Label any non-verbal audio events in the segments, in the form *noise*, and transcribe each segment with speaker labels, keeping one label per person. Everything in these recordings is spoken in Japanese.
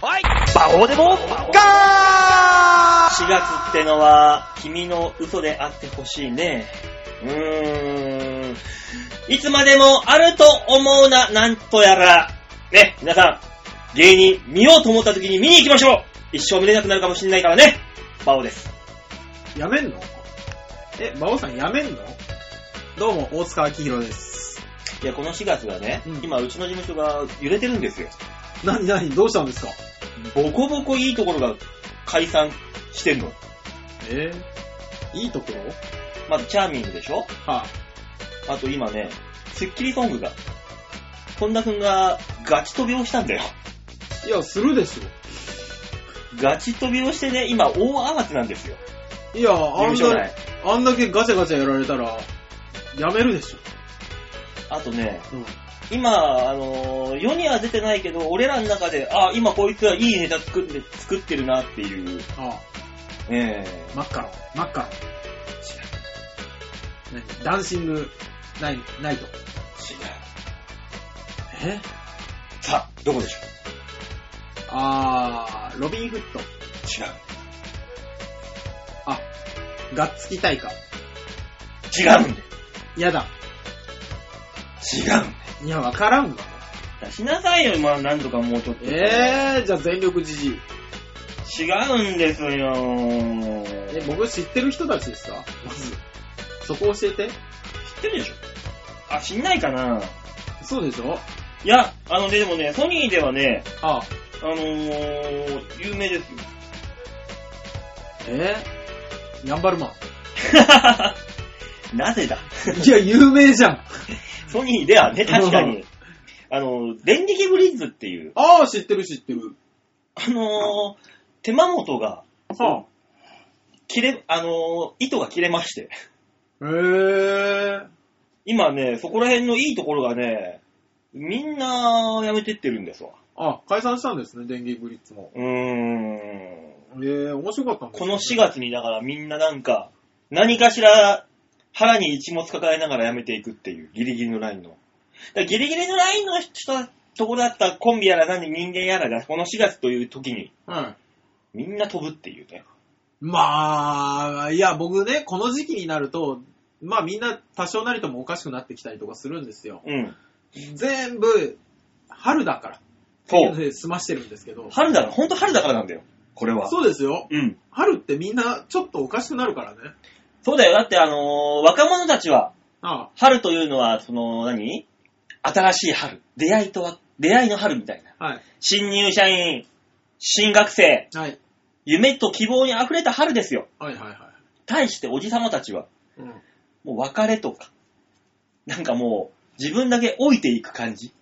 Speaker 1: こうでもガー
Speaker 2: 4月ってのは、君の嘘であってほしいね。うーん。いつまでもあると思うな、なんとやら。ね、皆さん、芸人見ようと思った時に見に行きましょう一生見れなくなるかもしれないからね。バオです。
Speaker 3: やめんのえ、馬王さんやめんのどうも、大塚明宏です。
Speaker 2: いや、この4月がね、
Speaker 3: うん
Speaker 2: 今、うちの事務所が揺れてるんですよ。
Speaker 3: なになにどうしたんですか
Speaker 2: ボコボコいいところが解散してんの。
Speaker 3: えいいところ
Speaker 2: まず、チャーミングでしょ
Speaker 3: は
Speaker 2: あと今ね、スッキリソングが。本田くんがガチ飛びをしたんだよ。
Speaker 3: い。いや、するでし
Speaker 2: ガチ飛びをしてね、今大慌てなんですよ。
Speaker 3: ょ。いや、
Speaker 2: 事
Speaker 3: あん
Speaker 2: 務所
Speaker 3: だ
Speaker 2: 内。
Speaker 3: あんだけガチャガチャやられたら、やめるでしょ。
Speaker 2: あとね、
Speaker 3: うん。
Speaker 2: 今、あのー世には出てないけど、俺らの中で、あ、今こいつはいいネタ作って、作ってるなっていう、
Speaker 3: あ
Speaker 2: え
Speaker 3: マッカロン、マッカロン。何ダンシング、ない、ないと。
Speaker 2: ー、違う。
Speaker 3: え
Speaker 2: さあ、どこでしょ
Speaker 3: あー、ロビンフット。
Speaker 2: う違う。
Speaker 3: あ、がっつき大会。
Speaker 2: 違うんだよ。
Speaker 3: やだ。
Speaker 2: 違うんだよ。
Speaker 3: いや、わからんわ。
Speaker 2: 出しなさいよ、まあ、なんとかもうちょっと。
Speaker 3: えー、じゃあ全力じじい。
Speaker 2: 違うんですよ
Speaker 3: え、
Speaker 2: ー。
Speaker 3: 僕知ってる人たちですかまず。そこ教えて。
Speaker 2: 知ってるでしょあ、知んないかな
Speaker 3: そうでしょ
Speaker 2: いや、あのね、でもね、ソニーではね、
Speaker 3: あ
Speaker 2: あのー、有名ですよ。
Speaker 3: えー、ヤンバルマ
Speaker 2: *laughs* なぜだ
Speaker 3: ン。いや、有名じゃん。
Speaker 2: *laughs* ソニーでは *laughs* ね、確かに。あの、電撃ブリッズっていう、
Speaker 3: あー、知ってる知ってる。
Speaker 2: あのー、手間元が
Speaker 3: は
Speaker 2: 切れ、あのー、糸が切れまして。
Speaker 3: あ。へー。
Speaker 2: 今ね、そこら辺のいいところがね、みんなやめてってるんですわ。
Speaker 3: あ、解散したんですね、電撃ブリッツも。
Speaker 2: うーん。
Speaker 3: えー、面白かったんです
Speaker 2: こ
Speaker 3: ね
Speaker 2: の4月にだからみんななんか、何かしら腹に一物抱えながらやめていくっていう、ギリギリのラインの。だからギリギリのラインの人とこだったコンビやら何人間やらが、この4月という時に
Speaker 3: はい。
Speaker 2: みんな飛ぶっていうね。
Speaker 3: まあ、いや、僕ね、この時期になると、まあみんな多少なりともおかしくなってきたりとかするんですよ。
Speaker 2: うん。
Speaker 3: 全部、春だから。
Speaker 2: そ
Speaker 3: っ
Speaker 2: う。
Speaker 3: ていので済ましてるんですけど。
Speaker 2: 春だから、ほんと春だからなんだよ。これは。
Speaker 3: そうですよ。
Speaker 2: うん。
Speaker 3: 春ってみんなちょっとおかしくなるからね。
Speaker 2: そうだよ。だってあのー若者たちは、
Speaker 3: ああ
Speaker 2: 春というのは、その何、新しい春。出会いとは、出会いの春みたいな。
Speaker 3: はい。
Speaker 2: 新入社員、新学生、
Speaker 3: はい。
Speaker 2: 夢と希望に溢れた春ですよ。
Speaker 3: はいはいは
Speaker 2: 対しておじさまたちは、
Speaker 3: い。うん。
Speaker 2: もう別れとか、なんかもう自分だけ老いていく感じ。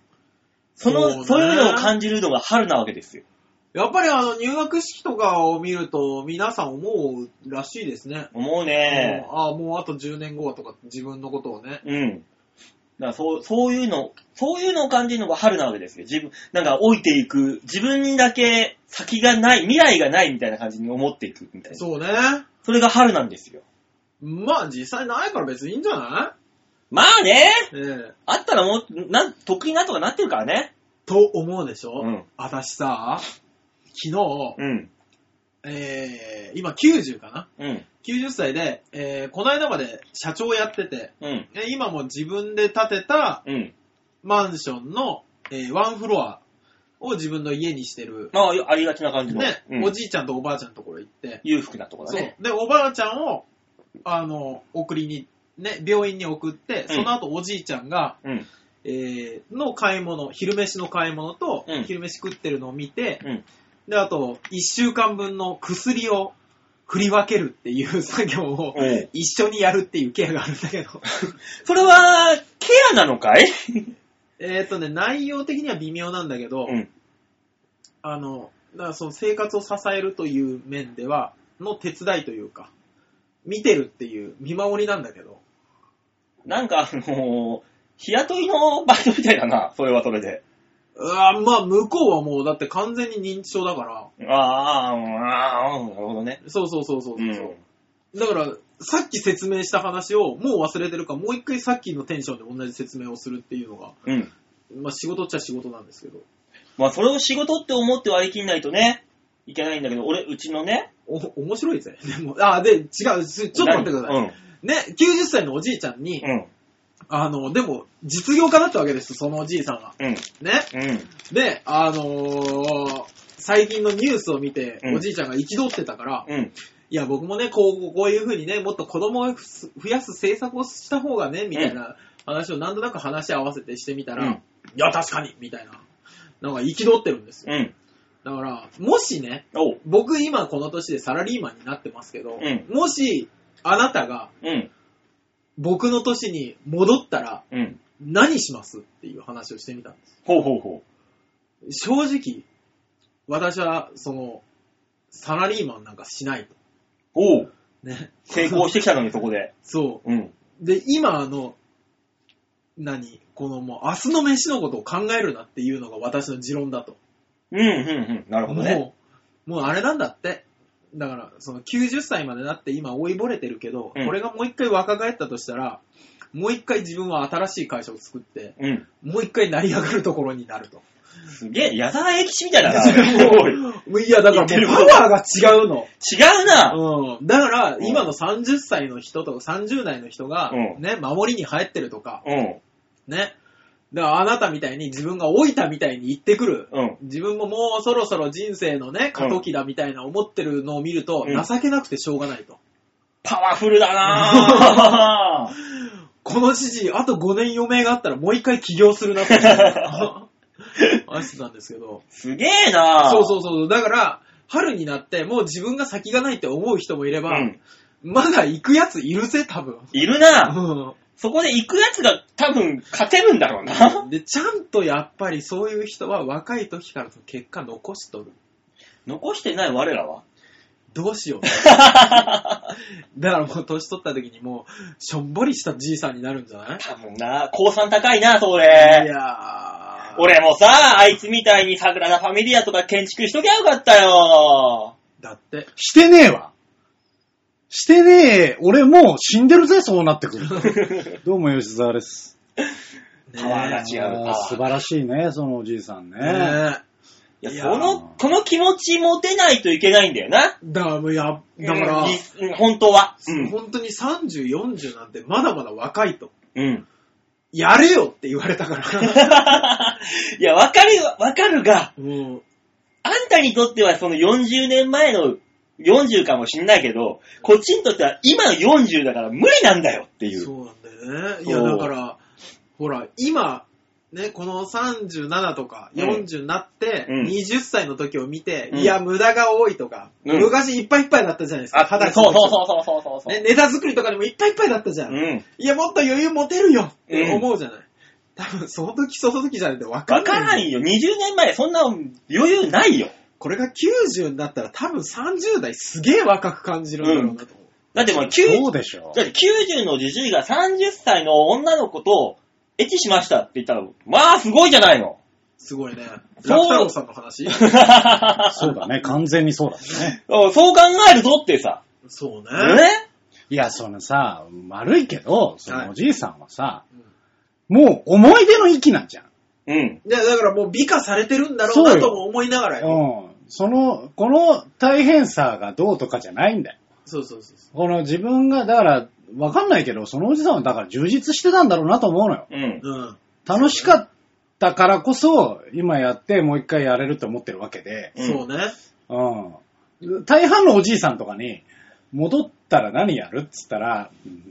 Speaker 2: そ
Speaker 3: そう
Speaker 2: の、
Speaker 3: ね
Speaker 2: そういうのを感じるのが春なわけですよ。
Speaker 3: やっぱりあの、入学式とかを見ると、皆さん思うらしいですね。
Speaker 2: 思う
Speaker 3: も
Speaker 2: ね
Speaker 3: うああ、もうあと10年後はとか、自分のことをね。
Speaker 2: うん。だからそう、そういうの、そういうのを感じるのが春なわけですよ。自分、なんか老いていく、自分だけ先がない、未来がないみたいな感じに思っていくみたいな。そ
Speaker 3: そうね。
Speaker 2: れが春なんですよ。
Speaker 3: まあ実際ないから別にいいんじゃな
Speaker 2: まあね、
Speaker 3: いええ。
Speaker 2: あったらもう、なん、得意なとかなってるからね。
Speaker 3: と思うでしょ、
Speaker 2: うん。
Speaker 3: 私さ、昨日、
Speaker 2: うん。
Speaker 3: えー、今90かな
Speaker 2: うん。
Speaker 3: ?90 歳で、えー、この間まで社長やってて、
Speaker 2: うん。
Speaker 3: え今も自分で建てた
Speaker 2: うん。
Speaker 3: マンションの、えーワンフロアを自分の家にしてる、
Speaker 2: まあ、ありがちな感じの。
Speaker 3: ね、
Speaker 2: うん
Speaker 3: おじいちゃんとおばあちゃんのところ行って、
Speaker 2: 裕福なとこだ
Speaker 3: そう
Speaker 2: ね。。
Speaker 3: で、おばあちゃんを、あの、送りに、ね、病院に送って、
Speaker 2: うん
Speaker 3: その後おじいちゃんが、
Speaker 2: うん。
Speaker 3: えーの買い物、昼飯の買い物と、
Speaker 2: うん
Speaker 3: 昼飯食ってるのを見て、
Speaker 2: うん
Speaker 3: で、あと、一週間分の薬を振り分けるっていう *laughs* 作業を
Speaker 2: うん
Speaker 3: 一緒にやるっていうケアがあるんだけど、
Speaker 2: それは、ケアなのかい
Speaker 3: えーっとね、内容的には微妙なんだけど、
Speaker 2: うん。
Speaker 3: あの、だからその生活を支えるという面では、の手伝いというか、見てるっていう見守りなんだけど、
Speaker 2: なんか、あのー日雇いのバイトみたいだな、それはそれで。
Speaker 3: うわまあ向こうはもうだって完全に認知症だか
Speaker 2: あー
Speaker 3: ら、
Speaker 2: あー、あーあー、なるほどね。
Speaker 3: そうそうそうそう
Speaker 2: う
Speaker 3: そ
Speaker 2: ん。
Speaker 3: う、だから、さっき説明した話をもう忘れてるから、もう一回さっきのテンションで同じ説明をするっていうのが、
Speaker 2: うん。
Speaker 3: まあ仕事っちゃ仕事なんですけど。
Speaker 2: まあ、それを仕事って思って割り切んないとね、いけないんだけど、俺、うちのね、
Speaker 3: お、面白いぜ。 *laughs* でも、あ、で、違う、すちょっと待ってください。
Speaker 2: うん。
Speaker 3: ね、90歳のおじいちゃんに、
Speaker 2: うん。
Speaker 3: あの、でも、実業家だったわけです、そのおじいさんが。
Speaker 2: うん。
Speaker 3: ね。
Speaker 2: うん。
Speaker 3: で、あのー最近のニュースを見て、
Speaker 2: うん
Speaker 3: おじいちゃんが憤ってたから、
Speaker 2: うん。
Speaker 3: いや、僕もね、こう、こういう風にね、もっと子供をふす増やす政策をした方がね、みたいな話をなんとなく話し合わせてしてみたら、
Speaker 2: うん
Speaker 3: いや、確かにみたいな、なんか憤ってるんですよ。
Speaker 2: うん。
Speaker 3: だから、もしね、
Speaker 2: おう。
Speaker 3: 僕今この年でサラリーマンになってますけど、
Speaker 2: うん
Speaker 3: もし、あなたが
Speaker 2: うん。
Speaker 3: 僕の年に戻ったら、
Speaker 2: うん。
Speaker 3: 何しますっていう話をしてみたんです。
Speaker 2: ほうほうほ
Speaker 3: 正直、私は、その、サラリーマンなんかしないと。
Speaker 2: う。おう。
Speaker 3: ね。
Speaker 2: 成功してきたのに、そこで。
Speaker 3: そう。
Speaker 2: うん。
Speaker 3: で、今あの、何このもう明日の飯のことを考えるなっていうのが私の持論だと。
Speaker 2: うん、うん、うん。なるほどね。
Speaker 3: もう、もうあれなんだって。だから、その90歳までなって今追いぼれてるけど、
Speaker 2: うん
Speaker 3: これがもう一回若返ったとしたら、もう一回自分は新しい会社を作って、
Speaker 2: うん。
Speaker 3: もう一回成り上がるところになると。
Speaker 2: すげえ、矢沢永吉みたいだな。 *laughs* おい
Speaker 3: もういや、だか
Speaker 2: 言って
Speaker 3: ら
Speaker 2: る
Speaker 3: も
Speaker 2: こ
Speaker 3: う
Speaker 2: と
Speaker 3: パワーが違うの。
Speaker 2: 違うな。
Speaker 3: うん。だから
Speaker 2: う、ん
Speaker 3: 今の30歳の人とか30代の人が、
Speaker 2: うん
Speaker 3: ね、守りに入ってるとか、
Speaker 2: うん。
Speaker 3: ね。だからあなたみたいに自分が老いたみたいに言ってくる。
Speaker 2: うん。
Speaker 3: 自分ももうそろそろ人生のね、過渡期だみたいな思ってるのを見ると、
Speaker 2: うん
Speaker 3: 情けなくてしょうがないと。
Speaker 2: パワフルだ *laughs* なぁ。
Speaker 3: この指示、あと5年余命があったらもう一回起業するなっ
Speaker 2: *laughs*
Speaker 3: て思ってた話してたんですけど。
Speaker 2: すげえなぁ。
Speaker 3: そうそうそう。だから、春になってもう自分が先がないって思う人もいれば、
Speaker 2: うん。
Speaker 3: まだ行くやついるぜ、多分。
Speaker 2: いるなぁ。
Speaker 3: うん
Speaker 2: そこで行くやつが多分勝てるんだろう *laughs* な。
Speaker 3: で、ちゃんとやっぱりそういう人は若い時からの結果残しとる。
Speaker 2: 残してない我らは。
Speaker 3: どう
Speaker 2: *laughs*
Speaker 3: しよう。だからもう年取った時にもう、しょんぼりしたじいさんになるんじゃない
Speaker 2: 多分な高3高いなそ
Speaker 3: い
Speaker 2: れ。
Speaker 3: やー。
Speaker 2: 俺もさ、あいつみたいに桜田ファミリアとか建築しときゃよかったよ。
Speaker 3: だって。
Speaker 1: してねえわ。してねえ。俺もう死んでるぜ、そうなってくると。
Speaker 2: *laughs*
Speaker 1: どうも吉沢です。
Speaker 3: ね
Speaker 2: パワーが違う
Speaker 1: あー素晴らしいね、そのおじいさんね。
Speaker 3: ね
Speaker 2: いや、
Speaker 3: いや
Speaker 2: その、この気持ち持てないといけないんだよな。
Speaker 3: だからもうや、だから、
Speaker 2: うん実うん本当は。うん。
Speaker 3: 本当に30、40なんてまだまだ若いと。
Speaker 2: うん。
Speaker 3: やれよって言われた
Speaker 2: *laughs*
Speaker 3: から。
Speaker 2: いや、わかるよ、わかるが、
Speaker 3: もう、
Speaker 2: あんたにとってはその40年前の40かもしんないけど、こっちにとっては今の40だから無理なんだよっていう。
Speaker 3: そうなんだよね。いや、
Speaker 2: そう
Speaker 3: だから、ほら、今、ね、この37とか
Speaker 2: うん
Speaker 3: 40になって、
Speaker 2: うん
Speaker 3: 20歳の時を見て、
Speaker 2: うん
Speaker 3: いや、無駄が多いとか、
Speaker 2: うん
Speaker 3: 昔いっぱいいっぱいだったじゃないですか。
Speaker 2: そう
Speaker 3: 肌
Speaker 2: そうそうそうそうそうそう、
Speaker 3: ね、ネタ作りとかでもいっぱいいっぱいだったじゃん。
Speaker 2: うん。
Speaker 3: いや、もっと余裕持てるよって思うじゃない。多分、その時その時じゃないと分か
Speaker 2: わ
Speaker 3: んない。
Speaker 2: からないよ。20年前そんな余裕ないよ。
Speaker 3: これが90になったら多分30代すげえ若く感じるんだろうなと思う。
Speaker 2: だってもう
Speaker 1: そう
Speaker 2: 90、
Speaker 1: でしょ
Speaker 2: だ。って90のじじいが30歳の女の子とエッチしましたって言ったら、まあすごいじゃないの。
Speaker 3: すごいね。
Speaker 2: そう
Speaker 3: 楽太郎さん
Speaker 2: *laughs*
Speaker 3: の話
Speaker 1: そうだね、完全にそうだね。
Speaker 2: うんそう考えるぞってさ。
Speaker 3: そうね。
Speaker 2: ね
Speaker 1: いや、そのさ、悪いけど、そ
Speaker 3: はい
Speaker 1: のおじいさんはさ、もう思い出の域なんじゃん。
Speaker 2: うん。
Speaker 3: いや、だからもう美化されてるんだろうなとも思いながらよ。
Speaker 1: うん。その、この大変さがどうとかじゃないんだよ。
Speaker 3: そうそうそうそ
Speaker 1: この自分が、だから、わかんないけど、そのおじさんはだから充実してたんだろうなと思うのよ。
Speaker 2: うん。
Speaker 3: う。うん。
Speaker 1: 楽しかったからこそ、今やってもう一回やれると思ってるわけで、
Speaker 2: うん
Speaker 3: そうね。
Speaker 1: うん。大半のおじいさんとかに、戻ったら何やるっつったら、うん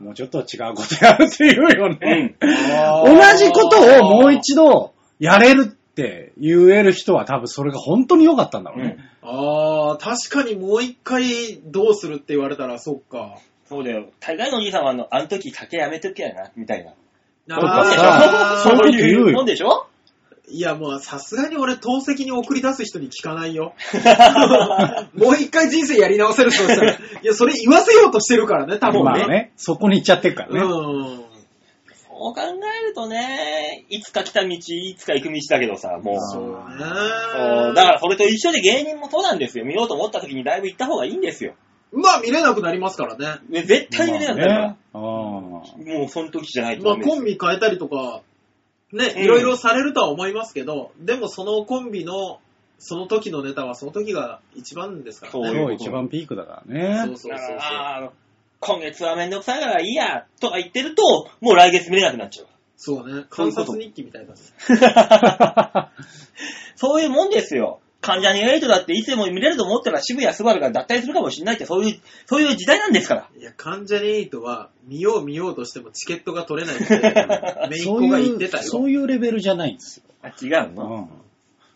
Speaker 1: もうちょっと違うことやるっていうよ
Speaker 2: う
Speaker 1: ね。
Speaker 2: ん。
Speaker 1: 同じことをもう一度やれるって言える人は多分それが本当に良かったんだろう
Speaker 2: う
Speaker 1: ね
Speaker 2: ん。。
Speaker 3: ああ、確かにもう一回どうするって言われたら、そっか。
Speaker 2: そうだよ。大概のおじいさんはあの、あの時酒やめときゃな、みたいな。
Speaker 1: そうか
Speaker 3: あ
Speaker 1: そう
Speaker 3: ー
Speaker 1: いうこと言うよ
Speaker 2: もんでしょ
Speaker 3: いや、もうさすがに俺、透析に送り出す人に聞かない
Speaker 1: *laughs*
Speaker 3: よ。もう一回人生やり直せるとしたら、いや、それ言わせようとしてるからね、多分
Speaker 1: ま
Speaker 3: ね。
Speaker 1: あね、そこに行っちゃってるからね。
Speaker 3: うん。
Speaker 2: そう考えるとね、いつか来た道、いつか行く道だけどさ、もう。
Speaker 1: そ
Speaker 3: そうう
Speaker 1: ね
Speaker 3: ね。
Speaker 2: そうだからそれと一緒で芸人もそうなんですよ。見ようと思った時にだいぶ行った方がいいんですよ。
Speaker 3: まあ見れなくなりますからね。
Speaker 2: ね絶対見れなかったから。
Speaker 1: まあねうん
Speaker 2: もうその時じゃないと
Speaker 3: ま
Speaker 2: ダ
Speaker 3: あ
Speaker 2: メです
Speaker 3: コンビ変えたりとか、ね、
Speaker 2: うん
Speaker 3: いろいろされるとは思いますけど、でもそのコンビのその時のネタはその時が一番ですから
Speaker 2: そう
Speaker 3: ね。
Speaker 2: いう
Speaker 1: 今
Speaker 2: こと
Speaker 1: 日一番ピークだから
Speaker 3: そう
Speaker 1: ね。
Speaker 3: そうそうそう。
Speaker 2: あーあの今月はめんどくさいからいいや、とか言ってると、もう来月見れなくなっちゃう。
Speaker 3: そうね。
Speaker 2: そうい
Speaker 3: 観
Speaker 2: うこと
Speaker 3: 察日記みたいな。
Speaker 2: *laughs* そういうもんですよ。関ジャニエイトだっていつでも見れると思ったら渋谷スバルが脱退するかもしれないって、そういう、そういう時代なんですから。
Speaker 3: いや、関ジャニエイトは見よう見ようとしてもチケットが取れないって、めいっ
Speaker 1: そ
Speaker 3: 子
Speaker 1: う
Speaker 3: が
Speaker 1: い
Speaker 3: 言ってた
Speaker 1: う、
Speaker 3: よ。
Speaker 1: そういうレベルじゃないんですよ。
Speaker 2: あ、違うの、
Speaker 1: うん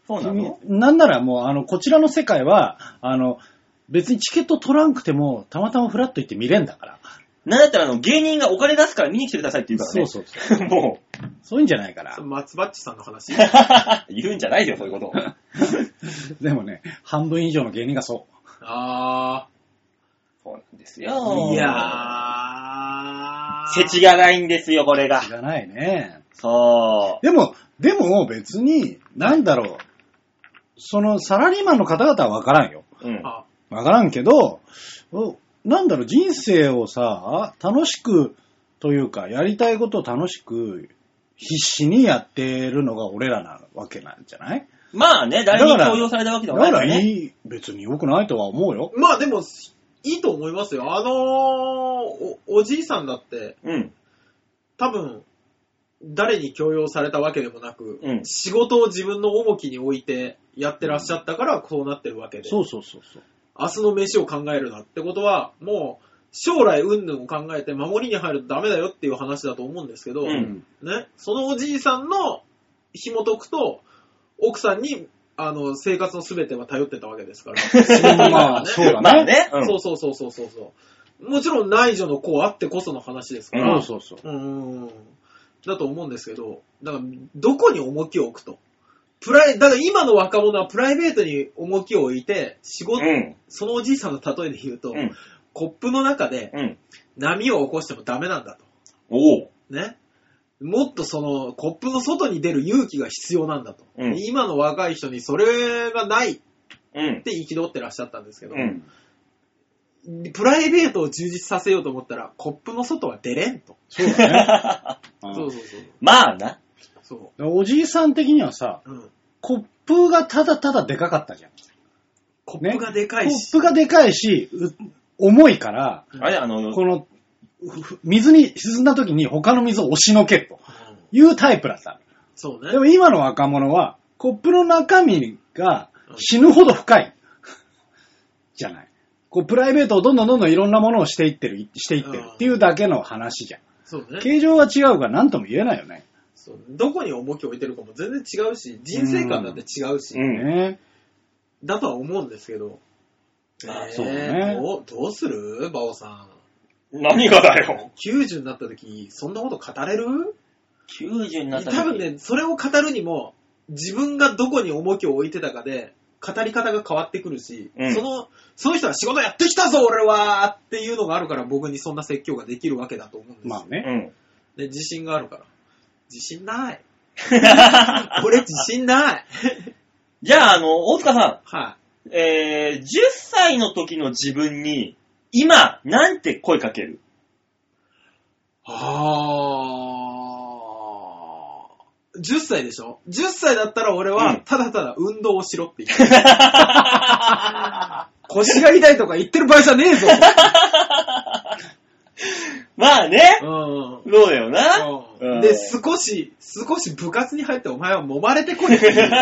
Speaker 2: そうなの
Speaker 1: 君なんならもう、あの、こちらの世界は、あの、別にチケット取らんくても、たまたまフラッと行って見れんだから。
Speaker 2: なんだったらあの、芸人がお金出すから見に来てくださいって言うから
Speaker 1: そう
Speaker 2: ね。
Speaker 1: そう
Speaker 2: *laughs*
Speaker 1: そう。
Speaker 2: う。もう、
Speaker 1: そういうんじゃないから。
Speaker 3: 松バッチさんの話。
Speaker 2: *laughs* 言うんじゃないよ、そういうこと。
Speaker 1: でもね、半分以上の芸人がそ
Speaker 3: あ
Speaker 2: そうなんです
Speaker 3: ー。
Speaker 2: よ。
Speaker 3: いやー。
Speaker 2: 世知がないんですよ、これが
Speaker 1: う。。じゃないね。
Speaker 2: そ
Speaker 1: でも、でも別に、なんだろう。その、サラリーマンの方々はわからんよ。
Speaker 2: う。うん。
Speaker 3: あ
Speaker 1: わからんけど、おなんだろう、人生をさ、楽しくというか、やりたいことを楽しく、必死にやってるのが俺らなわけなんじゃない
Speaker 2: まあね、誰に強要されたわけで
Speaker 1: だ
Speaker 2: もな
Speaker 1: か
Speaker 2: いかららね。
Speaker 1: いい、別に良くないとは思うよ。
Speaker 3: まあでも、いいと思いますよ。あのー、おおじいさんだって、
Speaker 2: うん。
Speaker 3: 多分、誰に強要されたわけでもなく、
Speaker 2: うん
Speaker 3: 仕事を自分の重きに置いてやってらっしゃったから、こうなってるわけで。
Speaker 1: そうそうそうそう。
Speaker 3: 明日の飯を考えるなってことは、もう、将来云々を考えて守りに入るとダメだよっていう話だと思うんですけど、
Speaker 2: うん
Speaker 3: ね、そのおじいさんの紐解くと、奥さんに、あの、生活の全ては頼ってたわけですから。
Speaker 1: まあ、そうだね。
Speaker 2: まあね。 *laughs* うん
Speaker 3: そうそうそうそうそうそう。もちろん内助の子あってこその話ですから。
Speaker 1: そ
Speaker 2: ん
Speaker 1: うそうそ
Speaker 3: う
Speaker 1: う。
Speaker 3: ーん。だと思うんですけど、だから、どこに重きを置くと。プライ、だから今の若者はプライベートに重きを置いて、仕事、
Speaker 2: うん。
Speaker 3: そのおじいさんの例えで言うと、
Speaker 2: うん
Speaker 3: コップの中で
Speaker 2: うん。
Speaker 3: 波を起こしてもダメなんだ
Speaker 2: おお。
Speaker 3: と。ね。もっとその、コップの外に出る勇気が必要なんだと。
Speaker 2: うん
Speaker 3: 今の若い人にそれがないっ
Speaker 2: うん。
Speaker 3: て憤ってらっしゃったんですけど、
Speaker 2: うん。
Speaker 3: プライベートを充実させようと思ったら、コップの外は出れんと。
Speaker 1: そうだね。
Speaker 3: そううんそうそう。
Speaker 2: まあな。
Speaker 3: そ
Speaker 1: おじいさん的にはさ、
Speaker 3: う。うん。
Speaker 1: コップがただただでかかったじゃん。
Speaker 3: コップがでかい
Speaker 1: コ
Speaker 3: し。
Speaker 1: ップがでかいし、う重いから、
Speaker 2: あれ、あの、
Speaker 1: この、ふふ水に沈んだ時に他の水を押しのけと
Speaker 3: うん
Speaker 1: いうタイプだった。
Speaker 3: そうね
Speaker 1: *laughs* で。も今の若者は、コップの中身が死ぬほど深い。じゃない。こう、プライベートをどんどんどんどんいろんなものをしていってる、していってるっていうだけの話じゃん。
Speaker 3: そうね。
Speaker 1: 形状は違うが何とも言えないよね。
Speaker 3: そうどこに重きを置いてるかも全然違うし、人生観だって違うし、
Speaker 2: うん。
Speaker 1: ね
Speaker 3: だとは思うんですけど。
Speaker 2: まあ
Speaker 3: えー
Speaker 1: そうね
Speaker 3: どうどうするバオさん。
Speaker 2: 何がだよ。
Speaker 3: 90になった時、そんなこと語れる
Speaker 2: 90にな
Speaker 3: 多
Speaker 2: った時
Speaker 3: 分。ね、それを語るにも、自分がどこに重きを置いてたかで、語り方が変わってくるし、
Speaker 2: うん
Speaker 3: その、その人は仕事やってきたぞ、俺はっていうのがあるから、僕にそんな説教ができるわけだと思うんですよ。
Speaker 1: まあ
Speaker 2: う
Speaker 1: ね。
Speaker 2: ん。
Speaker 3: ね、自信があるから。自信ない。 *laughs* *laughs* これ自信ない。
Speaker 2: じゃあ、あの、大塚さ
Speaker 3: は
Speaker 2: ん、えー、10歳の時の自分に、今、なんて声かける
Speaker 3: い。あー。10歳でしょ ?10 歳だったら俺
Speaker 2: う
Speaker 3: は、
Speaker 2: ん
Speaker 3: ただただ運動をしろって言 *laughs* ってる。腰が痛いとか言ってる場合じゃねえぞ。
Speaker 2: まあね、
Speaker 3: うん
Speaker 2: そうだよな。
Speaker 3: う。
Speaker 2: うんん
Speaker 3: で、少し、少し部活に入ってお前は揉まれてこいっていう。 *laughs*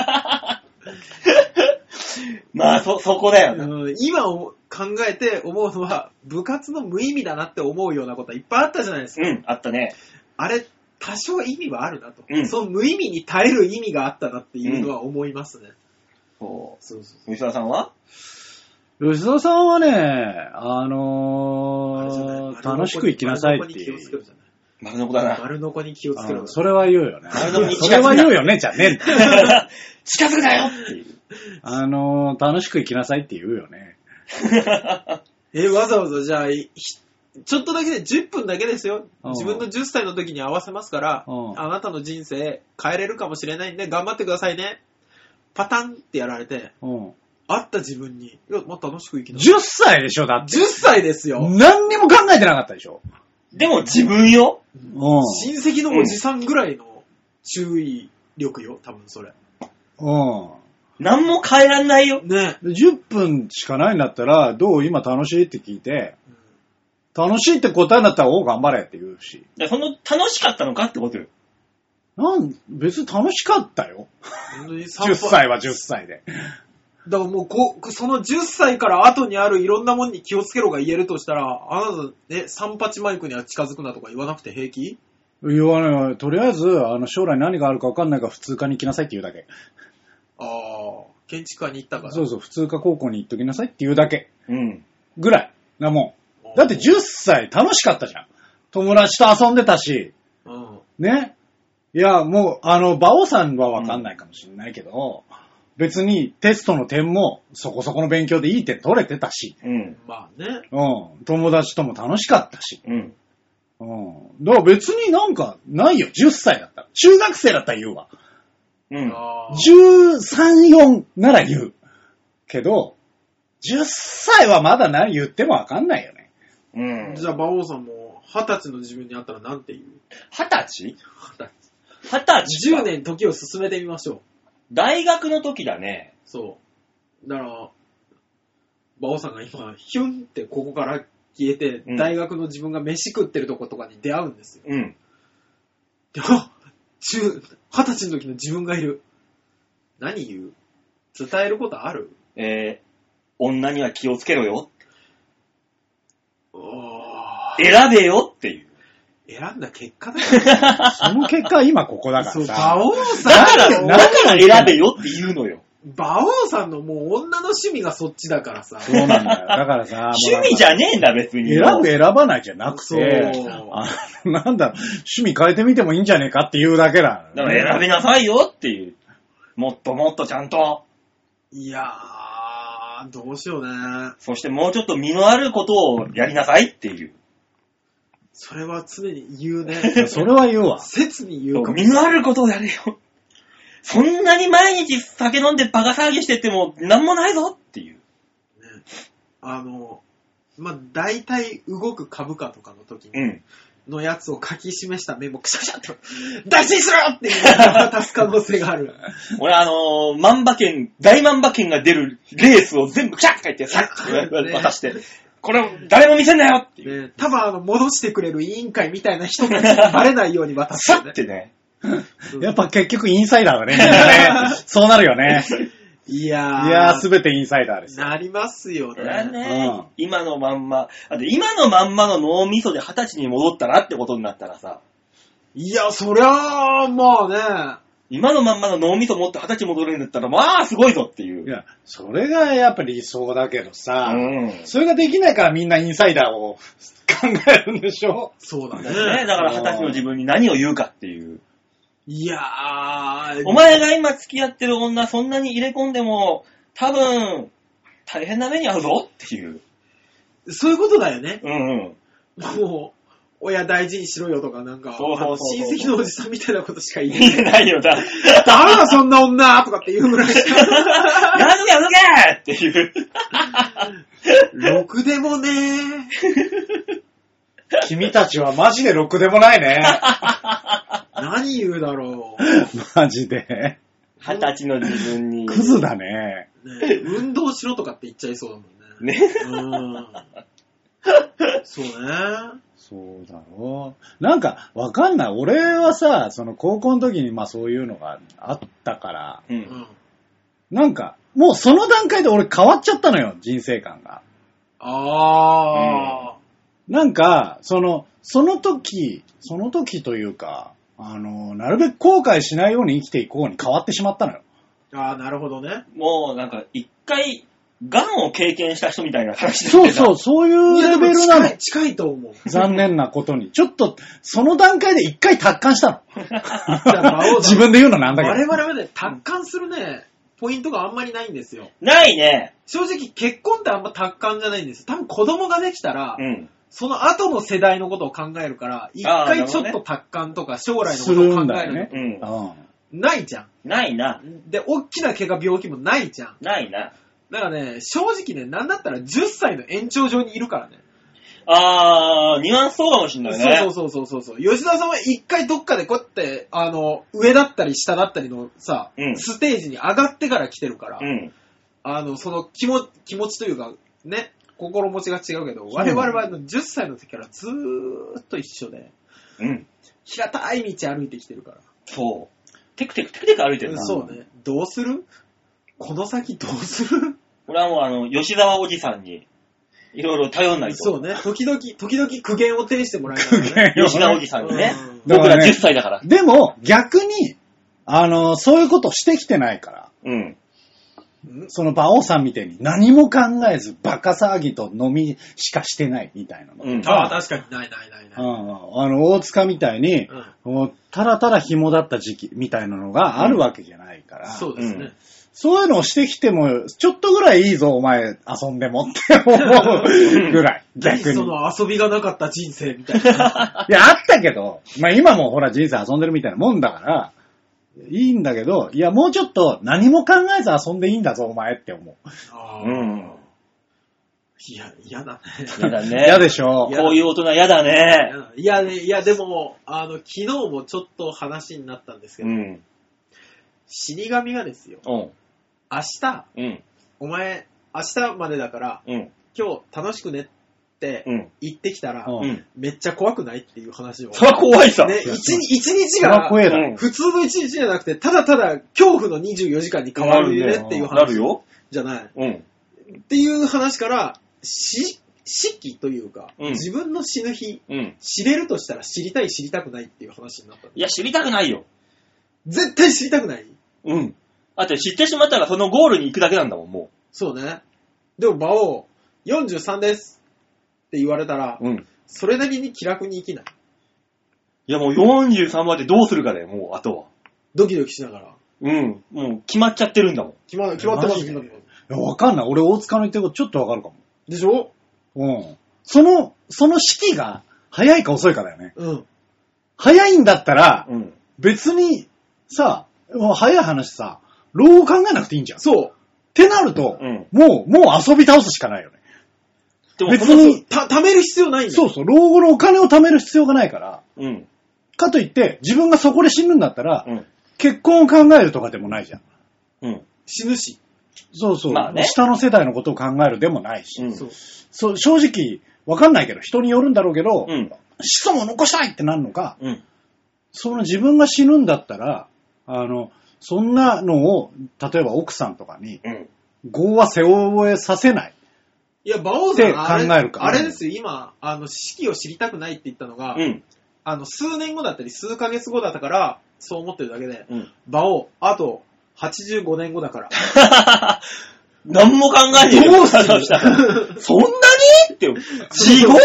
Speaker 2: まあ、そ、そこだよな。
Speaker 3: うん今を考えて思うのは、部活の無意味だなって思うようなこといっぱいあったじゃないですか。
Speaker 2: うん、あったね。
Speaker 3: あれ、多少意味はあるなと。
Speaker 2: うん
Speaker 3: その無意味に耐える意味があったなっていうのは思いますね。
Speaker 2: そ
Speaker 3: そうそう
Speaker 2: う。吉田さんは
Speaker 1: 吉田さんはね、あ
Speaker 3: あれじゃない
Speaker 1: のー楽しく生きなさいっていう
Speaker 3: 丸のこに気をつけろじゃない
Speaker 2: 丸の子だな。
Speaker 3: 丸のこに気をつけ
Speaker 1: う
Speaker 3: ろ
Speaker 1: んそれは言うよね。
Speaker 2: 丸のこに
Speaker 1: そ
Speaker 2: 近づ
Speaker 1: れ
Speaker 2: くな
Speaker 1: は言うよね、じゃねえんだよ
Speaker 2: 近づくなよっていう。
Speaker 1: あのー楽しく生きなさいって言うよね。
Speaker 3: え、わざわざじゃあ、いひちょっとだけで、10分だけですよ。
Speaker 1: うん
Speaker 3: 自分の10歳の時に合わせますから、
Speaker 1: うん
Speaker 3: あなたの人生変えれるかもしれないんで、頑張ってくださいね。パタンってやられて、
Speaker 1: うん。
Speaker 3: 会った自分に、いや、まあ、楽しく生きなさい。
Speaker 1: 10歳でしょ、だって。
Speaker 3: 10歳ですよ。
Speaker 1: 何にも考えてなかったでしょ。
Speaker 2: でも自分よ。
Speaker 1: う
Speaker 3: 親戚のおじさんぐらいの注意力よ、多分それ。
Speaker 1: ん。うん。
Speaker 2: 何も変えらんないよ。
Speaker 3: ね
Speaker 1: で10分しかないんだったら、どう今楽しいって聞いて、楽しいって答えになったら、おう、頑張れって言うし。
Speaker 2: だからその、楽しかったのかってことよ。
Speaker 1: なん、別に楽しかったよ。
Speaker 3: 本当に散歩
Speaker 1: 10歳は10歳で。
Speaker 3: だからもうこう、その10歳から後にあるいろんなもんに気をつけろが言えるとしたら、あなた、ね、三八マイクには近づくなとか言わなくて平気
Speaker 1: 言わないわとりあえず、あの、将来何があるか分かんないから普通科に行きなさいって言うだけ。
Speaker 3: ああ、建築家に行ったから。
Speaker 1: そうそう、普通科高校に行っときなさいって言うだけ。
Speaker 2: うん。
Speaker 1: ぐらい。なもん。だって10歳楽しかったじゃん。友達と遊んでたし、
Speaker 3: うん。
Speaker 1: ね。いや、もう、あの、馬王さんは分かんないかもしれないけど、別にテストの点もそこそこの勉強でいい点取れてたし、
Speaker 2: うん。
Speaker 3: まあね。
Speaker 1: うん。友達とも楽しかったし。
Speaker 2: うん。
Speaker 1: うん。だから別になんかないよ。10歳だったら。中学生だったら言うわ。
Speaker 2: うん。
Speaker 3: あー
Speaker 1: 13、4なら言う。けど、10歳はまだ何言ってもわかんないよね。
Speaker 2: うん。
Speaker 3: じゃあ、馬王さんも、二十歳の自分に会ったらなんて言う
Speaker 2: 二十歳二十歳か
Speaker 3: ?10。年時を進めてみましょう。
Speaker 2: 大学の時だね。
Speaker 3: そう。だから、馬王さんが今、ヒュンってここから消えて、
Speaker 2: うん
Speaker 3: 大学の自分が飯食ってるとことかに出会うんですよ。
Speaker 2: うん。
Speaker 3: で、あ十、二十歳の時の自分がいる。何言う伝えることある
Speaker 2: えー、女には気をつけろよ。
Speaker 3: おー
Speaker 2: 選べよっていう。
Speaker 3: 選んだ結果だよ。
Speaker 1: その結果今ここだ
Speaker 3: *laughs*
Speaker 1: か
Speaker 3: そう、
Speaker 1: ら
Speaker 3: 馬
Speaker 1: さ。
Speaker 3: 王さ
Speaker 2: だ
Speaker 3: ん。
Speaker 2: から、だから選べよって言うのよ。
Speaker 3: 馬王さんのもう女の趣味がそっちだからさ。
Speaker 1: そうなんだよ。だからさ、もうなんか
Speaker 2: *laughs* 趣味じゃねえんだ、別に。
Speaker 1: 選ぶ選ばないじゃなくて
Speaker 3: そう、
Speaker 1: あ *laughs* なんだろう、趣味変えてみてもいいんじゃねえかっていうだけだ。
Speaker 2: だから選びなさいよっていう。もっともっとちゃんと。
Speaker 3: いやー、どうしようね。
Speaker 2: そしてもうちょっと身のあることをやりなさいっていう。
Speaker 3: それは常に言うね。
Speaker 1: *laughs* それは言うわ。
Speaker 3: 切に言うかも。
Speaker 2: 身のあることをやれよ。そんなに毎日酒飲んでバカ騒ぎしてっても何もないぞっていう。
Speaker 3: あの、まあ、大体動く株価とかの時に
Speaker 2: うん。
Speaker 3: のやつを書き示したメモ、くしゃくしゃっと、大事にしろよっていうのを出す可能性がある。
Speaker 2: 俺あのー、万馬券、大万馬券が出るレースを全部キャッと書い *laughs* て、さっと渡して、これを誰も見せんなよっていう。
Speaker 3: ね、多分あの、戻してくれる委員会みたいな人たちにバレないように渡す
Speaker 2: さ
Speaker 3: よ
Speaker 2: っ *laughs*
Speaker 3: ね。
Speaker 2: てね。
Speaker 1: やっぱ結局インサイダー
Speaker 2: *laughs*
Speaker 1: だねみんなね。そうなるよね。
Speaker 3: いやー。
Speaker 1: いやー、すべてインサイダーです。
Speaker 3: なりますよ
Speaker 2: そりゃ
Speaker 3: ね。
Speaker 2: ね
Speaker 1: うん、
Speaker 2: 今のまんま、あと今のまんまの脳みそで二十歳に戻ったらってことになったらさ、
Speaker 3: いや、そりゃあ、まあね。
Speaker 2: 今のまんまの脳みそ持って二十歳戻れるんだったら、まあすごいぞっていう。
Speaker 1: いや、それがやっぱ理想だけ
Speaker 2: う
Speaker 1: どさ、
Speaker 2: ん。
Speaker 1: それができないからみんなインサイダーを考えるんでしょ
Speaker 3: そうだ
Speaker 2: ね、
Speaker 3: ね。
Speaker 2: だから二十歳の自分に何を言うかっていう。
Speaker 3: いやー。
Speaker 2: お前が今付き合ってる女そんなに入れ込んでも、多分、大変な目に遭うぞっていう。
Speaker 3: そういうことだよね。
Speaker 2: うんうん。
Speaker 3: もう、親大事にしろよとかなんか、
Speaker 2: そうそうそうそう
Speaker 3: あの親戚のおじさんみたいなことしか言え
Speaker 2: 見
Speaker 3: ない。 *laughs*
Speaker 2: てないよ、 *laughs* だ。
Speaker 3: 誰だそんな女とかって言うぐらい
Speaker 2: *laughs*
Speaker 3: しか。
Speaker 2: やるけやるけっていう。
Speaker 3: ろくでもね
Speaker 1: 君たちはマジでろくでもな
Speaker 2: *laughs*
Speaker 1: いね。
Speaker 3: 何言うだろ
Speaker 1: マジで。
Speaker 2: 二十歳の自分に。
Speaker 1: クズだね。
Speaker 3: う、ね。運動しろとかって言っちゃいそうだもんね。
Speaker 2: ね。
Speaker 3: うん。そうね。
Speaker 1: そうだろう。なんか、わかんない。俺はさ、その高校の時にまあそういうのがあったから、
Speaker 2: う。
Speaker 3: うんん。
Speaker 1: なんか、もうその段階で俺変わっちゃったのよ、人生観が。
Speaker 3: あ
Speaker 1: なんか、その、その時、その時というか、あの、なるべく後悔しないように生きていこうに変わってしまったのよ。
Speaker 3: ー。あー、なるほどね。
Speaker 2: もうなんか、一回、癌を経験した人みたいな話
Speaker 1: そうそう、
Speaker 2: う。
Speaker 1: そうい
Speaker 3: いうや、で
Speaker 1: レベ
Speaker 3: も
Speaker 1: ルな
Speaker 3: 近
Speaker 1: の
Speaker 3: い、。近いと思う。
Speaker 1: 残念なことに。ちょっと、その段階で一回達観した *laughs*
Speaker 3: 魔王だ
Speaker 1: の。自分で言うのなんだけど。
Speaker 3: 我々はね、達観するね、ポイントがあんまりないんですよ。
Speaker 2: ないね。
Speaker 3: 正直、結婚ってあんま達観じゃないんです。多分子供ができたら、
Speaker 2: うん。
Speaker 3: その後の世代のことを考えるから、一
Speaker 2: なる
Speaker 3: 回
Speaker 2: ほ
Speaker 3: ち
Speaker 2: ど
Speaker 3: ょ
Speaker 2: ね
Speaker 3: っと達観とか将来の
Speaker 1: す
Speaker 3: ことを
Speaker 1: るん
Speaker 3: 考
Speaker 1: だ
Speaker 3: え
Speaker 1: よ
Speaker 3: るの
Speaker 1: ね。
Speaker 2: うん。
Speaker 3: ないじゃ
Speaker 2: ないな。
Speaker 3: ん。で、大きな怪我、病気もないじゃん。
Speaker 2: ないな。
Speaker 3: だからね、正直ね、なんだったら10歳の延長上にいるからね。
Speaker 2: あー、ニュアンスそうかもしんないね。
Speaker 3: そうそうそうそうそう。吉田さんは一回どっかでこうやって、あの、上だったり下だったりのさ、
Speaker 2: うん
Speaker 3: ステージに上がってから来てるから、
Speaker 2: うん。
Speaker 3: あの、その気も気持ちというか、ね、心持ちが違うけど、我々はあの10歳の時からずーっと一緒で、
Speaker 2: うん。
Speaker 3: 平たい道歩いてきてるから。
Speaker 2: そう。テクテクテクテク歩いてる
Speaker 3: うん
Speaker 2: な。
Speaker 3: そうね。どうするこの先どうする
Speaker 2: 俺はもうあの、吉沢おじさんに、いろいろ頼んないと。
Speaker 3: そうね。時々、時々苦言を呈してもらいながらね。
Speaker 1: *laughs*
Speaker 2: 吉田おじさんにね
Speaker 3: うん。
Speaker 1: だ
Speaker 2: 僕
Speaker 1: から
Speaker 2: ら
Speaker 1: ね
Speaker 2: 10歳だから。
Speaker 1: でも、逆に、あの、そういうことしてきてないから、
Speaker 2: うん。
Speaker 3: うん
Speaker 1: その馬王さんみたいに何も考えずバカ騒ぎと飲みしかしてないみたいなの。
Speaker 2: うん。
Speaker 3: ああ、確かにないないないな
Speaker 1: う
Speaker 3: い。
Speaker 1: んあの、大塚みたいに、もうただただ紐だった時期みたいなのがあるわけじゃないから、
Speaker 3: そうです
Speaker 2: う
Speaker 3: ね
Speaker 2: ん。
Speaker 1: そういうのをしてきても、ちょっとぐらいいいぞ、お前、遊んでもって思うぐら
Speaker 3: *laughs*
Speaker 1: い、逆
Speaker 3: 何
Speaker 1: に。
Speaker 3: そ
Speaker 1: い
Speaker 3: の遊びがなかった人生みたいな。
Speaker 1: や、あったけど、まあ今もほら人生遊んでるみたいなもんだから、いいんだけど、いや、もうちょっと何も考えず遊んでいいんだぞ、お前って思う。
Speaker 3: あー
Speaker 2: うん。
Speaker 3: いや、嫌だね。
Speaker 2: 嫌だね。
Speaker 1: 嫌でしょ
Speaker 3: い。や
Speaker 2: こういう大人嫌だね。
Speaker 3: いや、ね、いや、でも、あの、昨日もちょっと話になったんですけ
Speaker 2: う
Speaker 3: ど、
Speaker 2: ん。
Speaker 3: 死神がですよ、
Speaker 2: うん。
Speaker 3: 明日、
Speaker 2: うん。
Speaker 3: お前、明日までだから、
Speaker 2: うん。
Speaker 3: 今日楽しくねって
Speaker 2: うん。
Speaker 3: 言ってきたら、
Speaker 1: うん
Speaker 2: うん。
Speaker 3: めっちゃ怖くないっていう話を。
Speaker 2: そら怖いさ。
Speaker 3: ね、
Speaker 1: そう
Speaker 3: 一日一日
Speaker 1: それは
Speaker 3: が、
Speaker 1: 怖えだ。
Speaker 2: うん
Speaker 3: 普通の一日じゃなくて、ただただ恐怖の24時間に変わるよねっていう
Speaker 2: なる
Speaker 3: 話
Speaker 2: よ。
Speaker 3: じゃない。
Speaker 2: うん。
Speaker 3: っていう話から、死、死期というか、
Speaker 2: うん
Speaker 3: 自分の死ぬ日、
Speaker 2: うん。
Speaker 3: 知れるとしたら知りたい知りたくないっていう話になったの
Speaker 2: いや、知りたくないよ。
Speaker 3: 絶対知りたくない
Speaker 2: うん。あと知ってしまったらそのゴールに行くだけなんだもん、も
Speaker 3: そうね。でも、馬王、43ですって言われたら、
Speaker 2: う。うん。
Speaker 3: それなりに気楽に生きない。
Speaker 2: いや、もう43までどうするかだよ、もう、あとは。
Speaker 3: ドキドキしながら。
Speaker 2: うん。もう決まっちゃってるんだもん。
Speaker 3: 決ま決まってます、
Speaker 1: マ
Speaker 3: 決
Speaker 1: ジで
Speaker 3: まってます。
Speaker 1: いやわかんない。俺、大塚の言ってることちょっとわかるかも。
Speaker 3: でしょ
Speaker 1: うん。その、その式が早いか遅いかだよね。
Speaker 3: うん。
Speaker 1: 早いんだったら、
Speaker 2: うん。
Speaker 1: 別に、さ、もう早い話さ、老後考えなくていいんじゃん。っ
Speaker 3: そう。
Speaker 1: てなると、
Speaker 2: うん
Speaker 1: もう、もう遊び倒すしかないよね。
Speaker 2: で
Speaker 1: 別
Speaker 2: この
Speaker 1: に、
Speaker 3: た、貯める必要ないんだ
Speaker 1: そ
Speaker 3: よ。
Speaker 1: うそう、老後のお金を貯める必要がないから、
Speaker 2: うん。
Speaker 1: かといって、自分がそこで死ぬんだったら、
Speaker 2: うん。
Speaker 1: 結婚を考えるとかでもないじゃん。
Speaker 2: うん。
Speaker 3: 死ぬし。
Speaker 1: そうそう、
Speaker 2: まあね
Speaker 1: 下の世代のことを考えるでもないし、
Speaker 2: うん
Speaker 3: そう。
Speaker 1: そう正直、わかんないけど、人によるんだろうけど、
Speaker 2: うん
Speaker 1: 子孫を残したいってなるのか、
Speaker 2: うん。
Speaker 1: その自分が死ぬんだったら、あの、そんなのを、例えば奥さんとかに、
Speaker 2: うん。
Speaker 1: 業は背負えさせ *laughs* ない。
Speaker 3: いや、馬王さん、あれ
Speaker 1: って考えるから
Speaker 3: あれですよ、今、あの、四季を知りたくないって言ったのが、
Speaker 2: うん。
Speaker 3: あの、数年後だったり、数ヶ月後だったから、そう思ってるだけで、
Speaker 2: うん。
Speaker 3: 馬王、あと、85年後だから。
Speaker 2: *laughs* 何も考えて
Speaker 3: どうする
Speaker 2: そうしたらそんなにって。地獄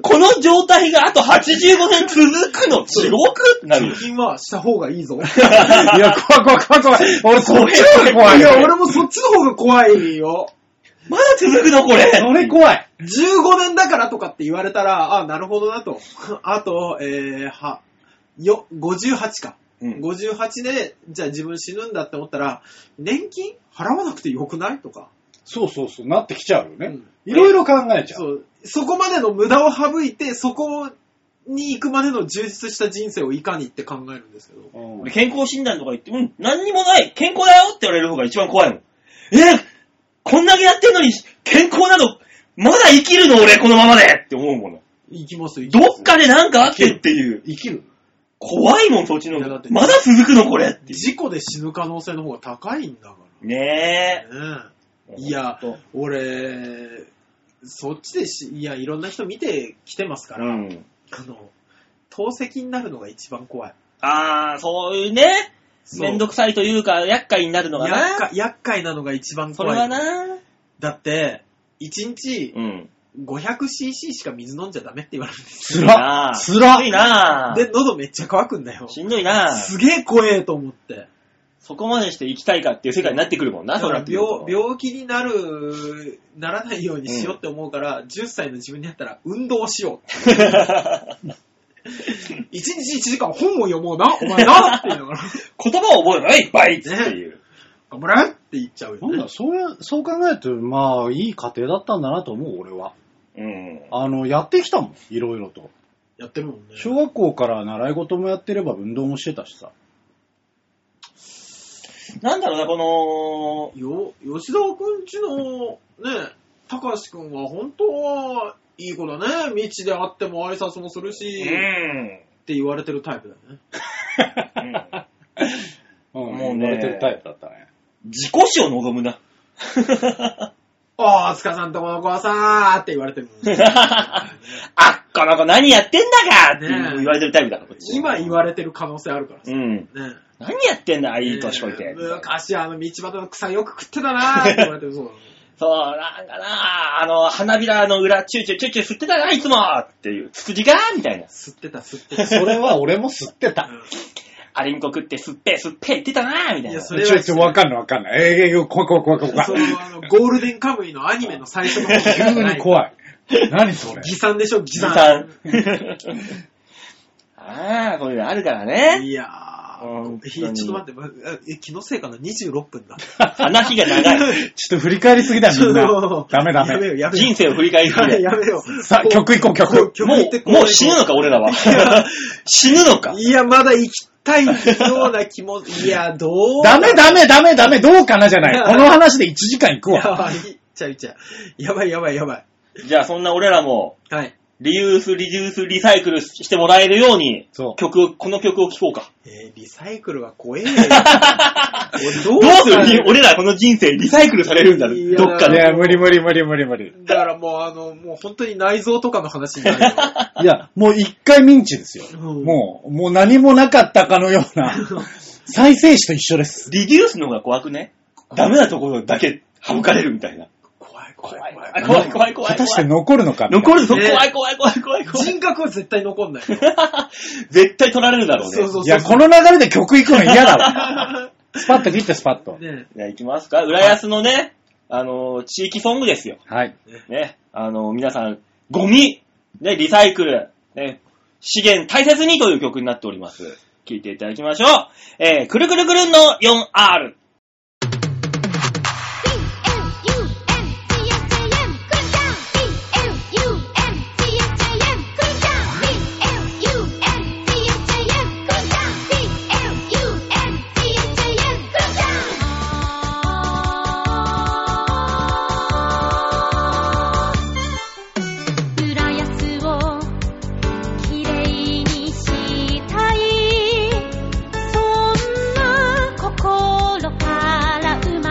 Speaker 2: この状態があと85年続くの地獄ってなるよ
Speaker 3: 貯。金はした方がい
Speaker 2: *laughs*
Speaker 3: いぞ。
Speaker 1: いや、怖い怖い怖い怖い。俺そっちの方が怖い。
Speaker 3: いや、俺もそっちの方が怖いよ。
Speaker 2: まだ続くのこれ。
Speaker 1: それ怖い。
Speaker 3: 15年だからとかって言われたら、あ、なるほどなと。あと、えー、は、よ、58か。
Speaker 2: うん
Speaker 3: 58で、じゃあ自分死ぬんだって思ったら、年金払わなくてよくないとか。
Speaker 1: そうそうそう、なってきちゃうよ
Speaker 3: う
Speaker 1: ね
Speaker 3: ん。
Speaker 1: いろいろ考えちゃ。
Speaker 3: そうう。そこまでの無駄を省いて、そこに行くまでの充実した人生をいかにって考えるんですけど。
Speaker 1: うん
Speaker 2: 俺健康診断とか言って、うん、何にもない、健康だよって言われる方が一番怖いもん。えーこんだけやってんのに、健康など、まだ生きるの俺、このままでって思うもの。
Speaker 3: 行きますよ、行き
Speaker 2: ど
Speaker 3: ます
Speaker 2: っかでなんかあってっていう。
Speaker 1: 生きる。
Speaker 2: 怖いもん、そっちの
Speaker 3: いやだっ。て
Speaker 2: まだ続くの、これってい
Speaker 3: 事故で死ぬ可能性の方が高いんだか
Speaker 2: う。ね
Speaker 3: ら。ね
Speaker 2: え。
Speaker 3: え。いや
Speaker 2: ほんと、
Speaker 3: 俺、そっちでし、いや、いろんな人見てきてますから、
Speaker 2: うん。
Speaker 3: あの、透析になるのが一番怖い。
Speaker 2: あー、そういうね、
Speaker 3: そう
Speaker 2: めんどくさいというか、厄介になるのが
Speaker 3: 厄
Speaker 2: な。
Speaker 3: 介厄介なのが一番
Speaker 2: そ
Speaker 3: 怖
Speaker 2: れ
Speaker 3: い。
Speaker 2: はな。
Speaker 3: だって、1日
Speaker 2: うん。
Speaker 3: 500cc しか水飲んじゃダメって言われるんです
Speaker 1: つ
Speaker 3: よ。
Speaker 1: らっ。つ
Speaker 2: しん
Speaker 1: ら
Speaker 2: どい
Speaker 1: っ。
Speaker 2: な。
Speaker 3: で、喉めっちゃ乾くんだよ。
Speaker 2: しんどいな。
Speaker 3: すげえ怖えと思って。
Speaker 2: そこまでして生きたいかっていう世界になってくるもんな、
Speaker 3: だ
Speaker 2: そ
Speaker 3: からら病病気になる、ならないようにしようって思うから、10歳の自分になったら運動しよう。1日1時間本を読もうな、お前なって言うのが *laughs* ら、
Speaker 2: 言葉を覚えろよ、いっぱいっていう。
Speaker 3: 頑張れって言っちゃうよ、
Speaker 1: なん
Speaker 3: ね
Speaker 1: だ、。そうや、そう考えると、まあ、いい家庭だったんだなと思う、俺は。
Speaker 2: うん。
Speaker 1: あの、やってきたもん、いろいろと。
Speaker 3: やってるもんね。
Speaker 1: 小学校から習い事もやってれば運動もしてたし *laughs* さ。
Speaker 2: なんだろうな、こ
Speaker 3: よ、吉沢くんちの、ね、たかしくんは本当は、いい子だね。未知で会っても挨拶もする
Speaker 2: の、
Speaker 3: し、っ
Speaker 2: ん。
Speaker 3: て言われてるタイプだよね。
Speaker 1: うん、
Speaker 2: もうね
Speaker 1: 言われてるタイプだったね。
Speaker 2: 自己死を望むな。 *laughs*
Speaker 3: ああ、塚さんとこの子はさーって言われてるもんね、
Speaker 2: あっ、この子何やってんだかって
Speaker 3: ねえ
Speaker 2: 言われてるタイプだから、こっち
Speaker 3: 今言われてる可能性あるからさ。
Speaker 2: うん。
Speaker 3: ね
Speaker 2: 何やってんだ、いい年こいて。
Speaker 3: 昔あの道端の草よく食ってたなーって言われてるそうだもん。
Speaker 2: そう、なんかな、あの、花びらの裏、チューチューチューチュー吸ってたな、いつもっていう、つくじがみたいな。
Speaker 3: 吸ってた、吸ってた。
Speaker 1: それは俺も吸ってた。
Speaker 2: アリンコ食って吸って、吸って言ってたな、みたい
Speaker 3: い
Speaker 2: な
Speaker 3: や。それ
Speaker 1: ちょ
Speaker 3: はい
Speaker 1: ちょ、わかんないわかんない。ええー、怖い怖い怖い怖い
Speaker 3: そ
Speaker 1: 怖い。
Speaker 3: のあのゴールデンカムイのアニメの最初の方じゃ
Speaker 1: 急
Speaker 3: な
Speaker 1: に怖い。何それ。
Speaker 3: 偽さんでしょ、偽
Speaker 2: 持
Speaker 3: さん。
Speaker 2: 参。 *laughs* ああ、こういうのあるからね。
Speaker 3: いや
Speaker 2: 本
Speaker 3: ー、
Speaker 2: 当に
Speaker 3: ちょっと待ってま、え気のせいかな ?26 分だ。
Speaker 2: 話が長
Speaker 3: *laughs*
Speaker 2: い。
Speaker 1: ちょっと振り返りすぎだよ、みん
Speaker 3: ちょ
Speaker 1: な
Speaker 3: っ。と
Speaker 1: ダメ
Speaker 3: や
Speaker 1: ダ
Speaker 3: め
Speaker 1: メ。
Speaker 3: よ、やめよ。
Speaker 2: 人生を振り返りす
Speaker 3: や
Speaker 2: ぎ
Speaker 3: めよ、
Speaker 2: て。
Speaker 3: やめよ。
Speaker 1: さあ、曲いこう、曲。
Speaker 3: 曲
Speaker 2: も
Speaker 3: 行って
Speaker 2: う、もう死ぬのか、俺らは。死ぬのか。
Speaker 3: いや、まだ行きたいような気も、いや、どう
Speaker 1: ダメダメダメダメ、どうかなじゃない。この話で1時間いく
Speaker 3: や
Speaker 1: わ。
Speaker 3: ばい、いっちゃういっちゃう。やばい、やばい、やばい。
Speaker 2: じゃあ、そんな俺らも、
Speaker 3: はい。
Speaker 2: リユース、リデュース、リサイクルしてもらえるように、
Speaker 1: そう
Speaker 2: 曲を、この曲を聴こうか。
Speaker 3: えーリサイクルは怖え *laughs* よ。俺
Speaker 2: ど
Speaker 3: ど
Speaker 2: うす
Speaker 3: さ
Speaker 2: る俺らこの人生リサイクルされるんだろ
Speaker 3: いや
Speaker 2: どっか
Speaker 1: い
Speaker 2: で。
Speaker 1: や、無理無理無理無理無理。
Speaker 3: だからもう、あの、もう本当に内臓とかの話になる *laughs* よ。
Speaker 1: いや、もう一回ミンチですよ。
Speaker 3: うん
Speaker 1: もう、もう何もなかったかのような、再生紙と一緒です。
Speaker 2: リデュースの方が怖くねダメなところだけ省かれるみたいな。
Speaker 3: 怖い、怖い、怖い。
Speaker 2: あ怖い怖い怖い
Speaker 1: 果たして残るのかみたいな
Speaker 2: 残るぞ、
Speaker 3: ね
Speaker 2: 怖い怖い怖い怖い怖い。 *laughs*
Speaker 3: 人格は絶対残んないよ。
Speaker 2: 絶対取られるだろうね。
Speaker 3: そうそうそう。
Speaker 1: いや、この流れで曲行くの *laughs* 嫌だわ。スパッと切ってスパッと。
Speaker 3: ね
Speaker 2: *laughs* じゃあ行きますか。浦安のね、あのー、地域ソングですよ。
Speaker 1: はい。
Speaker 2: ね。あのー、皆さん、ゴミ、ね、リサイクル、ね、資源大切にという曲になっております。聴いていただきましょう。えー、くるくるくるんの 4R。
Speaker 4: B L U M T H A M, crash down. B L U M T H A M, crash down. B L U M T H A M, crash down. B L U M T H A M, crash down. 浦安をきれいに *laughs* したい。そんな心か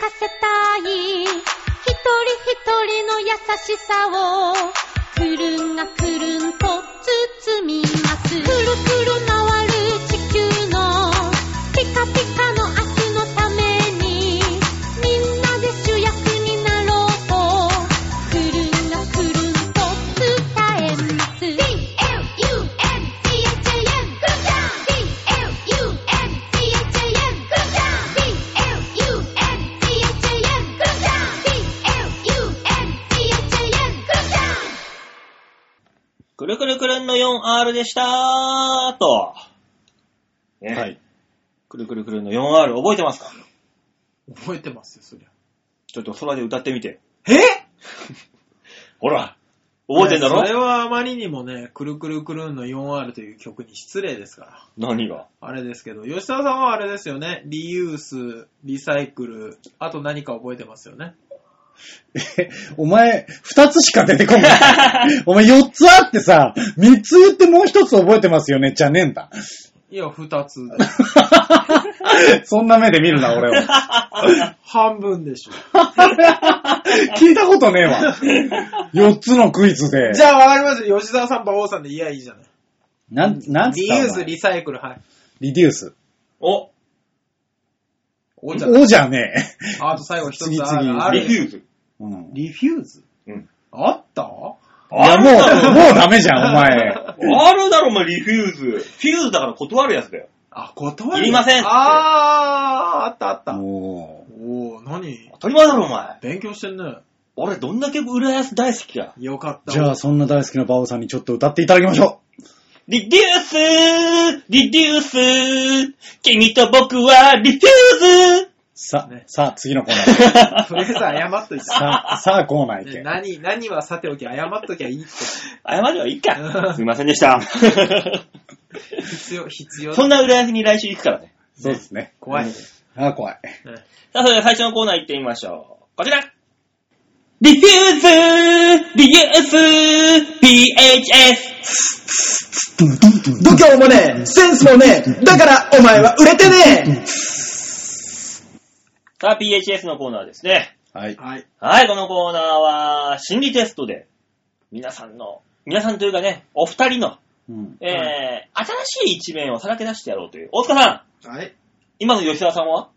Speaker 4: かせたい一人一人の優しさをくるんがくるんと包みますくるくる回る地球のピカピカの明日のためにみんなで主役になろうとくるんがくるんと伝えます BLUM
Speaker 2: くるくるくるんの 4R でしたーと。ね、
Speaker 1: はい。
Speaker 2: くるくるくるんの 4R 覚えてますか
Speaker 3: 覚えてますよ、そりゃ。
Speaker 2: ちょっと空で歌ってみて。
Speaker 3: え
Speaker 2: ほら覚えてんだろ、
Speaker 3: それはあまりにもね、くるくるくるんの 4R という曲に失礼ですから。
Speaker 2: 何が
Speaker 3: あれですけど、吉沢さんはあれですよね。リユース、リサイクル、あと何か覚えてますよね。
Speaker 1: *laughs* お前、二つしか出てこ
Speaker 3: *laughs*
Speaker 1: ない。お前四つあってさ、三つ言ってもう一つ覚えてますよね、じゃねえ
Speaker 3: *laughs*
Speaker 1: んだ。
Speaker 3: いや、二つ *laughs* です。
Speaker 1: そんな目で見るな、俺を。
Speaker 3: *laughs* 半分でしょ。
Speaker 1: 聞いたことねえわ。四つのクイズで。
Speaker 3: じゃあわかりました。吉沢さん、馬王さんで、いや、いいじゃない。
Speaker 1: なん、なんつ
Speaker 3: リ
Speaker 1: った
Speaker 3: ユー
Speaker 1: お前
Speaker 3: ス、リサイクル、はい。
Speaker 1: リデュース。
Speaker 2: お
Speaker 3: おじゃない
Speaker 1: おじゃねえ。
Speaker 3: あと最後一つ
Speaker 1: 次
Speaker 3: ある。
Speaker 1: 次
Speaker 3: あ
Speaker 1: れ
Speaker 2: リ
Speaker 3: る
Speaker 2: フューズ。
Speaker 1: うん。
Speaker 3: リフューズ
Speaker 2: うん。
Speaker 3: あった
Speaker 1: いや、もう、もうダメじゃん、
Speaker 3: *laughs*
Speaker 1: お前。
Speaker 2: あるだろ、お前、リフューズ。フューズだから断るやつだよ。
Speaker 3: あ、断る。
Speaker 2: いりません
Speaker 3: あー、あったあった。お
Speaker 1: も
Speaker 3: おー、何
Speaker 2: 当たり前だろ、お前。
Speaker 3: 勉強してんね。
Speaker 2: 俺、どんだけ浦安大好きか。
Speaker 3: よかっ
Speaker 1: う。
Speaker 3: た。
Speaker 1: じゃあ、そんな大好きなバオさんにちょっと歌っていただきましょ
Speaker 2: リデュースリデュース君と僕はリフューズ
Speaker 1: う。さ
Speaker 3: ね、
Speaker 1: さあ、次のコーナー。
Speaker 3: とりあえず謝っといて。
Speaker 1: さ
Speaker 3: *laughs*
Speaker 1: あ、さあ、コーナー行
Speaker 3: ね
Speaker 1: け。
Speaker 3: 何、何はさておき、謝っときゃいいって。
Speaker 2: 謝ればいい
Speaker 3: *laughs*
Speaker 2: か。すいませんでした。
Speaker 3: 必要、必要。
Speaker 2: そんな浦安に来週行くからね。
Speaker 1: そうですね。
Speaker 3: 怖いね。
Speaker 1: ああ、怖い。
Speaker 3: ね
Speaker 2: さあ、それでは最初のコーナー行ってみましょう。こちらリフューズリデュース !PHS!
Speaker 3: 度胸もねえセンスもねえだからお前は売れてね
Speaker 2: さあ、PHS のコーナーですね。
Speaker 1: はい
Speaker 3: え。はい。
Speaker 2: はい、このコーナーは、心理テストで、皆さんの、皆さんというかね、お二人の、
Speaker 1: うん。
Speaker 2: えー
Speaker 3: は
Speaker 2: 新しい一面をさらけ出してやろうという。大塚さん、
Speaker 3: はい。
Speaker 2: 今の吉沢さんは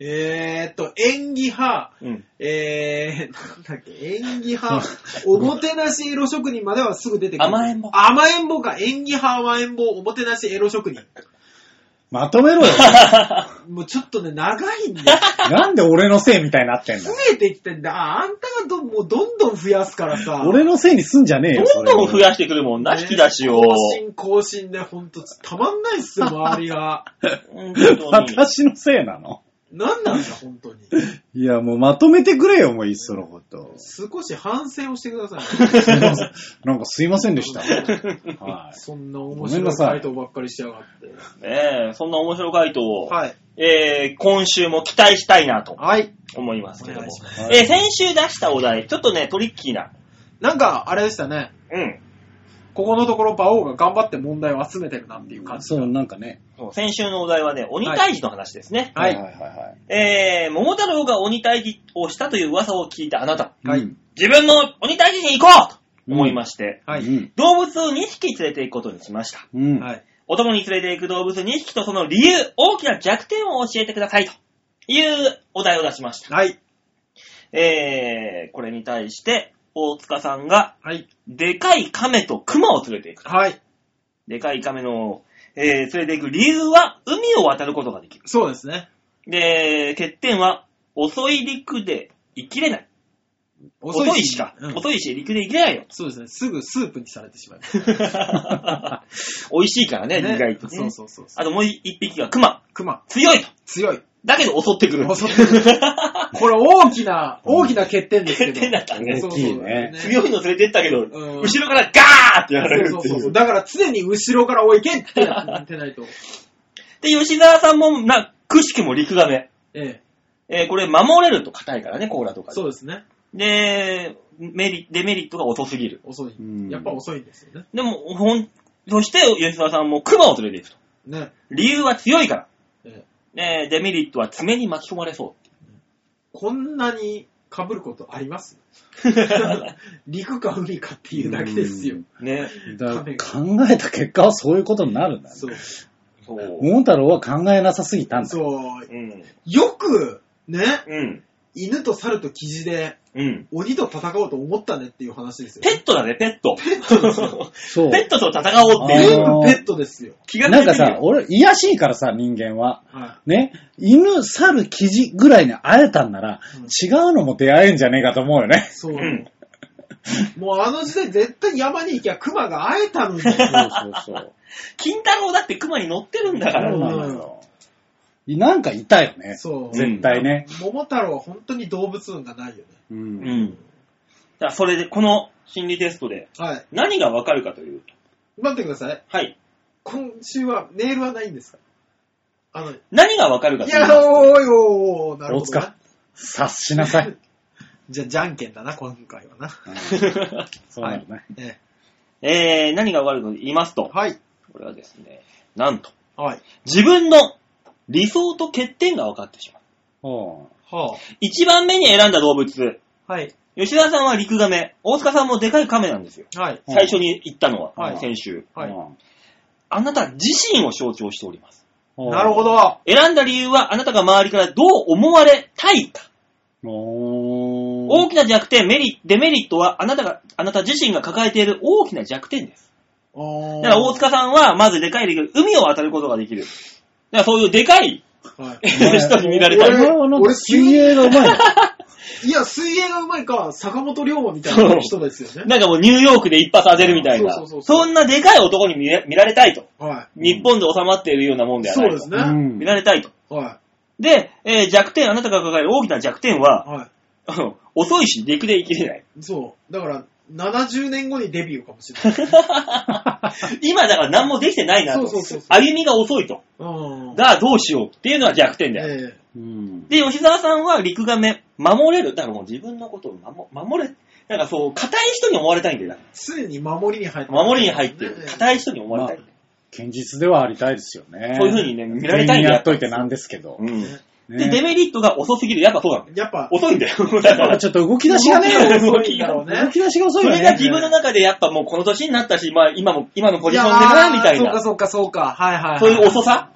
Speaker 3: えーっと、演技派、
Speaker 2: うん。
Speaker 3: えー、なんだっけ、演技派、おもてなしエロ職人まではすぐ出てくる。
Speaker 2: 甘えん坊
Speaker 3: 甘えん坊か、演技派甘えん坊、おもてなしエロ職人。
Speaker 1: まとめろよ。 *laughs*
Speaker 3: もうちょっとね、長いんで、増
Speaker 1: なんで俺のせいみたいになってんだ。
Speaker 3: えてきてんだ。ああんたがど、もうどんどん増やすからさ。
Speaker 1: 俺のせいにすんじゃねえよ。
Speaker 2: どんどん増
Speaker 1: や。
Speaker 2: やしてくるもんな、引き出しを。
Speaker 3: 更新更新ね、ほんと、たまんないっすよ、周りが。
Speaker 2: うん本
Speaker 1: *laughs*
Speaker 2: 当に
Speaker 1: 私のせいなの
Speaker 3: なんなんだ、ほんとに。
Speaker 1: いや、もうまとめてくれよ、もういっそのこと。
Speaker 3: 少し反省をしてください。
Speaker 1: すいませんなんかすいませんでした。はい。
Speaker 3: そんな面
Speaker 1: ごめん
Speaker 3: 白
Speaker 1: ないさい
Speaker 3: 回答ばっかりしやがって。
Speaker 2: ねえ、そんな面白い回答を、
Speaker 3: はい。
Speaker 2: えー、今週も期待したいなと
Speaker 3: はい。
Speaker 2: 思いますけども
Speaker 3: お願いしま。
Speaker 1: す
Speaker 2: えー、先週出したお題、ちょっとね、トリッキーな。
Speaker 3: なんか、あれでしたね。
Speaker 2: うん。
Speaker 3: ここのところ、馬王が頑張って問題を集めてるなっていう感じ。
Speaker 1: そう、なんかね。
Speaker 2: そう先週のお題はね、鬼退治の話ですね。
Speaker 3: はい
Speaker 1: はいは
Speaker 2: えー、桃太郎が鬼退治をしたという噂を聞いたあなた。
Speaker 1: い。
Speaker 3: はい
Speaker 1: うん
Speaker 2: 自分も鬼退治に行こうと思いまして、
Speaker 3: は
Speaker 1: う
Speaker 3: い。
Speaker 1: ん。
Speaker 2: 動物を2匹連れて行くことにしました。
Speaker 1: うん。
Speaker 3: はい。
Speaker 2: お供に連れて行く動物2匹とその理由、大きな弱点を教えてくださいというお題を出しました。
Speaker 3: はい。
Speaker 2: えー、これに対して、大塚さんが、
Speaker 3: はい。
Speaker 2: でかい亀と熊を連れて行く。
Speaker 3: はい。
Speaker 2: でかい亀の、えー、連れて行く理由は、海を渡ることができる。
Speaker 3: そうですね。
Speaker 2: で、欠点は、遅い陸で生きれない。遅いしか、
Speaker 3: うん
Speaker 2: 遅いし、陸で行け
Speaker 3: *laughs*
Speaker 2: ないよ。
Speaker 3: そうですね。すぐスープにされてしまいます。
Speaker 2: 美味しいからね、意外と、ね。
Speaker 3: そうそうそうそう。
Speaker 2: あともう一匹が熊。
Speaker 3: 熊。
Speaker 2: 強いと。
Speaker 3: 強い。
Speaker 2: だけど襲ってく
Speaker 3: *laughs*
Speaker 2: る。 *laughs*
Speaker 3: 襲ってくる。これ大きな、大きな欠点ですけど。
Speaker 2: 欠点だったね
Speaker 3: そうそう
Speaker 1: 大きいね
Speaker 2: 強いの連れてったけど、
Speaker 3: ん
Speaker 2: 後ろからガーってやられる
Speaker 3: そう
Speaker 2: って
Speaker 3: そう
Speaker 2: い。
Speaker 3: そうう。だから常に後ろから追いけってやってな
Speaker 2: *laughs*
Speaker 3: いと。
Speaker 2: で、吉沢さんも、な、くしくも陸亀。
Speaker 3: ええ。
Speaker 2: えーこれ守れると硬いからね、コーラとかで。
Speaker 3: そうですね。
Speaker 2: で、メリ、デメリットが遅すぎる。
Speaker 3: 遅い
Speaker 1: うん。
Speaker 3: やっぱ遅いんですよね。
Speaker 2: でも、ほん、そして吉沢さんも熊を連れていくと。
Speaker 3: ね。
Speaker 2: 理由は強いから。
Speaker 3: ええ
Speaker 2: ね、デメリットは爪に巻き込まれそう。
Speaker 3: こんなに被ることあります *laughs* 陸か海かっていうだけですよ。
Speaker 1: *laughs*
Speaker 2: ね。
Speaker 1: だから考えた結果はそういうことになるんだね。
Speaker 3: そう。
Speaker 2: そう。
Speaker 1: 桃太郎は考えなさすぎたんだ。
Speaker 3: そう。
Speaker 2: うん。
Speaker 3: よく、ね、
Speaker 2: うん。
Speaker 3: 犬と猿とキジで
Speaker 2: うん。
Speaker 3: 鬼と戦おうと思ったねっていう話ですよ。
Speaker 2: ペットだね、ペット。ペッ
Speaker 1: そう。
Speaker 2: トと戦おうっていう
Speaker 3: 全
Speaker 1: あの
Speaker 3: 部
Speaker 1: ー
Speaker 3: ペットですよ。
Speaker 2: 気が
Speaker 1: なんか
Speaker 2: ついてる
Speaker 1: さ、
Speaker 2: よ
Speaker 1: 俺、癒やしいからさ、人間は。
Speaker 3: は
Speaker 1: ね、犬、猿、キジぐらいに会えたんなら、
Speaker 3: うん
Speaker 1: 違うのも出会えんじゃねえかと思うよね
Speaker 3: い。。そう。
Speaker 2: うん
Speaker 3: もうあの時代絶対山に行きゃ熊が会えたのに。
Speaker 1: そうそう *laughs* そう。
Speaker 2: 金太郎だって熊に乗ってるんだから
Speaker 1: そう
Speaker 2: ね。
Speaker 1: なのよ。なんかいたよね。
Speaker 3: そう。
Speaker 1: 絶対ね。
Speaker 3: 桃太郎は本当に動物運がないよね。
Speaker 1: う。
Speaker 2: うんん。だからそれで、この心理テストで
Speaker 3: はい。
Speaker 2: 何がわかるかというと。
Speaker 3: 待ってください。
Speaker 2: はい。
Speaker 3: 今週はメールはないんですかあの、い
Speaker 2: 何がわかるかという
Speaker 3: や
Speaker 2: と。
Speaker 3: おーいおーおーなる
Speaker 1: 大
Speaker 3: ほどな
Speaker 1: 塚。、察しなさい。
Speaker 3: じゃあ、じゃんけんだな、今回はな。
Speaker 1: そうなるね。
Speaker 3: え
Speaker 2: *laughs* えー、何がわかるかと言います
Speaker 3: え
Speaker 2: と、
Speaker 3: はい。
Speaker 2: これはですね、なんと、
Speaker 3: はい。
Speaker 2: 自分の理想と欠点が分かってしまう。
Speaker 1: おう
Speaker 3: は
Speaker 2: 一番目に選んだ動物、
Speaker 3: あ。はい。
Speaker 2: 吉田さんは陸亀、大塚さんもでかい亀なんですよ。
Speaker 3: はい。
Speaker 1: うん
Speaker 2: 最初に言ったのは、
Speaker 3: はい
Speaker 2: 先週。
Speaker 3: はい。
Speaker 2: あなた自身を象徴しております。
Speaker 1: おう
Speaker 3: なるほ。ど。
Speaker 2: 選んだ理由は、あなたが周りからどう思われたいか。
Speaker 1: お
Speaker 2: 大きな弱点、メリデメリットは、あなたが、あなた自身が抱えている大きな弱点です。
Speaker 3: お
Speaker 2: だから大塚さんは、まずでかい陸、海を渡ることができる。だからそういうでかい
Speaker 3: はい
Speaker 2: *laughs* 人に見られ
Speaker 1: 俺
Speaker 2: たい。
Speaker 1: はなんか水泳がうまい
Speaker 3: いや、水泳がうまいか、坂本龍馬みたいな人ですよね。
Speaker 2: なんかもうニューヨークで一発当てるみたいな。
Speaker 3: そうそうそうそう
Speaker 2: そんなでかい男に見れ見られたいと。
Speaker 3: は
Speaker 2: 日本で収まっているようなもん
Speaker 3: い。
Speaker 2: では
Speaker 3: そ
Speaker 2: な
Speaker 3: う
Speaker 2: いと。
Speaker 3: ですね。
Speaker 1: な。うん
Speaker 2: 見られたいと。
Speaker 3: は
Speaker 2: で、えー弱点、あなたが抱える大きな弱点
Speaker 3: い。
Speaker 2: は、 *laughs*
Speaker 3: は
Speaker 2: あの遅いし、陸で生きれない。 *laughs*
Speaker 3: い。そう。だから、70年後にデビューかもしれない。
Speaker 2: 今だから何もできてないなと。
Speaker 3: そうそうそうそう
Speaker 2: 歩みが遅いと。
Speaker 3: うん。
Speaker 2: が、どうしようっていうのは弱点だよ。
Speaker 3: ええ
Speaker 1: うん
Speaker 2: で、吉沢さんは陸亀、守れる。だからもう自分のことを守守れ、なんかそう、硬い人に思われたいんだよだか
Speaker 3: 常に守りに入って
Speaker 2: ら。守りに入ってる
Speaker 3: ね。
Speaker 2: 硬い人に思われたい。
Speaker 1: 堅実ではありたいですよね。
Speaker 2: そういう風にね見られたいん
Speaker 1: ん
Speaker 2: だ
Speaker 1: やっといてなんですけど。
Speaker 2: うん。で、
Speaker 1: ね
Speaker 2: デメリットが遅すぎる。やっぱそうなんだよ。
Speaker 3: やっぱ、
Speaker 2: 遅いんだよ。 *laughs* だ
Speaker 3: *laughs*
Speaker 2: から、
Speaker 1: ちょっと動き出しがね、
Speaker 3: 動きが遅いんだろうね
Speaker 1: 動き出しが遅
Speaker 2: そ
Speaker 1: いよ
Speaker 2: れが
Speaker 1: ね。
Speaker 2: 自分の中でやっぱもうこの年になったし、まあ今も、今のポジションでな、みたい
Speaker 3: やー
Speaker 2: な、
Speaker 3: そうかそうかそうか。はいはい、はい。
Speaker 2: そういう遅さ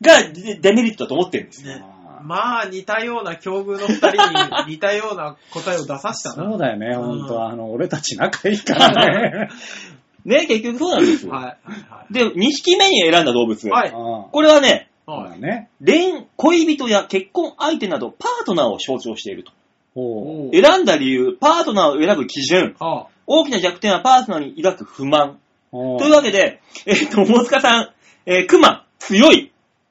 Speaker 2: がデデメリットだと思ってるんです。
Speaker 3: ね
Speaker 1: あー
Speaker 3: まあ、似たような境遇の二人に似たような答えを出さしたな。
Speaker 1: そうだよね、ほん
Speaker 3: う
Speaker 1: と。
Speaker 3: ん
Speaker 1: あの、俺たち仲い
Speaker 2: *laughs*
Speaker 1: いからね。
Speaker 2: ね、結局そうなんですよ。
Speaker 3: はい。は
Speaker 2: で、2匹目に選んだ動物。
Speaker 3: い。は
Speaker 1: う
Speaker 3: い。
Speaker 1: ん
Speaker 2: これはね、
Speaker 1: そうだ
Speaker 3: はい。
Speaker 1: ね。
Speaker 2: 恋、恋人や結婚相手などパートナーを象徴していると。
Speaker 1: ほう。
Speaker 3: え
Speaker 2: 選んだ理由、パートナーを選ぶ基準、
Speaker 3: は
Speaker 2: 大きな弱点はパートナーに抱く不満。
Speaker 1: ほ
Speaker 2: というわけで、えっと、大塚さん、えー、熊、強い。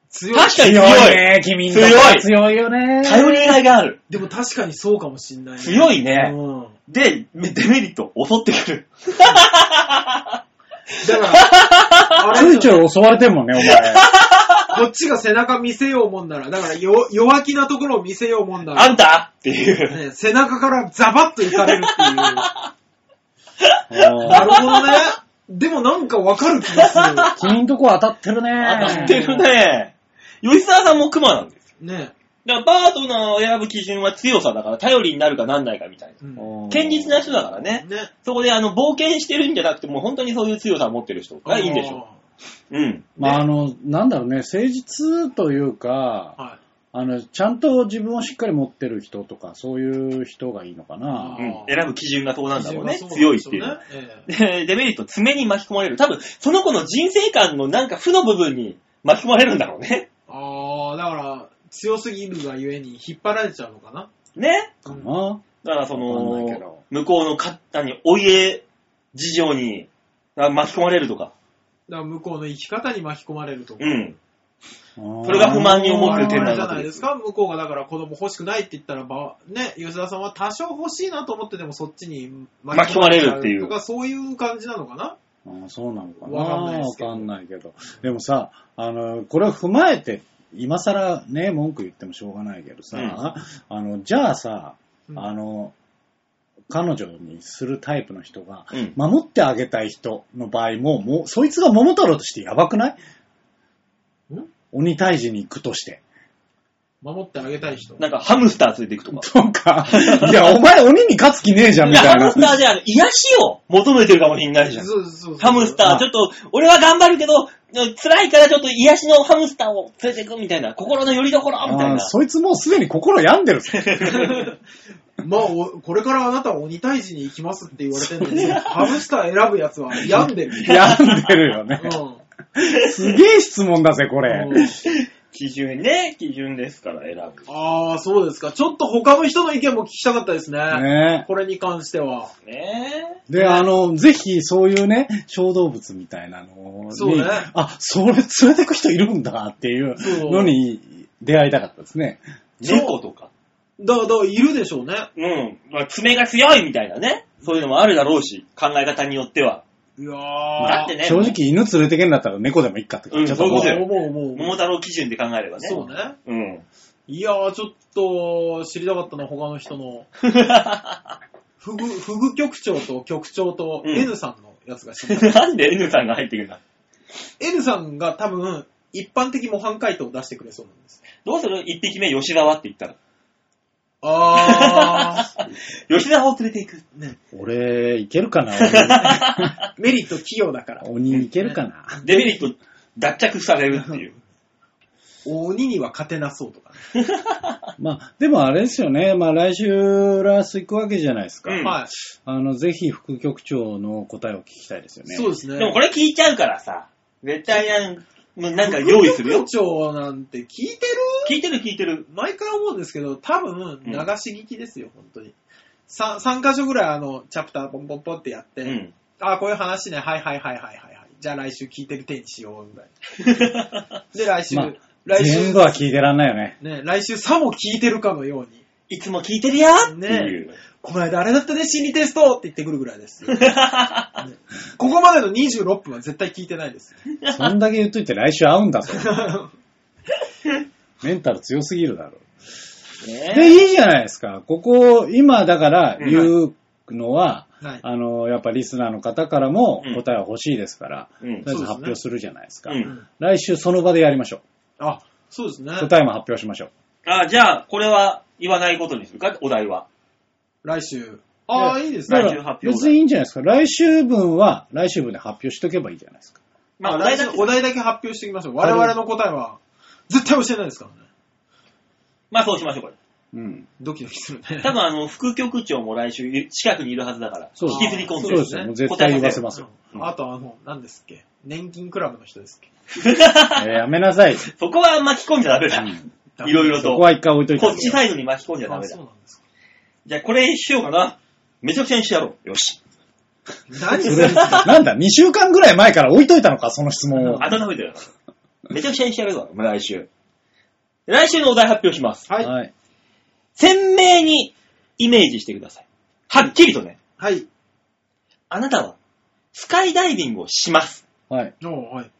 Speaker 3: 強い。
Speaker 2: 確かに
Speaker 1: 強
Speaker 2: 強
Speaker 1: い
Speaker 2: い。
Speaker 1: ね、君んとこは強いよね。
Speaker 2: 頼りがいがある。
Speaker 3: でも確かにそうかもしんない、
Speaker 2: 強いね。
Speaker 3: うん。
Speaker 2: で、デメリット、襲ってくる。
Speaker 3: だから、
Speaker 2: *laughs*
Speaker 3: あ
Speaker 1: ちょ
Speaker 3: れ
Speaker 1: いちょい襲われてんもんね、お前。
Speaker 3: こっちが背中見せようもんなら、だからよ弱気なところを見せようもんな
Speaker 2: あ
Speaker 3: ら、
Speaker 2: んたっていう。
Speaker 3: ね、背中からザバッといかれるっていう。
Speaker 2: *laughs*
Speaker 3: な
Speaker 1: あ
Speaker 3: るほどね。でもなんかわかる気がす
Speaker 1: ー君んとこ当たってるね。
Speaker 2: 当たってるね。吉沢さんも熊なんですよ。
Speaker 3: る。ね。
Speaker 2: だからパートナーを選ぶ基準は強さだから、頼りになるかなんないかみたいな。
Speaker 3: うん
Speaker 1: うん。
Speaker 2: 堅実な人だからね。
Speaker 3: ね。
Speaker 2: そこであの、冒険してるんじゃなくて、もう本当にそういう強さを持ってる人がいいんでしょう。うん。
Speaker 1: まあ、あの、なんだろうね、誠実というか、
Speaker 3: はい。
Speaker 1: あの、ちゃんと自分をしっかり持ってる人とか、そういう人がいいのかな。
Speaker 2: うん選ぶ基準がそうなんだろうね。
Speaker 3: そうなんでしょ
Speaker 2: 強いっていうのは。
Speaker 3: え
Speaker 2: で
Speaker 3: え
Speaker 2: デメリット、爪に巻き込まれる。多分、その子の人生観のなんか負の部分に巻き込まれるんだろうね。
Speaker 3: ああ、だから、強すぎるがゆえに引っ張られちゃうのかな。
Speaker 2: ね。
Speaker 1: か
Speaker 3: うん
Speaker 1: な。
Speaker 2: だからそ
Speaker 1: わかんないけ
Speaker 2: の
Speaker 1: ど、
Speaker 2: 向こうの勝ったに、お家事情にあ巻き込まれるとか。
Speaker 3: だから向こうの生き方に巻き込まれるとか。
Speaker 2: うん。
Speaker 1: そ
Speaker 2: それが不満に思
Speaker 3: あ
Speaker 2: っ
Speaker 3: あ
Speaker 2: て
Speaker 3: れ
Speaker 2: る点
Speaker 3: じ
Speaker 2: なん
Speaker 3: ゃ
Speaker 2: だと
Speaker 3: な
Speaker 2: 思
Speaker 3: いですか向こうがだから子供欲しくないって言ったらば、ね、吉田さんは多少欲しいなと思ってでもそっちに
Speaker 2: 巻き込まれるっていう
Speaker 3: とか、そういう感じなのかな
Speaker 1: ああそうなのかな
Speaker 3: わかんないですけど
Speaker 1: わかんないけど。でもさ、あの、これを踏まえて、今更ね、文句言ってもしょうがないけどさ、あの、じゃあさ、
Speaker 3: うん
Speaker 1: あの、彼女にするタイプの人が、
Speaker 2: うん。
Speaker 1: 守ってあげたい人の場合も、もう、そいつが桃太郎としてやばくない
Speaker 3: ん
Speaker 1: 鬼退治に行くとして。
Speaker 3: 守ってあげたい人。
Speaker 2: なんかハムスター連れていくとか。
Speaker 1: とか、いや、お前鬼に勝つ気ねえじゃん、
Speaker 2: い
Speaker 1: み
Speaker 2: や、
Speaker 3: *laughs*
Speaker 1: たい
Speaker 2: ハ
Speaker 1: な。
Speaker 2: ムスターじゃあの、癒しを求めてるかもしれないじゃん。
Speaker 3: そうそうそう
Speaker 2: ハムスター、
Speaker 1: あ
Speaker 2: ちょっと、俺は頑張るけど、辛いからちょっと癒しのハムスターを連れていくみたいな、心の拠り所みたい
Speaker 1: あー
Speaker 2: な。
Speaker 1: そいつもうすでに心病んでるぞ。
Speaker 3: まあ、おこれからあなたは鬼退治に行きますって言われてるの
Speaker 2: *laughs*
Speaker 3: に、ハムスター選ぶやつは病んでる。
Speaker 1: 病んでるよね。
Speaker 3: う
Speaker 1: すげえ質問だぜ、これ。
Speaker 3: ん。うん
Speaker 2: 基準ね、基準ですから選ぶ。
Speaker 3: ああ、そうですか。ちょっと他の人の意見も聞きたかったですね。
Speaker 1: ね
Speaker 3: これに関しては。
Speaker 2: ね
Speaker 1: で、あの、ぜひ、そういうね、小動物みたいなのに、
Speaker 3: そうね
Speaker 1: あ、それ連れてく人いるんだっていうのに出会いたかったですね。
Speaker 3: そう
Speaker 2: 猫とか。
Speaker 3: だから、だからいるでしょうね。
Speaker 2: うん。まあ爪が強いみたいなね。そういうのもあるだろうし、考え方によっては。
Speaker 3: いやー。
Speaker 2: だってね、
Speaker 1: 正直、犬連れてけんだったら猫でもいいかって
Speaker 2: うん
Speaker 1: ちょっ
Speaker 2: そ
Speaker 1: と
Speaker 2: ういうこ
Speaker 1: 思う
Speaker 2: とよ
Speaker 3: 思う思う思う。
Speaker 2: 桃太郎基準で考えればね。
Speaker 3: そう。ね。
Speaker 2: うん。 *laughs*
Speaker 3: いやー、ちょっと、知りたかったな、他の
Speaker 2: *laughs*
Speaker 3: 人の。フグ、フグ局長と局長と
Speaker 2: うん
Speaker 3: N さんのやつが知りたい。
Speaker 2: なんで N さんが入ってくるんだ *laughs*
Speaker 3: N さんが多分、一般的模範回答を出してくれそうなんです。
Speaker 2: どうする一匹目、吉沢って言ったら。
Speaker 3: あ
Speaker 2: 吉沢を連れていく。
Speaker 3: ー、ね、
Speaker 1: 俺、いける
Speaker 3: *laughs*
Speaker 1: かな
Speaker 3: *laughs* メリット器用だから。
Speaker 1: 鬼鬼いけるかな
Speaker 2: デメリット、脱着されるっていう。
Speaker 3: 鬼には勝てなそうとかね。
Speaker 1: まあ、でもあれですよね。まあ、来週、ラース行くわけじゃないですか。
Speaker 2: うん
Speaker 3: はい。
Speaker 1: あの、ぜひ、副局長の答えを聞きたいですよね。
Speaker 3: そうですね。
Speaker 2: でもこれ聞いちゃうからさ、絶対なんもうなんか用意するよ
Speaker 3: 副。局長なんて聞いてる
Speaker 2: 聞いてる聞いてる。
Speaker 3: 毎回思うんですけど、多分、
Speaker 2: うん
Speaker 3: 流し聞きですよ、本当に。3, 三箇所ぐらいあの、チャプターポンポンポンってやって、
Speaker 2: うん。 *laughs*
Speaker 3: ああ、こういう話ね、はいはいはいはいはい。はいじゃあ来週聞いてる手にしよう、ぐらい。で、来週、
Speaker 1: まあ
Speaker 3: 来週
Speaker 1: 全部、は聞いてらんないよね。
Speaker 3: ね、来週さも聞いてるかのように。
Speaker 2: いつも聞いてるよっていう。
Speaker 3: この間あれだったね、心理テストって言ってくるぐらいですよ、ねここまでの26分は絶対聞いてないです。
Speaker 1: そんだけ言っといて来週会うんだぞ。メンタル強すぎるだろ。で、
Speaker 2: ね
Speaker 1: いいじゃないですか。ここ、今だから言うのは、
Speaker 3: はい。
Speaker 1: あの、やっぱリスナーの方からも
Speaker 2: うん
Speaker 1: 答えは欲しいですから、
Speaker 2: うん
Speaker 1: とりあえず
Speaker 3: そうです
Speaker 1: 発
Speaker 3: ね
Speaker 1: 表するじゃないですか。
Speaker 2: うん
Speaker 1: 来週その場でやりましょ
Speaker 3: あ、そうですね
Speaker 1: う。。答えも発表しましょう。
Speaker 2: あ、じゃあ、これは言わないことにするかお題は。
Speaker 3: 来週。ああ、いいです
Speaker 1: だ
Speaker 3: ね。
Speaker 1: か
Speaker 2: 来週
Speaker 1: ら
Speaker 2: 発表だ
Speaker 1: 別にいいんじゃないですか。来週分は来週分で発表しとけばいいじゃないですか。
Speaker 2: まあ、お
Speaker 3: まあ
Speaker 2: 題
Speaker 3: 来週
Speaker 2: だけ
Speaker 3: お題だけ発表していきましょう。我々の答えは、絶対教えないですからね。
Speaker 2: まあそうしましょう、これ。
Speaker 1: うん。
Speaker 3: ドキドキするね。
Speaker 2: 多分、あの、副局長も来週近くにいるはずだから、
Speaker 1: そう
Speaker 2: 引きずり込ん
Speaker 1: そ
Speaker 2: でる
Speaker 3: そうで
Speaker 1: うで
Speaker 3: すす
Speaker 1: よ。
Speaker 3: ね
Speaker 1: もう絶対言わせますよ。
Speaker 3: うんあと、あの、何ですっけ。年金クラブの人ですっけ。
Speaker 1: えーやめな
Speaker 2: *laughs*
Speaker 1: さ
Speaker 2: *laughs*
Speaker 1: い。
Speaker 2: そこは巻き込んじゃダメ
Speaker 1: *laughs*
Speaker 2: だ。
Speaker 1: うん
Speaker 2: いろいろ
Speaker 1: そ
Speaker 2: と。
Speaker 1: こは一回置いといて。
Speaker 2: こっちサイドに巻き込んじゃダ
Speaker 3: あ
Speaker 2: メだ
Speaker 3: そう。なんですか。
Speaker 2: じゃあ、これしようかな。めちゃくちゃにしてやろう。よし。
Speaker 3: 何す
Speaker 1: それ
Speaker 3: るんですか
Speaker 1: なんだ、2週間ぐらい前から置いといたのか、その質問を。
Speaker 2: 温めてるめちゃくちゃにしてやる *laughs* ぞ、来週。来週のお題発表します。
Speaker 3: はい。
Speaker 1: はい。
Speaker 2: 鮮明にイメージしてください。はっきりとね、
Speaker 3: はい。
Speaker 2: あなたはスカイダイビングをします。
Speaker 1: はい。
Speaker 3: おうはい。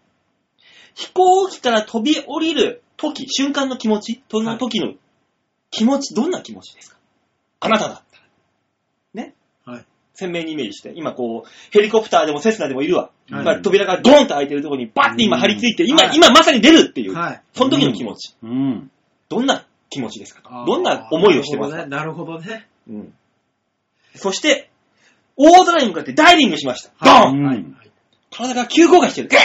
Speaker 2: 飛行機から飛び降りる時、瞬間の気持ち、その時の気持ち、どんな気持ちですかあなただったら。ね
Speaker 3: はい。
Speaker 2: 鮮明にイメージして、今こう、ヘリコプターでもセスナでもいるわ。
Speaker 3: はい
Speaker 2: 今扉がドーンと開いてるところにバッて今張り付いて、今、
Speaker 3: はい
Speaker 2: 今まさに出るっていう。
Speaker 3: はい。
Speaker 2: その時の気持ち。
Speaker 1: うん。
Speaker 2: どんな気持ちです
Speaker 3: あ
Speaker 2: か
Speaker 3: ー
Speaker 2: どんな思いをしてますか、
Speaker 3: なるほどね。なるほどね。
Speaker 2: うん、そして、大空に向かってダイビングしました。
Speaker 3: はい
Speaker 2: ドーン
Speaker 3: は
Speaker 1: う
Speaker 3: い
Speaker 1: ん。
Speaker 2: 体が急降下してる。ガ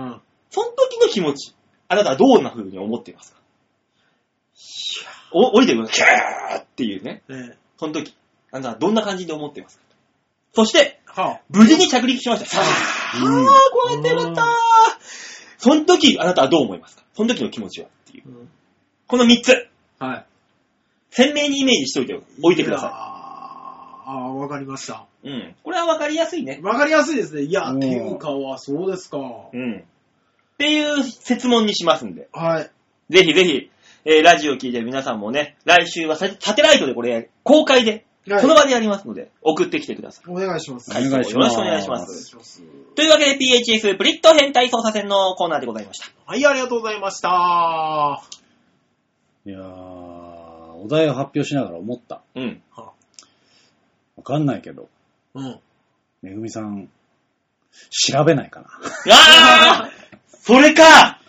Speaker 2: ーッ
Speaker 3: うん。
Speaker 2: その時の気持ち、あなたはどんな風に思っていますかお降りてくる。キャーっていうね。
Speaker 3: ね
Speaker 2: その時、あなたはどんな感じで思っていますかそして、
Speaker 3: は
Speaker 2: 無事に着陸しました。さあ、
Speaker 1: うん
Speaker 2: あー、越えてるんだー。その時、あなたはどう思いますかその時の気持ちはっていう。この3つ、
Speaker 3: あ。はい。
Speaker 2: 鮮明にイメージしておいて、おいてくだ
Speaker 3: やー
Speaker 2: さ
Speaker 3: ああ、わかりました。
Speaker 2: い。うん。これはわかりやすいね。
Speaker 3: わかりやすいですね。いや、
Speaker 1: うん
Speaker 3: っていうかは、そうですか。
Speaker 2: うん。っていう説問にしますんで。
Speaker 3: はい。
Speaker 2: ぜひぜひ、えーラジオ聞いてる皆さんもね、来週はササテライトでこれ、公開で、
Speaker 3: はい
Speaker 2: その場でやりますので、送ってきてください。
Speaker 3: お願いします。
Speaker 1: はいお願いしま
Speaker 2: よろし
Speaker 1: す
Speaker 2: くお願いしま
Speaker 3: お願い
Speaker 2: す。
Speaker 3: します。
Speaker 2: というわけで PHS プリット変態操作戦のコーナーでございました。
Speaker 3: はい、ありがとうございました。
Speaker 1: いやー、お題を発表しながら思った。
Speaker 2: *laughs* うん。
Speaker 1: わかんないけど、
Speaker 3: うん。
Speaker 1: めぐみさん、調べないかな。
Speaker 2: ああそれか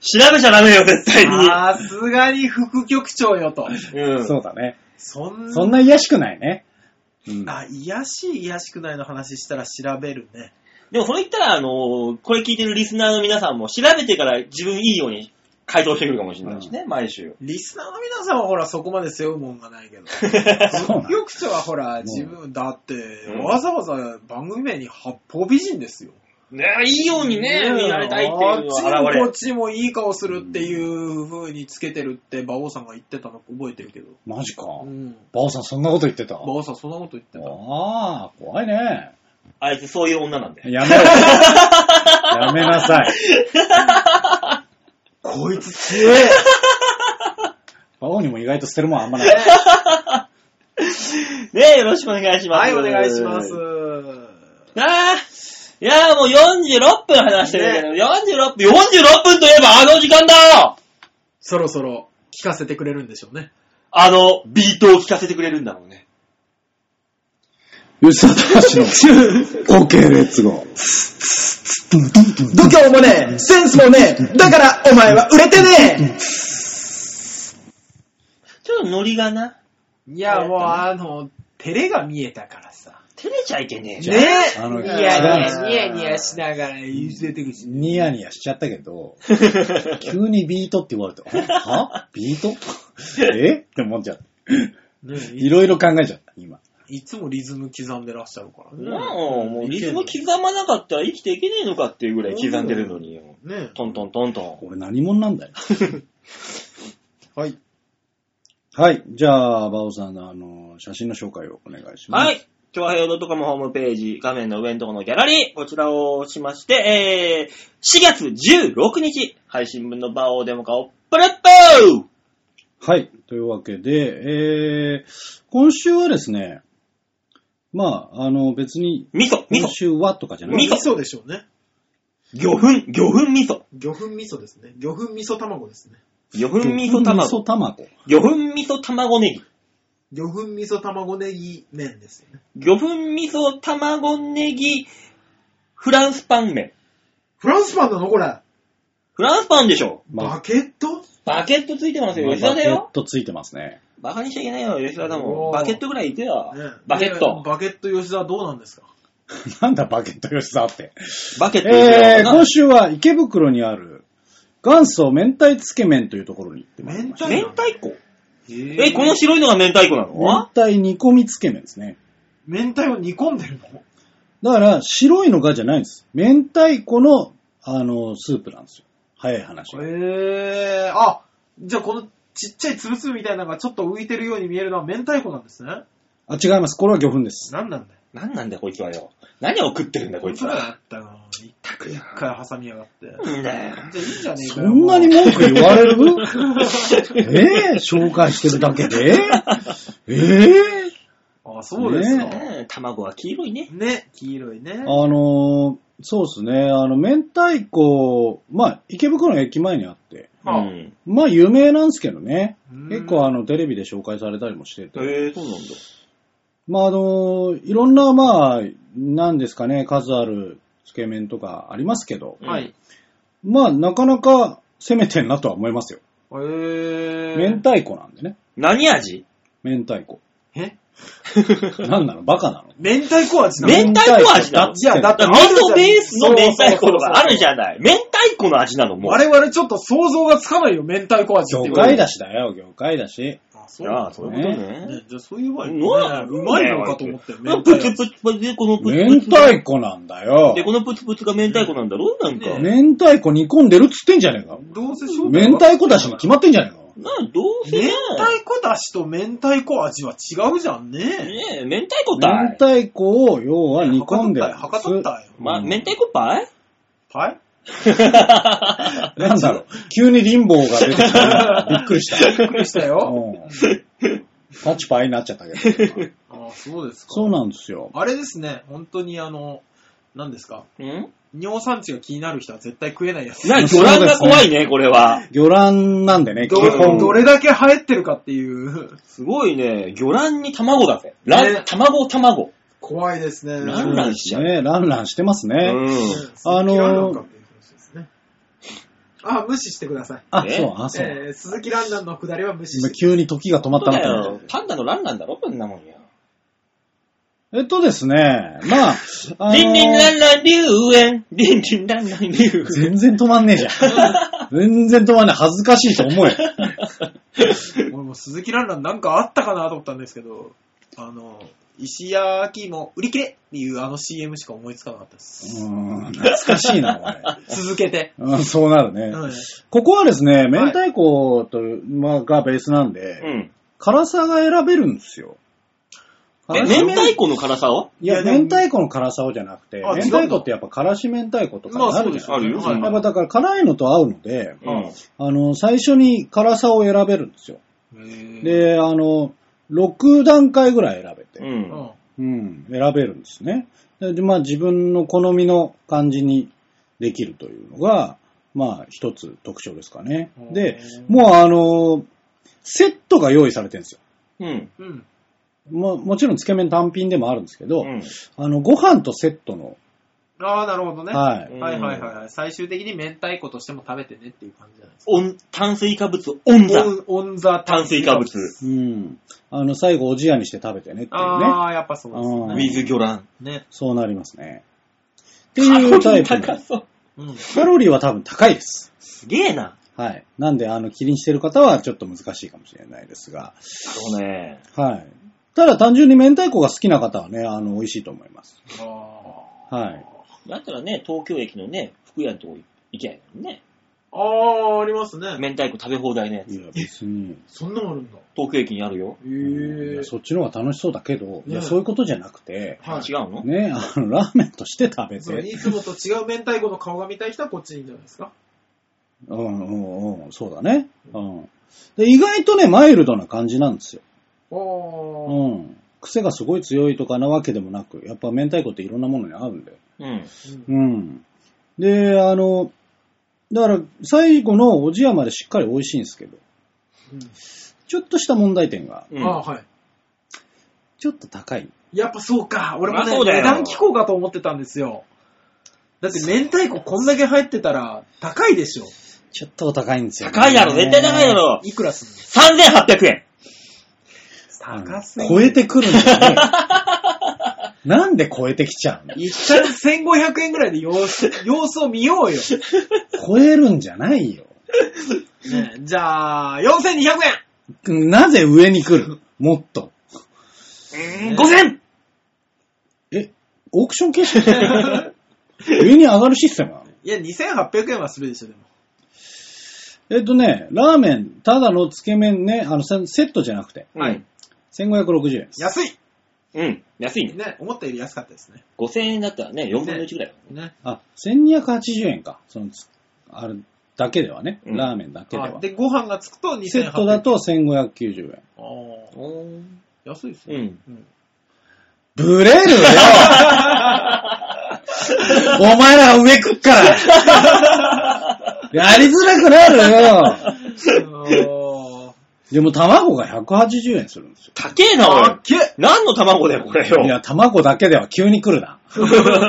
Speaker 2: 調べちゃダメよ、絶対に。
Speaker 3: さすがに副局長よと。
Speaker 2: うん。
Speaker 1: そうだね。
Speaker 3: そんな、
Speaker 1: そんな癒しくないね。うん。
Speaker 3: あ、癒やしい癒やしくないの話したら調べるね。
Speaker 2: でもそれ言ったら、あのーこれ聞いてるリスナーの皆さんも調べてから自分いいように回答してくるかもしれないしね、毎週。
Speaker 3: リスナーの皆さんはほらそこまで背負うもんが *laughs* ないけど。
Speaker 1: そうな
Speaker 3: 副
Speaker 1: の。
Speaker 3: 局長はほら
Speaker 1: ん
Speaker 3: 自分、だって
Speaker 2: うん
Speaker 3: わざわざ番組名に八方美人ですよ。
Speaker 2: ねいいようにね、見られたいっていう
Speaker 3: あっち
Speaker 2: のが
Speaker 3: も
Speaker 2: 現
Speaker 3: こ
Speaker 2: れ
Speaker 3: っ。ちもいい顔するっていう風につけてるって馬王さんが言ってたの覚えてるけど。
Speaker 1: マジか。
Speaker 3: うん。
Speaker 1: バオさんそんなこと言ってた
Speaker 3: 馬王さんそんなこと言ってた。
Speaker 1: ああ、怖いね。
Speaker 2: あいつそういう女なんで。
Speaker 3: *laughs*
Speaker 1: やめろ。やめなさい。
Speaker 3: こいつ強え
Speaker 1: バオにも意外と捨てるもんあんまない。
Speaker 2: ねよろしくお願いします。
Speaker 3: はい、お願いします。
Speaker 2: なあ、いやーもう46分話してるけど、46分、46分といえばあの時間だよ
Speaker 3: そろそろ聞かせてくれるんでしょうね。
Speaker 2: あの、ビートを聴かせてくれるんだもんね。
Speaker 1: 吉田
Speaker 3: *laughs*
Speaker 1: 隆の OK レッツゴー。
Speaker 3: 度胸もねえ、センスもねえ、だからお前は売れてね
Speaker 2: ちょっとノリがな、
Speaker 3: えいや、もうあの、照れが見えたからさ。
Speaker 2: 照れちゃいけねえじゃん。
Speaker 3: ねえ
Speaker 1: あの
Speaker 3: ニヤニ
Speaker 1: 違う
Speaker 3: ヤ、ニヤニヤしながら言うてくるし。
Speaker 1: ニヤニヤしちゃった
Speaker 2: *laughs*
Speaker 1: けど、急にビートって言われて、はビートえって思っちゃった。
Speaker 3: ねえ
Speaker 1: い
Speaker 3: い
Speaker 1: ろいろ考えちゃった、今。
Speaker 3: いつもリズム刻んでらっしゃるからね。
Speaker 2: もう、もうリズム刻まなかったら生きていけねえのかっていうぐらい刻んでるのによ。
Speaker 3: ね
Speaker 2: トントントント
Speaker 1: 俺何者なん
Speaker 2: *laughs*
Speaker 1: だよ。
Speaker 3: えはい。
Speaker 1: はい。じゃあ、バオさんのあの、写真の紹介をお願いし
Speaker 2: ン。
Speaker 1: ます。
Speaker 2: は。い。超平洋 .com ホームページ、画面の上のところのギャラリー、こちらを押しまして、えー、4月16日、配信分のバオーデモ化をプレップ
Speaker 1: はい。というわけで、えー、今週はですね、まあ、あの、別に、
Speaker 2: 味噌、味噌
Speaker 1: 今。週はとかじゃな
Speaker 2: 味
Speaker 1: い。
Speaker 2: 噌
Speaker 3: 噌でしょうね。
Speaker 2: 魚粉、魚粉味噌。
Speaker 3: 魚粉味噌ですね。魚粉味噌卵ですね。
Speaker 2: 魚粉味噌
Speaker 1: 味噌
Speaker 2: 卵。
Speaker 1: 卵。
Speaker 2: 魚粉味噌卵ネギ。
Speaker 3: 魚粉味噌卵ネギ麺ですよね。
Speaker 2: 魚粉味噌卵ネギ、フランスパン麺。
Speaker 3: フランスパンなのこれ。
Speaker 2: フランスパンでしょ
Speaker 3: バ
Speaker 1: まあ、
Speaker 3: ケット
Speaker 2: バケットついてますよ。
Speaker 1: バ
Speaker 2: 吉田だ
Speaker 1: ケ
Speaker 2: よ
Speaker 1: ッ。トついてますね。 *laughs*
Speaker 2: バカにしちゃいけないよ、吉田だもん。
Speaker 3: おー
Speaker 2: バケットぐらいいてよ
Speaker 3: ね。
Speaker 2: バケット
Speaker 3: ね。バケット吉田どうなんですか
Speaker 1: なんだバケット吉沢って。
Speaker 2: バケット吉
Speaker 1: え
Speaker 2: 田
Speaker 1: ー、 *laughs*
Speaker 2: だもん
Speaker 1: 今週は池袋にある、元祖明太つけ麺というところに行ってまいり
Speaker 3: 明
Speaker 1: まし
Speaker 3: 太
Speaker 1: た。
Speaker 2: 明太子。
Speaker 3: え
Speaker 2: え、この白いのが明太子な
Speaker 1: 明
Speaker 2: の
Speaker 1: 太煮込みつけ麺ですね。
Speaker 3: 明太を煮込んでるの
Speaker 1: だから、白いのがじゃないんです。明太子の、あの、スープなんですよ。早い話。
Speaker 3: えー、あ、じゃあこのちっちゃいつぶつぶみたいなのがちょっと浮いてるように見えるのは明太子なんですね。
Speaker 1: あ、違います。これは魚粉です。
Speaker 3: なんなんだよ。
Speaker 2: なんなんだよこいつはよ。何を食ってるんだこいつ
Speaker 3: そう
Speaker 2: は。
Speaker 3: だったの。一回一回挟みやがって。じゃ
Speaker 2: なんだよ。
Speaker 3: あいいんじゃねえか
Speaker 1: そ
Speaker 3: よ。
Speaker 1: んなに
Speaker 3: も
Speaker 1: 文句言わ *laughs* れるえー、紹介してるだけでえー、
Speaker 3: うあ、そうですか。ね
Speaker 1: ね
Speaker 2: うん卵は黄色いね。
Speaker 3: 黄色いね。
Speaker 1: あのーそうですね。あの、明太子、まあ、池袋の駅前にあって、
Speaker 2: う
Speaker 3: あ
Speaker 2: ん。
Speaker 1: まあ、有名なんですけどね。
Speaker 3: うん
Speaker 1: 結構、あの、テレビで紹介されたりもしてて。
Speaker 2: えー、そうなんだ。
Speaker 1: まあ、あのーいろんな、まあ、なんですかね、数あるつけ麺とかありますけど、
Speaker 3: はい。
Speaker 1: まあ、なかなか攻めてんなとは思いますよ。
Speaker 3: えー。
Speaker 1: 明太子なんでね。
Speaker 2: 何味
Speaker 1: 明太子。
Speaker 3: え
Speaker 1: なんなのバカなの
Speaker 3: 明太子味なの
Speaker 2: 明太子味なの
Speaker 1: だっ
Speaker 3: いや、だって
Speaker 2: だ
Speaker 3: あ
Speaker 2: か
Speaker 3: るじ
Speaker 2: ら
Speaker 3: ゃ
Speaker 2: 味
Speaker 3: ん、
Speaker 2: 噌ベースの明太子とかあるじ
Speaker 3: ん。
Speaker 2: ゃない。明太子の味なの、もう。
Speaker 3: 我々ちょっと想像がつかないよ、明太子味って言
Speaker 1: 魚
Speaker 3: われ
Speaker 1: 介
Speaker 3: る。
Speaker 1: だしだよ、魚介だし。
Speaker 3: あ、そ
Speaker 2: ああ、そういうことね
Speaker 3: ね。じゃあそういう場合、ね、
Speaker 2: なんだ
Speaker 3: うまいのかと思ったよ、明
Speaker 2: プ
Speaker 3: 太
Speaker 2: ツプ
Speaker 3: 子。
Speaker 2: ツプツ、このプツプ
Speaker 1: 明
Speaker 2: ツ。
Speaker 1: 太子なんだよ
Speaker 2: で、。このプツプツが明太子なんだろなんか。な
Speaker 1: 明太子煮込んでるっつってんじゃねえか。
Speaker 3: どうせ
Speaker 1: 明太子だしに決まってんじゃねえか。
Speaker 2: あ、どうせ
Speaker 3: 明
Speaker 2: ね。
Speaker 3: 太子だしと明太子味は違うじゃんね。
Speaker 2: ねえ、明太子だ
Speaker 1: 明
Speaker 2: い。
Speaker 1: 太子を要は煮込んでるんです。
Speaker 3: 博多ったよ。
Speaker 2: ま、明太子パ *laughs* イ
Speaker 3: はい
Speaker 1: なんだろう、急にリンボーが出てきた。びっくりした。
Speaker 3: びっくりしたよ。
Speaker 1: うんタッチパイになっちゃったけど。
Speaker 3: あ、そうですか。
Speaker 1: そうなんですよ。
Speaker 3: あれですね、本当にあの、何ですか。
Speaker 2: ん
Speaker 3: 尿酸値が気になる人は絶対食えないやつ。
Speaker 2: な、魚卵が怖いね、これは。
Speaker 1: 魚卵なんでね、基
Speaker 3: ど
Speaker 1: 本。
Speaker 3: どれだけ生えてるかっていう。
Speaker 2: すごいね。魚卵に卵だぜ。卵、
Speaker 3: ね
Speaker 2: 卵、卵。
Speaker 3: 怖いです
Speaker 2: な
Speaker 3: ね。
Speaker 2: んだランランしちゃう
Speaker 1: ね、ランランしてます
Speaker 2: う
Speaker 1: ね。
Speaker 2: ん。
Speaker 3: あの、あ、無視してください。
Speaker 1: あ、
Speaker 2: え
Speaker 1: そう、あ、そう。
Speaker 3: えー、鈴木ランナーの下りは無視
Speaker 1: 今
Speaker 3: して。
Speaker 1: 急に時が止まったなと思って。
Speaker 2: パンダのランランだろこんなもんや。
Speaker 1: えっとですね、まあ、あのー
Speaker 2: リンリンランラン流園。リンリンランラン流園。
Speaker 1: 全然止まんねえじゃん。全然止まんねえ。恥ずかしいと思え。
Speaker 3: 俺も鈴木ランランなんかあったかなと思ったんですけど、あの、石焼も売り切れっていうあの CM しか思いつかなかったで
Speaker 1: う
Speaker 3: す。
Speaker 1: ーん、懐かしいな、こ
Speaker 3: 続けて。
Speaker 1: れ。うん、そうなるね。
Speaker 3: うん
Speaker 1: ここはですね、明太子と、まあ、がベースなんで、
Speaker 2: うん。
Speaker 1: 辛さが選べるんですよ。
Speaker 2: え、
Speaker 1: 辛さ
Speaker 2: 明太子の辛さを
Speaker 1: いや、
Speaker 3: いやでも
Speaker 1: 明太子の辛さをじゃなくて、
Speaker 3: あ
Speaker 1: 明太子ってやっぱ辛子明太子とか
Speaker 3: まあ
Speaker 1: にな
Speaker 3: そ
Speaker 1: る
Speaker 3: う
Speaker 1: じ
Speaker 3: で
Speaker 1: ゃ
Speaker 3: す
Speaker 1: ない
Speaker 2: あるよ
Speaker 3: は
Speaker 2: そ
Speaker 3: い
Speaker 2: んな
Speaker 1: やっぱだから辛いのと合うので、
Speaker 2: うん。
Speaker 1: あの、最初に辛さを選べるんですよ。
Speaker 3: で、
Speaker 1: で、あの、6段階ぐらい選べ
Speaker 2: う。
Speaker 1: て、
Speaker 3: うんん
Speaker 1: うん、選べるんですね。で、まあ自分の好みの感じにできるというのが、まあ一つ特徴ですかね。で、もうあの、セットが用意されてるんですよ。
Speaker 2: うん。
Speaker 3: うん。
Speaker 1: ももちろんつけ麺単品でもあるんですけど、
Speaker 2: うん。
Speaker 1: あの、ご飯とセットの、
Speaker 3: ああ、なるほどね。
Speaker 1: は
Speaker 2: う
Speaker 1: い。
Speaker 2: ん
Speaker 3: はいはいはいはい。最終的に明太子としても食べてねっていう感じじゃないですか。
Speaker 2: おん炭水化物、オンザ。
Speaker 3: オンザ
Speaker 2: 炭水化物。
Speaker 1: うん。あの、最後おじやにして食べてねっていうね。
Speaker 3: ああ、やっぱそうですよ
Speaker 2: ウ
Speaker 1: う
Speaker 3: ね
Speaker 1: ん。
Speaker 2: ィズ魚卵。
Speaker 3: ね。
Speaker 1: そうなりますね。っていうタイプ
Speaker 2: 高
Speaker 1: の。
Speaker 2: そう。
Speaker 3: うん。
Speaker 1: カロリーは多分高いです。
Speaker 2: すげえな。
Speaker 1: はい。なんで、あの、気にしてる方はちょっと難しいかもしれないですが。
Speaker 2: そうね。
Speaker 1: はい。ただ単純に明太子が好きな方はね、あの、美味しいと思います。はい。
Speaker 2: だったらね、東京駅のね、福屋のとこ行けないのにね。
Speaker 3: ああ、ありますね。
Speaker 2: 明太子食べ放題ね。
Speaker 1: いや、別に。
Speaker 3: そんなのあるんだ。
Speaker 2: 東京駅にあるよ。
Speaker 1: い
Speaker 3: へえ
Speaker 1: や。そっちの方が楽しそうだけど、いや、
Speaker 3: ね
Speaker 1: そういうことじゃなくて、
Speaker 2: *laughs*
Speaker 3: はい
Speaker 2: 違うの
Speaker 1: ね、あの、ラーメンとして食べ
Speaker 3: そう
Speaker 1: て。
Speaker 3: いつもと違う明太子の顔が見たい人はこっちにいいんじゃないですか。
Speaker 1: うんうんうん、そうだね。うん。で、意外とね、マイルドな感じなんですよ。
Speaker 3: おー。
Speaker 1: うん。癖がすごい強いとかなわけでもなく、やっぱ明太子っていろんなものに合うんで。
Speaker 2: うん。
Speaker 3: うん
Speaker 1: うん。で、あの、だから最後のおじやまでしっかり美味しいんですけど、ちょっとした問題点が、
Speaker 2: うん
Speaker 3: ああ、はい。
Speaker 1: ちょっと高い。
Speaker 3: やっぱそうか。俺も
Speaker 2: まあそう
Speaker 3: ね、
Speaker 2: だよ
Speaker 3: 値段聞こうかと思ってたんですよ。だって明太子こんだけ入ってたら高いでしょ。
Speaker 1: ちょっとお高いんですよ、
Speaker 2: 高いだろ、絶対高いだ。ろ。
Speaker 3: いくらすんの
Speaker 2: 3800円。
Speaker 3: 高すぎ
Speaker 1: 超えてくるんだよね。 *laughs* なんで超えてきちゃうの
Speaker 3: 一旦1500円ぐらいで様子、様子を見ようよ。
Speaker 1: 超えるんじゃないよ。
Speaker 3: ねじゃあ、4200円
Speaker 1: なぜ上に来るもっと。
Speaker 2: うん、5000!
Speaker 1: え、オークション形式上に上がるシステムなの
Speaker 3: いや、2800円はするでしょ、でも。
Speaker 1: えっとね、ラーメン、ただのつけ麺ね、あの、せセットじゃなくて、
Speaker 2: はい。
Speaker 1: 1560円です。
Speaker 3: 安い
Speaker 2: うん。安いね。
Speaker 3: ね、思ったより安かったですね。
Speaker 2: 5000円だったらね、4分の1ぐらい。
Speaker 3: ね。
Speaker 1: あ、1280円か。そのつ、あれだけではね、
Speaker 2: うん
Speaker 1: ラーメンだけでは
Speaker 3: あ。で、ご飯がつくと2800円。
Speaker 1: セットだと1590円。
Speaker 3: あー。
Speaker 2: うん。
Speaker 3: 安いです
Speaker 2: う
Speaker 3: ね。
Speaker 2: ん。
Speaker 3: うん。
Speaker 1: ブレるよ *laughs* お前らが上食っからやりづらくなるよ
Speaker 3: *laughs* あー
Speaker 1: でも卵が180円するんですよ。
Speaker 2: 高えな、
Speaker 3: あ
Speaker 2: お
Speaker 3: っけい
Speaker 2: い。何の卵だよ、これよ。
Speaker 1: いや、卵だけでは急に来るな。
Speaker 2: 何
Speaker 3: や
Speaker 1: い、や、思う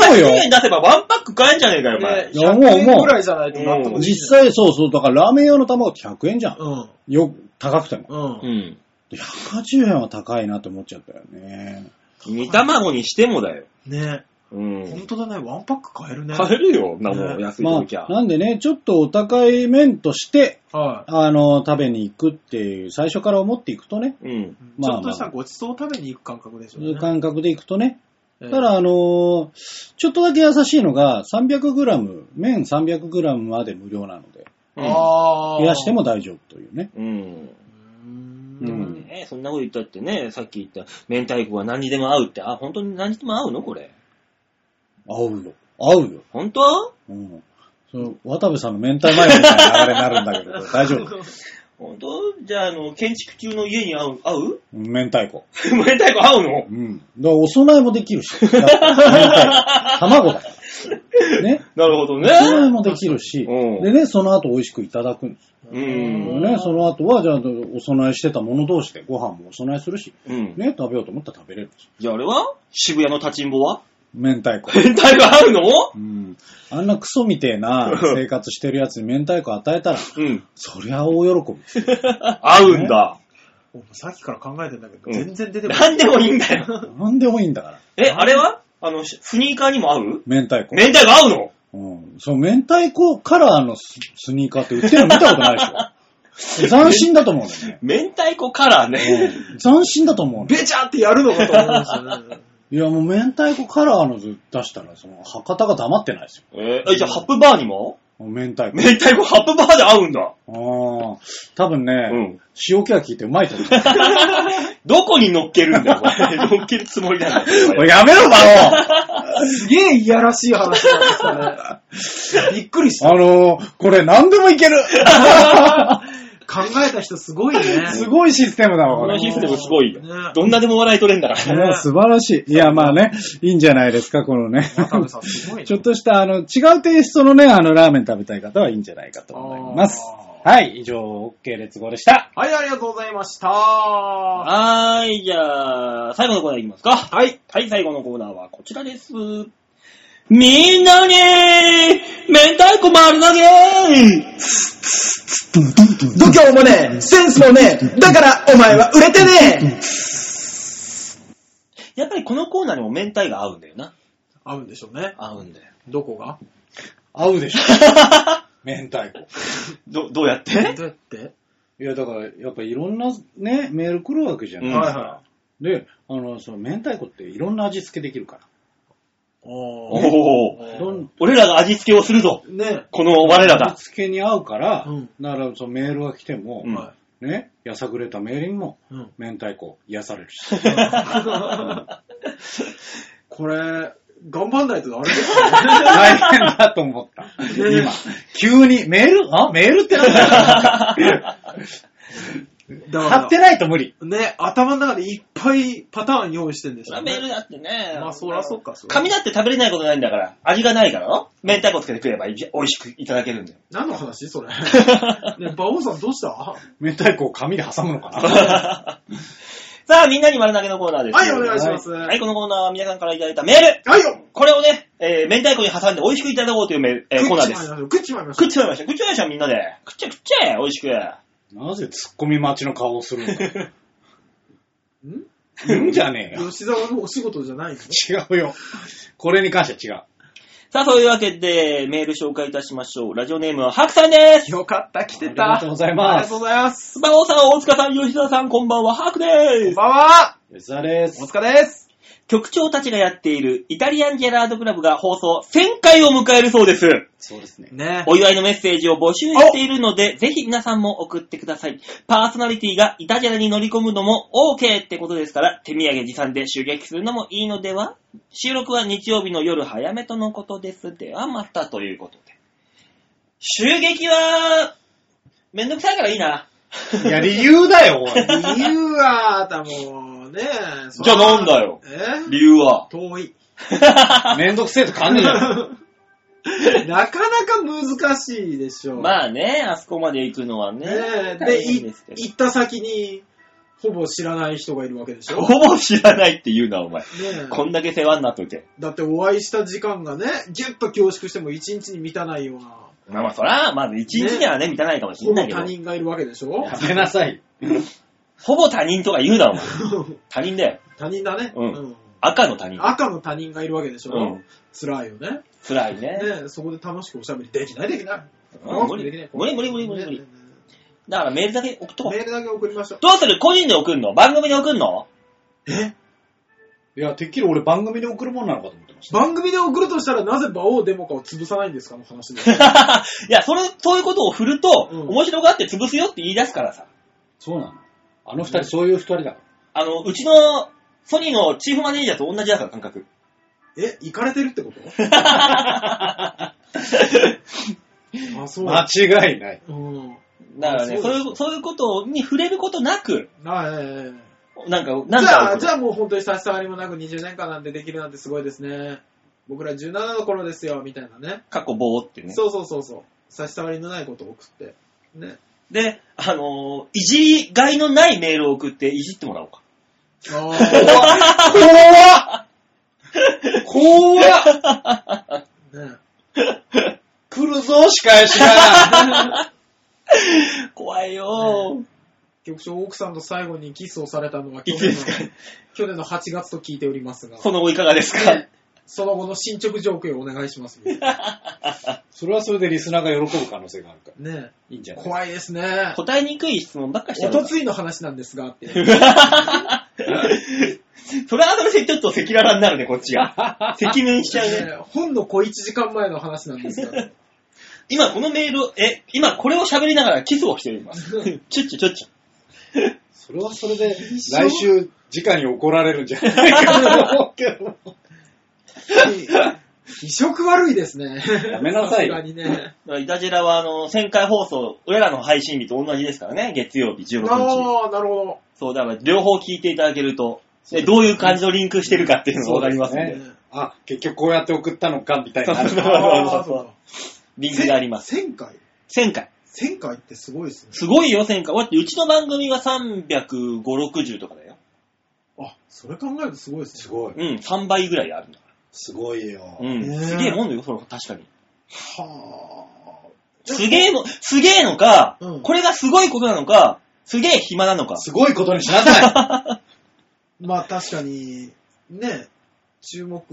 Speaker 2: 180
Speaker 1: よ。
Speaker 2: 円出せばワンパック買えんじゃねえかよ、お前。
Speaker 3: ね
Speaker 1: いや
Speaker 3: 100
Speaker 1: 思う思う
Speaker 3: 円ぐらいじゃないと納得できない
Speaker 1: 実際、そうそう、だからラーメン用の卵って100円じゃん。
Speaker 3: うん。
Speaker 1: よ、高くても。
Speaker 3: うん。
Speaker 2: うん。
Speaker 1: 180円は高いなと思っちゃったよね。
Speaker 2: 煮卵にしてもだよ。
Speaker 3: ね
Speaker 2: う
Speaker 3: 本
Speaker 2: ん。
Speaker 3: 当だね。ワンパック買えるね。
Speaker 2: 買えるよ、なもん、
Speaker 3: ね
Speaker 2: 安い
Speaker 1: ま
Speaker 2: 時
Speaker 1: あ
Speaker 2: は、。
Speaker 1: なんでね、ちょっとお高い麺として、
Speaker 3: は
Speaker 1: あの、食べに行くっていう、最初から思っていくとね、
Speaker 2: うん。
Speaker 3: い。
Speaker 1: ま
Speaker 3: ち
Speaker 1: あ
Speaker 3: ょっとしたごちそうを食べに行く感覚でしょ
Speaker 1: そうう
Speaker 3: ね。
Speaker 1: いう感覚でいくとね、
Speaker 3: ええ
Speaker 1: ただあのーちょっとだけ優しいのが、300g、麺 300g まで無料なので、
Speaker 3: ああ。
Speaker 1: 冷やしても大丈夫というね。
Speaker 2: うん。
Speaker 3: う
Speaker 1: う
Speaker 3: ー
Speaker 2: で
Speaker 3: ん。
Speaker 2: もね、そんなこと言ったってね、さっき言った明太子は何にでも合うって、あ、本当に何にでも合うのこれ。
Speaker 1: 合うよ。合うよ。
Speaker 2: 本当
Speaker 1: うん。そう、渡部さんの明太マヨみたいな流れになるんだけど、大丈夫。
Speaker 2: 本当じゃあ、あの、建築中の家に合う、合う *laughs*
Speaker 1: 明太子。
Speaker 2: 明太子合うの
Speaker 1: うん。だからお供えもできるし。
Speaker 2: *laughs*
Speaker 1: だって明太子。卵だから。ね。
Speaker 2: なるほど
Speaker 1: お供えもできるし。
Speaker 2: うん
Speaker 1: でね、その後美味しくいただくんです
Speaker 2: う
Speaker 1: よ
Speaker 2: ん。
Speaker 1: ね。その後は、じゃあ、お供えしてたもの同士でご飯もお供えするし、
Speaker 2: うん。
Speaker 1: ね、食べようと思ったら食べれるし。
Speaker 2: じゃああれは渋谷の立ちんぼは
Speaker 1: 明太子。
Speaker 2: 変態はあるの
Speaker 1: うん。あんなクソみてえ
Speaker 2: *laughs*
Speaker 1: な生活してるやつに明太子与えたら、
Speaker 2: うん。
Speaker 1: そりゃ大喜び。
Speaker 2: *laughs* 合うんだ。
Speaker 3: 俺もさっきから考えてんだけど、
Speaker 2: うん
Speaker 3: 全然出てこない。
Speaker 2: なんでもいいんだよ。
Speaker 1: なんでもいいんだから。
Speaker 2: *laughs* え、あれはあの、スニーカーにも合う
Speaker 1: 明太子。
Speaker 2: 明太子合うの
Speaker 1: うん。その明太子カラーのススニーカーって売ってるの見たことないでし
Speaker 2: *laughs*
Speaker 1: ょ。斬新だと思うのね。
Speaker 2: 明太子カラーね。
Speaker 1: うん斬新だと思うの。
Speaker 3: べちゃってやるのかと思いましたね。
Speaker 1: いや、もう明太子カラーの図出したら、その、博多が黙ってないですよ。
Speaker 2: *laughs* えー、えじゃあ、ハップバーにも
Speaker 1: 明太子。
Speaker 2: 明太子ハップバーで合うんだ。
Speaker 1: ああ、多分ね、
Speaker 2: うん
Speaker 1: 塩気が効いてうまいと思う。
Speaker 2: どこに乗っけるんだよ、こ *laughs* れ乗っけるつもりなの
Speaker 1: おいやめろ、バ
Speaker 3: すげえいやらしい話になってきたね。びっくりした。
Speaker 1: オあのー、これ何でもいける
Speaker 3: 考えた人すごいね。
Speaker 1: すごいシステムだわ、
Speaker 2: こ
Speaker 1: こ
Speaker 2: の
Speaker 1: れ。
Speaker 2: システムすごいよ
Speaker 3: ね。
Speaker 2: どんなでも笑い取れんだから。
Speaker 1: もう素晴らしい。いや、まあね、いいんじゃないですか、このね。
Speaker 3: 渡部さんすごいね
Speaker 1: ちょっとした、あの、違うテイストのね、あの、ラーメン食べたい方はいいんじゃないかと思います。
Speaker 3: あー
Speaker 1: はい、以上、OK 列語でした。
Speaker 3: はい、ありがとうございました。は
Speaker 2: はーい、じゃあ、最後のコーナーいきますか。
Speaker 3: い。
Speaker 2: はい、最後のコーナーはこちらです。みんなに、明太子丸投げ
Speaker 3: 度胸もねえ、センスもねえ、だからお前は売れてねえ
Speaker 2: やっぱりこのコーナーにも明太が合うんだよな。
Speaker 3: 合うんでしょうね。
Speaker 2: 合うん *laughs* だよ。
Speaker 3: どこが
Speaker 1: 合うでしょ。明太子。
Speaker 2: ど、どうやって
Speaker 3: どうやって
Speaker 1: いや、だから、やっぱいろんなね、メール来るわけじゃない、
Speaker 2: うん
Speaker 1: です
Speaker 3: は
Speaker 1: か
Speaker 3: いは
Speaker 1: で、あの、その、明太子っていろんな味付けできるか
Speaker 3: おー
Speaker 2: おお。
Speaker 1: ら。いろん
Speaker 2: 俺らが味付けをするぞ。
Speaker 3: ね
Speaker 2: この我ら
Speaker 1: な
Speaker 2: が
Speaker 1: 味。付けに合うから、
Speaker 3: うん
Speaker 1: だからそのメールが来ても、
Speaker 2: うん
Speaker 3: は
Speaker 1: ね、やさぐれたメールにも、
Speaker 3: い。うん。
Speaker 1: 明太子癒されるし。
Speaker 3: *laughs* これ、頑張んないとあれ *laughs* です
Speaker 1: 大変だと思った。
Speaker 3: ね
Speaker 1: 今、急に、メールあ、メールってなんだ
Speaker 3: よね。だ
Speaker 1: 貼
Speaker 3: か
Speaker 1: ってないと無理。
Speaker 3: ら、ね、頭の中でいっぱいパターン用意してんでし
Speaker 2: そ
Speaker 3: ょ
Speaker 2: り
Speaker 3: う
Speaker 2: ゃ
Speaker 3: ね。
Speaker 2: メールだってね。
Speaker 3: まあそらそっかそら
Speaker 2: 紙だって食べれないことないんだから、味がないからの明太子つけてくればいい美味しくいただけるんだよ。
Speaker 3: 何の
Speaker 2: *laughs*
Speaker 3: 話それ。ね、馬王さんどうしたは
Speaker 1: 明太子を紙で挟むのか
Speaker 2: *laughs*
Speaker 1: な
Speaker 2: さあ、みんなに丸投げのコーナーです。
Speaker 3: い、お願いします。
Speaker 2: はい
Speaker 3: は
Speaker 2: はい、このコーナーは皆さんからいただいたメール。
Speaker 3: いよ
Speaker 2: これをね、えー、明太子に挟んで美味しくいただこうというメール、えーコーナーです。
Speaker 3: 食っちまいましょ
Speaker 2: 食っちゃいました。食っちゃいました、みんなで。食っちゃえ食っちゃえ、美味しく。
Speaker 1: なぜ突っ込み待ちの顔をするのか。
Speaker 3: う。ん
Speaker 1: うんじゃねえよ。
Speaker 3: 吉沢のお仕事じゃないの
Speaker 1: 違うよ。これに関しては違う。
Speaker 2: さあ、そういうわけで、メール紹介いたしましょう。ラジオネームはハクさんです。
Speaker 3: よかった、来て
Speaker 1: あ
Speaker 3: た。
Speaker 1: りがとうございます
Speaker 3: ありがとうございます。
Speaker 2: スバオさん、大塚さん、吉田さん、こんばんは、ハクで
Speaker 3: こん
Speaker 2: す。
Speaker 3: ばんは。
Speaker 1: 吉沢です
Speaker 3: お。疲れです。
Speaker 2: 局長たちがやっているイタリアンジェラートクラブが放送1000回を迎えるそうです。
Speaker 1: そうですね。
Speaker 2: *laughs*
Speaker 3: ね
Speaker 2: お祝いのメッセージを募集しているので、ぜひ皆さんも送ってください。パーソナリティがイタジェラに乗り込むのも OK ってことですから、手土産持参で襲撃するのもいいのでは収録は日曜日の夜早めとのことです。ではまたということで。襲撃は、めんどくさいからいいな。
Speaker 1: いや、理由だよ、おい。 *laughs*
Speaker 3: 理由は、たもうねそ
Speaker 2: *laughs* じゃ
Speaker 3: ら
Speaker 2: あなんだよ
Speaker 3: え
Speaker 2: 由 *laughs* は。
Speaker 3: 遠い。
Speaker 1: めんどくせえと感じじゃん。
Speaker 3: なかなか難しいでしょう。
Speaker 2: まあね、あそこまで行くのはね。
Speaker 3: ねえ。
Speaker 2: 大
Speaker 3: で、
Speaker 2: 変
Speaker 3: い
Speaker 2: すけど
Speaker 3: 行った先に、ほぼ知らない人がいるわけでしょ。ね
Speaker 2: ほぼ知らないって言うな、お前。
Speaker 3: え
Speaker 2: こんだけ世話になっといて。
Speaker 3: だってお会いした時間がね、ぎゅっと凝縮しても1日に満たないような、
Speaker 2: まあまあ、そら、まず一日にはね、満たないかもし
Speaker 3: ほ
Speaker 2: ん
Speaker 3: ぼ
Speaker 2: ないけど
Speaker 3: 他。人がいるわけでしょ。
Speaker 1: *laughs* やめなさい。
Speaker 2: ほぼ他人とか言うな、お前。他人だよ。
Speaker 3: *laughs* 他人だね。
Speaker 2: うん赤の他人。
Speaker 3: 赤の他人がいるわけでしょ。
Speaker 2: うん
Speaker 3: 辛いよね。
Speaker 2: 辛いね。
Speaker 3: ねそこで楽しくおしゃべりできないできない。
Speaker 2: うん無理無理無理無理無理無理無理
Speaker 3: ね。
Speaker 2: だからメールだけ送っとこ
Speaker 3: メ
Speaker 2: う。
Speaker 3: ールだけ送りましょう。
Speaker 2: どうする個人で送んの番組で送んの *laughs*
Speaker 3: え
Speaker 1: いや、てっきり俺番組で送るもんなのかと思ってました。
Speaker 3: 番組で送るとしたらなぜ馬王デモカを潰さないんですかの
Speaker 2: *laughs*
Speaker 3: 話です。
Speaker 2: いや、それ、そういうことを振ると、
Speaker 3: うん
Speaker 2: 面白がって潰すよって言い出すからさ。
Speaker 1: そうなの。あの二人、そういう二人だから。
Speaker 2: あの、うちの、ソニーのチーフマネージャーと同じだから、感
Speaker 3: *laughs*
Speaker 2: 覚。
Speaker 3: え、行かれてるってこと
Speaker 2: *laughs*
Speaker 3: あ、そう
Speaker 1: 間
Speaker 3: だ。
Speaker 1: 違いない。
Speaker 3: うん。
Speaker 2: だからね、そ
Speaker 3: あそうう
Speaker 2: いう、そういうことに触れることなく、
Speaker 3: あええ
Speaker 2: なんか、
Speaker 3: じ
Speaker 2: なん
Speaker 3: ゃ
Speaker 2: か
Speaker 3: あ、じゃあもう本当に差し障りもなく20年間なんてできるなんてすごいですね。僕ら17の頃ですよ、みたいなね。
Speaker 2: 過去棒ってね。
Speaker 3: そうそうそうそう。差し障りのないことを送って。ね。
Speaker 2: で、あのーいじりがいのないメールを送っていじってもらおうか。
Speaker 3: ああ。
Speaker 1: 怖っ怖っ来るぞ、仕返しが。
Speaker 2: 怖いよ
Speaker 3: 局長、奥さんと最後にキスをされたのは去
Speaker 2: いつで
Speaker 3: 年
Speaker 2: すか
Speaker 3: の去年の8月と聞いておりますが、
Speaker 2: その後いかがですか
Speaker 3: ねその後の進捗状況をお願いし
Speaker 2: *laughs*
Speaker 3: ます。ね
Speaker 1: *laughs* それはそれでリスナーが喜ぶ可能性があるから。
Speaker 3: え
Speaker 2: いいんじゃない
Speaker 3: 怖いですね。
Speaker 2: 答えにくい質問ばっかしちゃ
Speaker 3: お
Speaker 2: う
Speaker 3: と
Speaker 2: な。
Speaker 3: ついの話なんですが、って。
Speaker 2: それはそれでちょっと赤裸々になるね、こっちが。赤面しちゃうね。
Speaker 3: ねえほんの小1時間前の話なんですが、
Speaker 2: 今このメールを、え、今これを喋りながらキスをしています。ちょっちょちょっちょ。
Speaker 1: それはそれで、来週、直に怒られるんじゃないかと思うけど。
Speaker 3: *laughs* 非色悪いですね。
Speaker 1: やめなさいよ
Speaker 3: さすがにね。
Speaker 2: だからイタジェラはあの、1000回放送、俺らの配信日と同じですからね、月曜日16日。
Speaker 3: ああ、なるほ
Speaker 2: *laughs*
Speaker 3: ど。
Speaker 2: そう、だから両方聞いていただけると、えどういう感じのリンクしてるかっていうのがわかりますん
Speaker 1: そう
Speaker 2: で
Speaker 1: で。 *laughs* あ、結局こうやって送ったのか、みたい *laughs* になる。
Speaker 2: そうそう
Speaker 3: ああ、そうだ。
Speaker 2: リンクがあります。
Speaker 3: 1000回
Speaker 2: 1000回。
Speaker 3: 1000回ってすごいですね。
Speaker 2: すごいよ、1000回。だってうちの番組が350、60とかだよ。
Speaker 3: あ、それ考えるとすごいですね。
Speaker 1: すごい。
Speaker 2: うん、3倍ぐらいあるんだか
Speaker 1: すごいよ。
Speaker 2: ら。うん、
Speaker 3: ねえ
Speaker 2: すげえもんだよ、それ確かに。
Speaker 3: は
Speaker 2: すげえもん、すげえのか、
Speaker 3: うん
Speaker 2: これがすごいことなのか、すげえ暇なのか。
Speaker 1: すごいことにしなさい
Speaker 3: あ。まあ確かに、ね、注目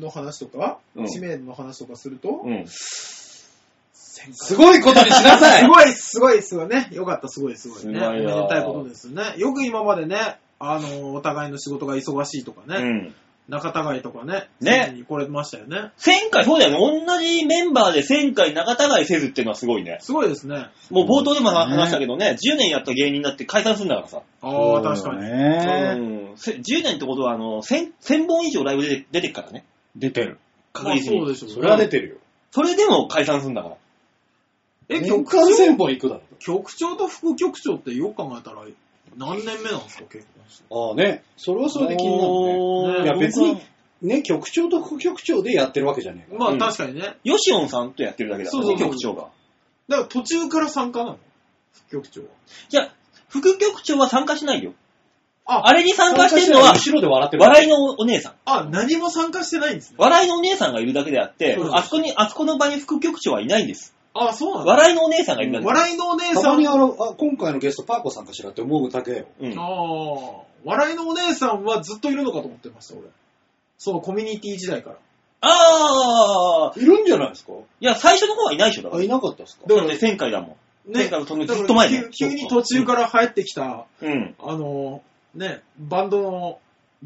Speaker 3: の話とか、
Speaker 2: うん
Speaker 3: 知名度の話とかすると、
Speaker 2: うん。
Speaker 1: すごいことにしなさい
Speaker 3: すごい、すごい、すごいね。よかった、すごい、すごい
Speaker 2: す
Speaker 3: ね。
Speaker 2: ご
Speaker 3: お
Speaker 2: い
Speaker 3: め
Speaker 2: よ
Speaker 3: でたいことですよね。よく今までね、あの、お互いの仕事が忙しいとか
Speaker 2: う
Speaker 3: ね、
Speaker 2: ん。
Speaker 3: 仲違いとかね、
Speaker 2: ね
Speaker 3: そういうふうに来れましたよね。
Speaker 2: 1000回、そうだよね。同じメンバーで1000回仲違いせずっていうのはすごいね。
Speaker 3: すごいですね。
Speaker 2: もう冒頭でも
Speaker 1: うん
Speaker 2: 話したけどね、10年やった芸人だって解散するんだからさ。
Speaker 3: ああ、確かに。
Speaker 1: に。
Speaker 2: うん。せ10年ってことは、あの、1000、1000本以上ライブで出てくからね。
Speaker 1: 出てる。
Speaker 2: 確実に。
Speaker 3: まあそうでしょうね
Speaker 1: それは出てるよ。
Speaker 2: それでも解散するんだから。
Speaker 3: え、
Speaker 1: 年
Speaker 3: 局
Speaker 1: 間
Speaker 3: 長
Speaker 1: 先方行くだろ。
Speaker 3: 局長と副局長ってよく考えたら、何年目なんですか、結婚して。
Speaker 1: ああね。それはそれで気になるね。
Speaker 2: おー
Speaker 1: いや
Speaker 2: 僕は
Speaker 1: 別にね、局長と副局長でやってるわけじゃねえから。
Speaker 3: ま
Speaker 2: う
Speaker 3: あ
Speaker 2: ん
Speaker 3: 確かにね。
Speaker 2: ヨシオンさんとやってるだけだから
Speaker 3: そう
Speaker 2: ね、
Speaker 3: そうそう
Speaker 2: 局長が。
Speaker 3: だから途中から参加なの副局長は。
Speaker 2: いや、副局長は参加しないよ。
Speaker 3: あ
Speaker 2: あれに参加してるのは
Speaker 1: 参加、してない後ろで笑ってる。
Speaker 2: 笑いのお姉さん。
Speaker 3: あ、何も参加してないんですね。
Speaker 2: 笑いのお姉さんがいるだけであって
Speaker 3: そう、です
Speaker 2: あそこに、あそこの場に副局長はいないんです。
Speaker 3: あ、そうなんだ。
Speaker 2: 笑いのお姉さんがいるだけ。
Speaker 3: 笑いのお姉
Speaker 1: た
Speaker 3: さ
Speaker 1: ま
Speaker 3: ん。
Speaker 1: に
Speaker 3: あ
Speaker 1: あの、あ、今回のゲストパーコさんかしらって思うだけよ。
Speaker 2: うん。
Speaker 3: あ、笑いのお姉さんはずっといるのかと思ってました、俺。そのコミュニティ時代から。
Speaker 2: あー、
Speaker 1: いるんじゃないですか
Speaker 2: いや、最初の方はいないでしょ、だか
Speaker 1: あ、
Speaker 2: ら。
Speaker 1: いなかったですか
Speaker 3: だか
Speaker 2: だっ
Speaker 3: ら
Speaker 2: て1000回だもん。
Speaker 3: ね
Speaker 2: 1000回そのずっと前
Speaker 3: だ
Speaker 2: だよ
Speaker 3: から。急急に途中から入ってきた、
Speaker 2: うん。
Speaker 3: あの、ね、バンドの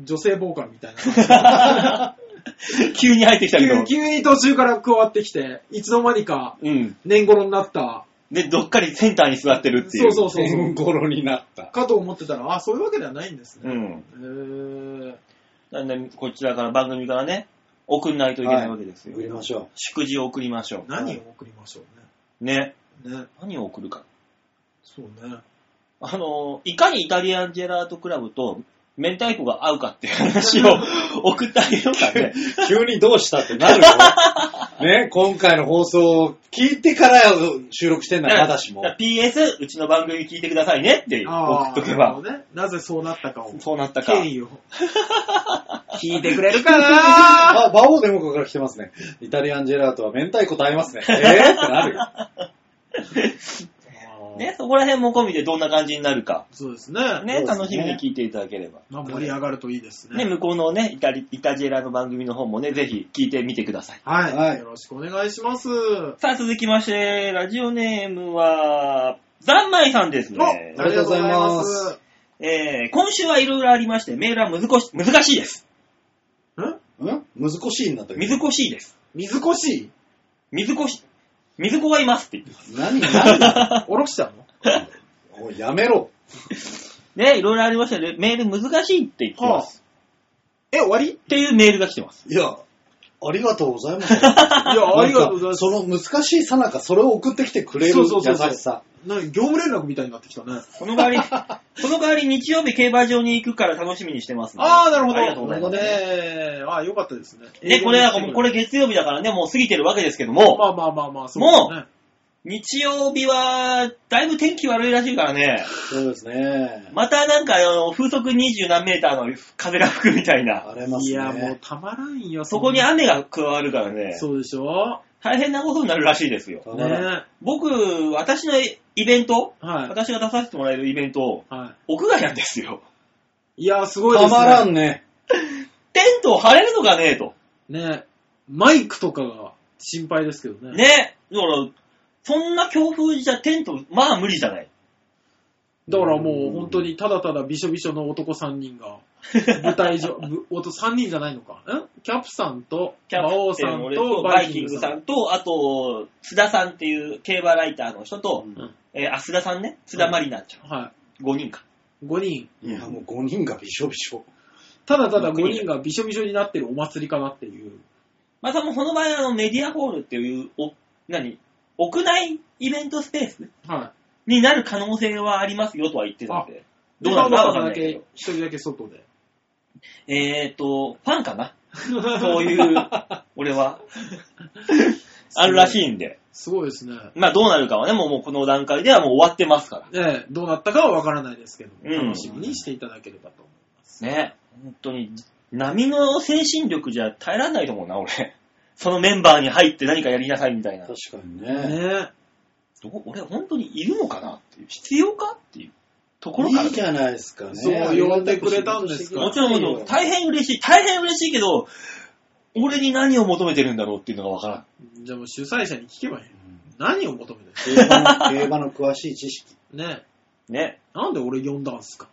Speaker 3: 女性ボーカルみ
Speaker 2: *laughs*
Speaker 3: たいな。
Speaker 2: *laughs* 急に入ってきたけど
Speaker 3: 急。急に途中から加わってきて、いつの間にか
Speaker 2: うん。
Speaker 3: 年頃になった。
Speaker 2: で、どっかりセンターに座ってるってい。
Speaker 3: そううそうそうそう。
Speaker 1: 年頃になった。
Speaker 3: かと思ってたら、あ、そういうわけではないんですね。
Speaker 2: うん。
Speaker 3: へー
Speaker 2: なんで、こちらから番組からね、送んないといけないわけですよ。
Speaker 1: 送りましょ
Speaker 2: 祝辞を送りましょ
Speaker 3: 何を送りましょう
Speaker 2: う。ね。
Speaker 3: ね。ね。
Speaker 2: 何を送るか。
Speaker 3: そうね。
Speaker 2: あの、いかにイタリアンジェラートクラブと明太子が合うかっていう話を送ってあげようかね。
Speaker 1: う。急にどうしたってなる *laughs* よ。ね、今回の放送を聞いてから収録してんな *laughs* らまだし *laughs* も。
Speaker 2: だから PS、うちの番組聞いてくださいねって送
Speaker 3: あ
Speaker 2: っ
Speaker 3: あ
Speaker 2: とけ
Speaker 3: なるほ
Speaker 2: ば。
Speaker 3: どね。なぜそうなったかを。
Speaker 2: そうなったか。
Speaker 3: 経緯を。聞いてくれるかな
Speaker 1: *laughs* あ、バオデモカから来てますね。イタリアンジェラートは明太子と合
Speaker 3: *laughs*
Speaker 1: いますね。えーってなるよ。
Speaker 2: ね、そこら辺も込みでどんな感じになるか。
Speaker 3: そうですね。
Speaker 2: ね、
Speaker 1: そうですね
Speaker 2: 楽しみに聞いていただければ。
Speaker 3: まあ、盛り上がるといいですね。
Speaker 2: ね、向こうのね、イタリ、イタジェラの番組の方もね、ぜひ聞いてみてください。
Speaker 3: はい、
Speaker 1: はい
Speaker 3: よろしくお願いします。
Speaker 2: さあ、続きまして、ラジオネームは、ざんまいさんです
Speaker 3: お
Speaker 2: ね。
Speaker 1: ありがとうございます
Speaker 3: あ
Speaker 2: えー、今週はいろいろありまして、メールは難し難しいです。
Speaker 3: りがとうございますん
Speaker 1: ん難しいんだったけ
Speaker 2: 水
Speaker 1: ど。
Speaker 2: 越しいです。
Speaker 3: 水越し
Speaker 2: 水越し、水子がいますって言ってます。
Speaker 1: 何何だ
Speaker 3: *laughs* おろしたの
Speaker 1: おいやめろ。
Speaker 2: ね、いろいろありましたね。メール難しいって言ってます。
Speaker 3: え、終わりい
Speaker 2: っていうメールが来てます。
Speaker 1: いや、ありがとうございます。
Speaker 3: や、 *laughs* ありがとうございます。
Speaker 1: その難しいさなか、それを送ってきてくれる
Speaker 3: そう
Speaker 1: 優
Speaker 3: そうそうそう
Speaker 1: しさ。
Speaker 3: な業務連絡みたいになってきたね。
Speaker 2: その代わり、 *laughs* その代わり日曜日競馬場に行くから楽しみにしてますんで
Speaker 3: ああ、なるほど。
Speaker 2: ありがとうございます。
Speaker 3: ねえああ、よかったですね。
Speaker 2: ね、これ、これ月曜日だからね、もう過ぎてるわけですけども、
Speaker 3: まあまあまあまあ、そ
Speaker 2: もう
Speaker 3: うですね。
Speaker 2: 日曜日は、だいぶ天気悪いらしいからね。
Speaker 1: そうですね。
Speaker 2: またなんか、あの、風速20何メーターの風が吹くみたいな。
Speaker 1: 荒れます
Speaker 3: い
Speaker 1: ね。
Speaker 3: や、もうたまらんよ。
Speaker 2: そこに
Speaker 3: あ
Speaker 2: 雨が加わるからね。
Speaker 3: そうでしょ
Speaker 2: 大変なことになるらしいですよ。
Speaker 1: た
Speaker 3: ね
Speaker 1: まらん
Speaker 2: 僕、私のイベント、
Speaker 3: は
Speaker 2: 私が出させてもらえるイベント、
Speaker 3: い。は
Speaker 2: 屋外なんですよ。
Speaker 3: い。いや、すごいで
Speaker 1: た
Speaker 3: すね。
Speaker 1: まらんね。
Speaker 2: テントを張れるのかねと。
Speaker 3: ね。マイクとかが心配ですけどね。。
Speaker 2: ね。だから、そんな強風じゃテント、まあ無理じゃない。
Speaker 3: だからもう本当にただただびしょびしょの男3人が、舞台上、 *laughs* ぶおと3人じゃないのか。んキャプさんと、
Speaker 2: キャ
Speaker 3: 馬王
Speaker 2: プテ
Speaker 3: さ
Speaker 2: ン、
Speaker 3: ん
Speaker 2: 俺
Speaker 3: と、
Speaker 2: と
Speaker 3: バ
Speaker 2: バ
Speaker 3: イ
Speaker 2: イ
Speaker 3: キ
Speaker 2: キ
Speaker 3: ン
Speaker 2: ン
Speaker 3: グ
Speaker 2: グ
Speaker 3: さ
Speaker 2: さ
Speaker 3: ん。
Speaker 2: んと、あと、津田さんっていう競馬ライターの人と、
Speaker 1: うん
Speaker 2: えーあ、須田さんね。須田マリナちゃん。
Speaker 3: は
Speaker 2: 5人か。
Speaker 3: い。5人。
Speaker 1: いや、もう5人がびしょびしょ。
Speaker 3: ただただ5人がびしょびしょになってるお祭りかなっていう。
Speaker 2: またもうこの場合、あの、メディアホールっていう、お、何屋内イベントスペース
Speaker 3: は
Speaker 2: になる可能性はありますよとは言ってたんで。
Speaker 3: い。
Speaker 2: どうなるか
Speaker 3: で
Speaker 2: は
Speaker 3: 馬王
Speaker 2: わかん
Speaker 3: さ
Speaker 2: な
Speaker 3: んだ
Speaker 2: いけど
Speaker 3: け、。一人だけ外で。
Speaker 2: えーと、ファンかなそう *laughs* いう、俺は。あるらしいんで。
Speaker 3: すごいですね。
Speaker 2: まあどうなるかはね、もうもうこの段階ではもう終わってますから。
Speaker 3: ねどうなったかはわからないですけども、
Speaker 2: うん
Speaker 3: 楽しみにしていただければと思います。
Speaker 2: ね。本当に、波の精神力じゃ耐えられないと思うな、俺。そのメンバーに入って何かやりなさいみたいな。ど
Speaker 1: 確かにね。
Speaker 3: ね
Speaker 2: う俺本当にいるのかなっていう。必要かっていうところから。
Speaker 1: いいじゃないですかね。
Speaker 3: そう呼んでくれたんですから
Speaker 2: もちろん、もちろん、大変嬉しい。大変嬉しいけど、俺に何を求めてるんだろうっていうのがわからん。
Speaker 3: じゃあもう主催者に聞けばいい。何を求めて
Speaker 1: 競馬の競馬の詳しい知識。
Speaker 3: るね
Speaker 2: ね。
Speaker 3: なんで俺呼んだんすか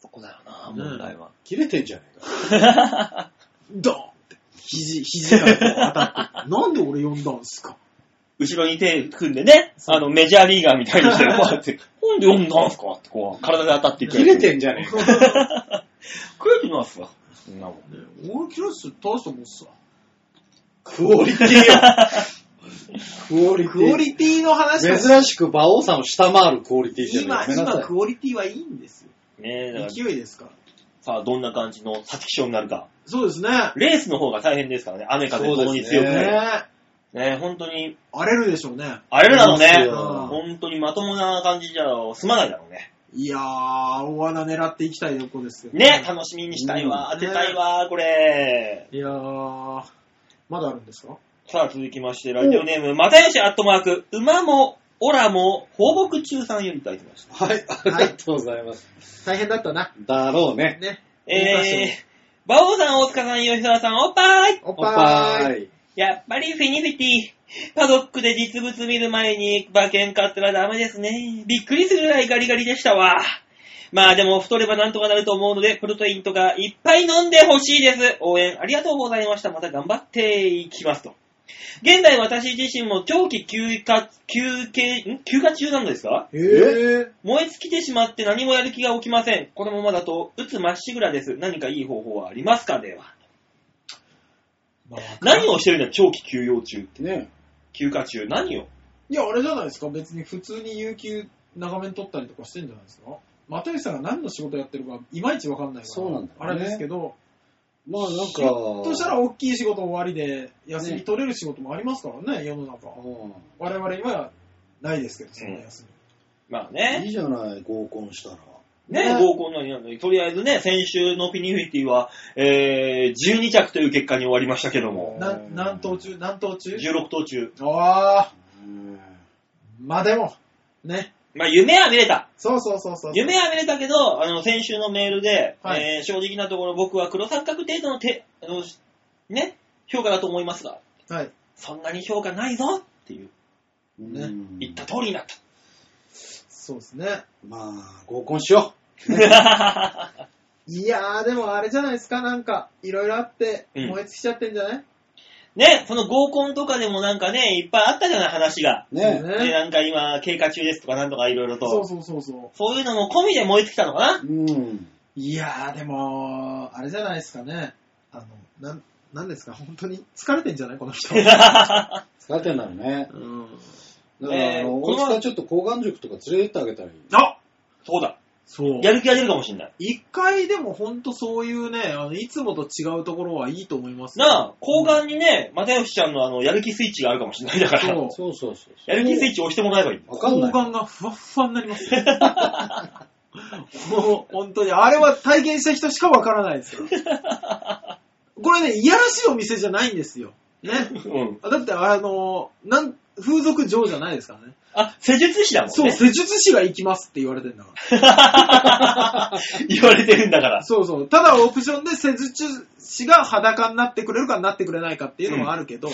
Speaker 2: そこだよな、問題は。
Speaker 1: 切れてんじゃねえか。
Speaker 3: ドーンって。肘、肘がこう当た
Speaker 2: *laughs*
Speaker 3: って。なんで俺呼んだんすか
Speaker 2: 後ろに手組んでね、
Speaker 3: そう
Speaker 2: あの、メジャーリーガーみたいに *laughs* して、こうやって、なんで読んだんすかって、こう、体で当たっていく。
Speaker 1: 切れてんじゃねえか。
Speaker 2: くれてますわ。そんなもん。
Speaker 3: ね俺キロス倒したもんっすわ。
Speaker 1: クオリ
Speaker 2: *laughs*
Speaker 1: ティよ。クオリテ
Speaker 3: クオ
Speaker 1: ィ。
Speaker 3: リティの話と
Speaker 1: 珍しく馬王さんを下回るクオリティじゃな
Speaker 3: 今、
Speaker 1: いやめな
Speaker 3: 今
Speaker 1: さい。
Speaker 3: クオリティはいいんですよ。
Speaker 2: ねえ、だから、
Speaker 3: 勢いですから。
Speaker 2: さあ、どんな感じの皐月賞になるか。
Speaker 3: そうですね。
Speaker 2: レースの方が大変ですからね、雨風ともに強く
Speaker 1: そうで
Speaker 2: ね。
Speaker 1: す
Speaker 3: ね
Speaker 2: ねえ、本当に、
Speaker 3: 荒れるでしょうね。
Speaker 2: あれだろう
Speaker 1: あり
Speaker 2: ね
Speaker 1: ま。
Speaker 3: すよ
Speaker 2: 本当にまともな感じじゃ済まないだろうね。
Speaker 3: いやー、大穴狙っていきたいとこですけど
Speaker 2: ねえ、楽しみにしたいわ。
Speaker 3: うん
Speaker 2: 当てたいわ、これ。
Speaker 3: いやー、まだあるんですか
Speaker 2: さあ、続きまして、ラジオネーム、またよしアットマーク、馬も、オラも、放牧中さんよりいただきました。
Speaker 1: はい、ありがとうございます。
Speaker 3: 大変だったな。
Speaker 1: だろうね。
Speaker 3: ね。
Speaker 2: えー、馬王さん、大塚さん、吉沢さん、おっぱーい
Speaker 3: おっ
Speaker 1: おっぱ
Speaker 3: ぱーい。
Speaker 1: い。
Speaker 2: やっぱりフィニフィティ。パドックで実物見る前に馬券買ったらダメですね。びっくりするぐらいガリガリでしたわ。まあでも太ればなんとかなると思うので、プロテインとかいっぱい飲んでほしいです。応援ありがとうございました。また頑張っていきますと。現在私自身も長期休暇、休憩、ん休暇中なのですか
Speaker 3: えー、
Speaker 2: 燃え尽きてしまって何もやる気が起きません。このままだと、打つまっしぐらです。何かいい方法はありますかでは。
Speaker 3: まあ
Speaker 2: 何をしてるんだ長期休養中。
Speaker 1: ね。
Speaker 2: 休暇中。何を
Speaker 3: いや、あれじゃないですか。別に普通に有給長めに取ったりとかしてんじゃないですか。又吉さんが何の仕事やってるか、いまいちわかんないから、
Speaker 1: そうなんだよね
Speaker 3: あれですけど、
Speaker 1: まあなん
Speaker 3: ひょっとしたら
Speaker 1: か、
Speaker 3: 大きい仕事終わりで、休み取れる仕事もありますからね、世の中。
Speaker 1: う
Speaker 3: 我々はないですけど、そんな休み。
Speaker 2: まあ
Speaker 1: んい
Speaker 2: ね。
Speaker 1: いじゃない、合コンしたら。
Speaker 2: ね、
Speaker 3: ね
Speaker 2: 合コンなりなんだりとりあえずね、先週のフィニフィティは、えー、12着という結果に終わりましたけども、
Speaker 3: な何頭中何頭中
Speaker 2: 16頭中。
Speaker 3: ああ、
Speaker 1: うん
Speaker 3: まあでも、ね。
Speaker 2: まあ、夢は見れた。
Speaker 3: そうそうそうそう。
Speaker 2: 夢は見れたけど、あの、先週のメールで、
Speaker 3: はい
Speaker 2: えー正直なところ僕は黒三角程度の手、あの、ね、評価だと思いますが、
Speaker 3: はい。
Speaker 2: そんなに評価ないぞっていう、
Speaker 3: ね
Speaker 1: うん
Speaker 2: 言った通りになった。
Speaker 3: そうですね。
Speaker 1: まあ、合コンしよ
Speaker 3: いやー、でもあれじゃないですか、なんか、いろいろあって、
Speaker 2: うん
Speaker 3: 燃え尽きちゃってんじゃない、
Speaker 2: *laughs* ね、その合コンとかでもなんかね、いっぱいあったじゃない話が。
Speaker 1: う。ね。
Speaker 2: で、なんか今、経過中ですとかなんとかいろいろと。
Speaker 3: そうそうそうそう。
Speaker 2: そういうのも込みで燃え尽きたのかな
Speaker 1: うん。
Speaker 3: いやー、でも、あれじゃないですかね。あの、なん、なんですか、本当に疲れてんじゃないこの
Speaker 1: *laughs*
Speaker 3: 人。
Speaker 1: 疲れてんだろうね。
Speaker 3: うん。
Speaker 1: だから、あ
Speaker 2: えー
Speaker 1: の、
Speaker 2: こ
Speaker 1: 大
Speaker 2: の
Speaker 1: 塚ちょっと抗がん塾とか連れてってあげたらいい。
Speaker 3: あ
Speaker 2: そうだ。
Speaker 3: そう。
Speaker 2: やる気が出るかもしんない。
Speaker 3: 一回でもほんとそういうね、あの、いつもと違うところはいいと思いますよ
Speaker 2: なあ、後半にね、又吉ちゃんのあの、やる気スイッチがあるかもしんないだから、
Speaker 3: そう。
Speaker 1: そうそうそう。
Speaker 2: やる気スイッチ押してもらえばいい。
Speaker 1: わか
Speaker 3: 後
Speaker 1: んない。
Speaker 3: 半がふわっふわになり *laughs* ます。もう、本当に、あれは体験した人しかわからないですよ。これね、いやらしいお店じゃないんですよ。ね。
Speaker 2: うん。
Speaker 3: だって、あの、なん、風俗嬢じゃないですからね。
Speaker 2: あ、施術師だもんね。
Speaker 3: そう、施術師が行きますって言われてんだから。
Speaker 2: 言われてるんだから。
Speaker 3: そうそう。ただオプションで施術師が裸になってくれるかなってくれないかっていうのもあるけど、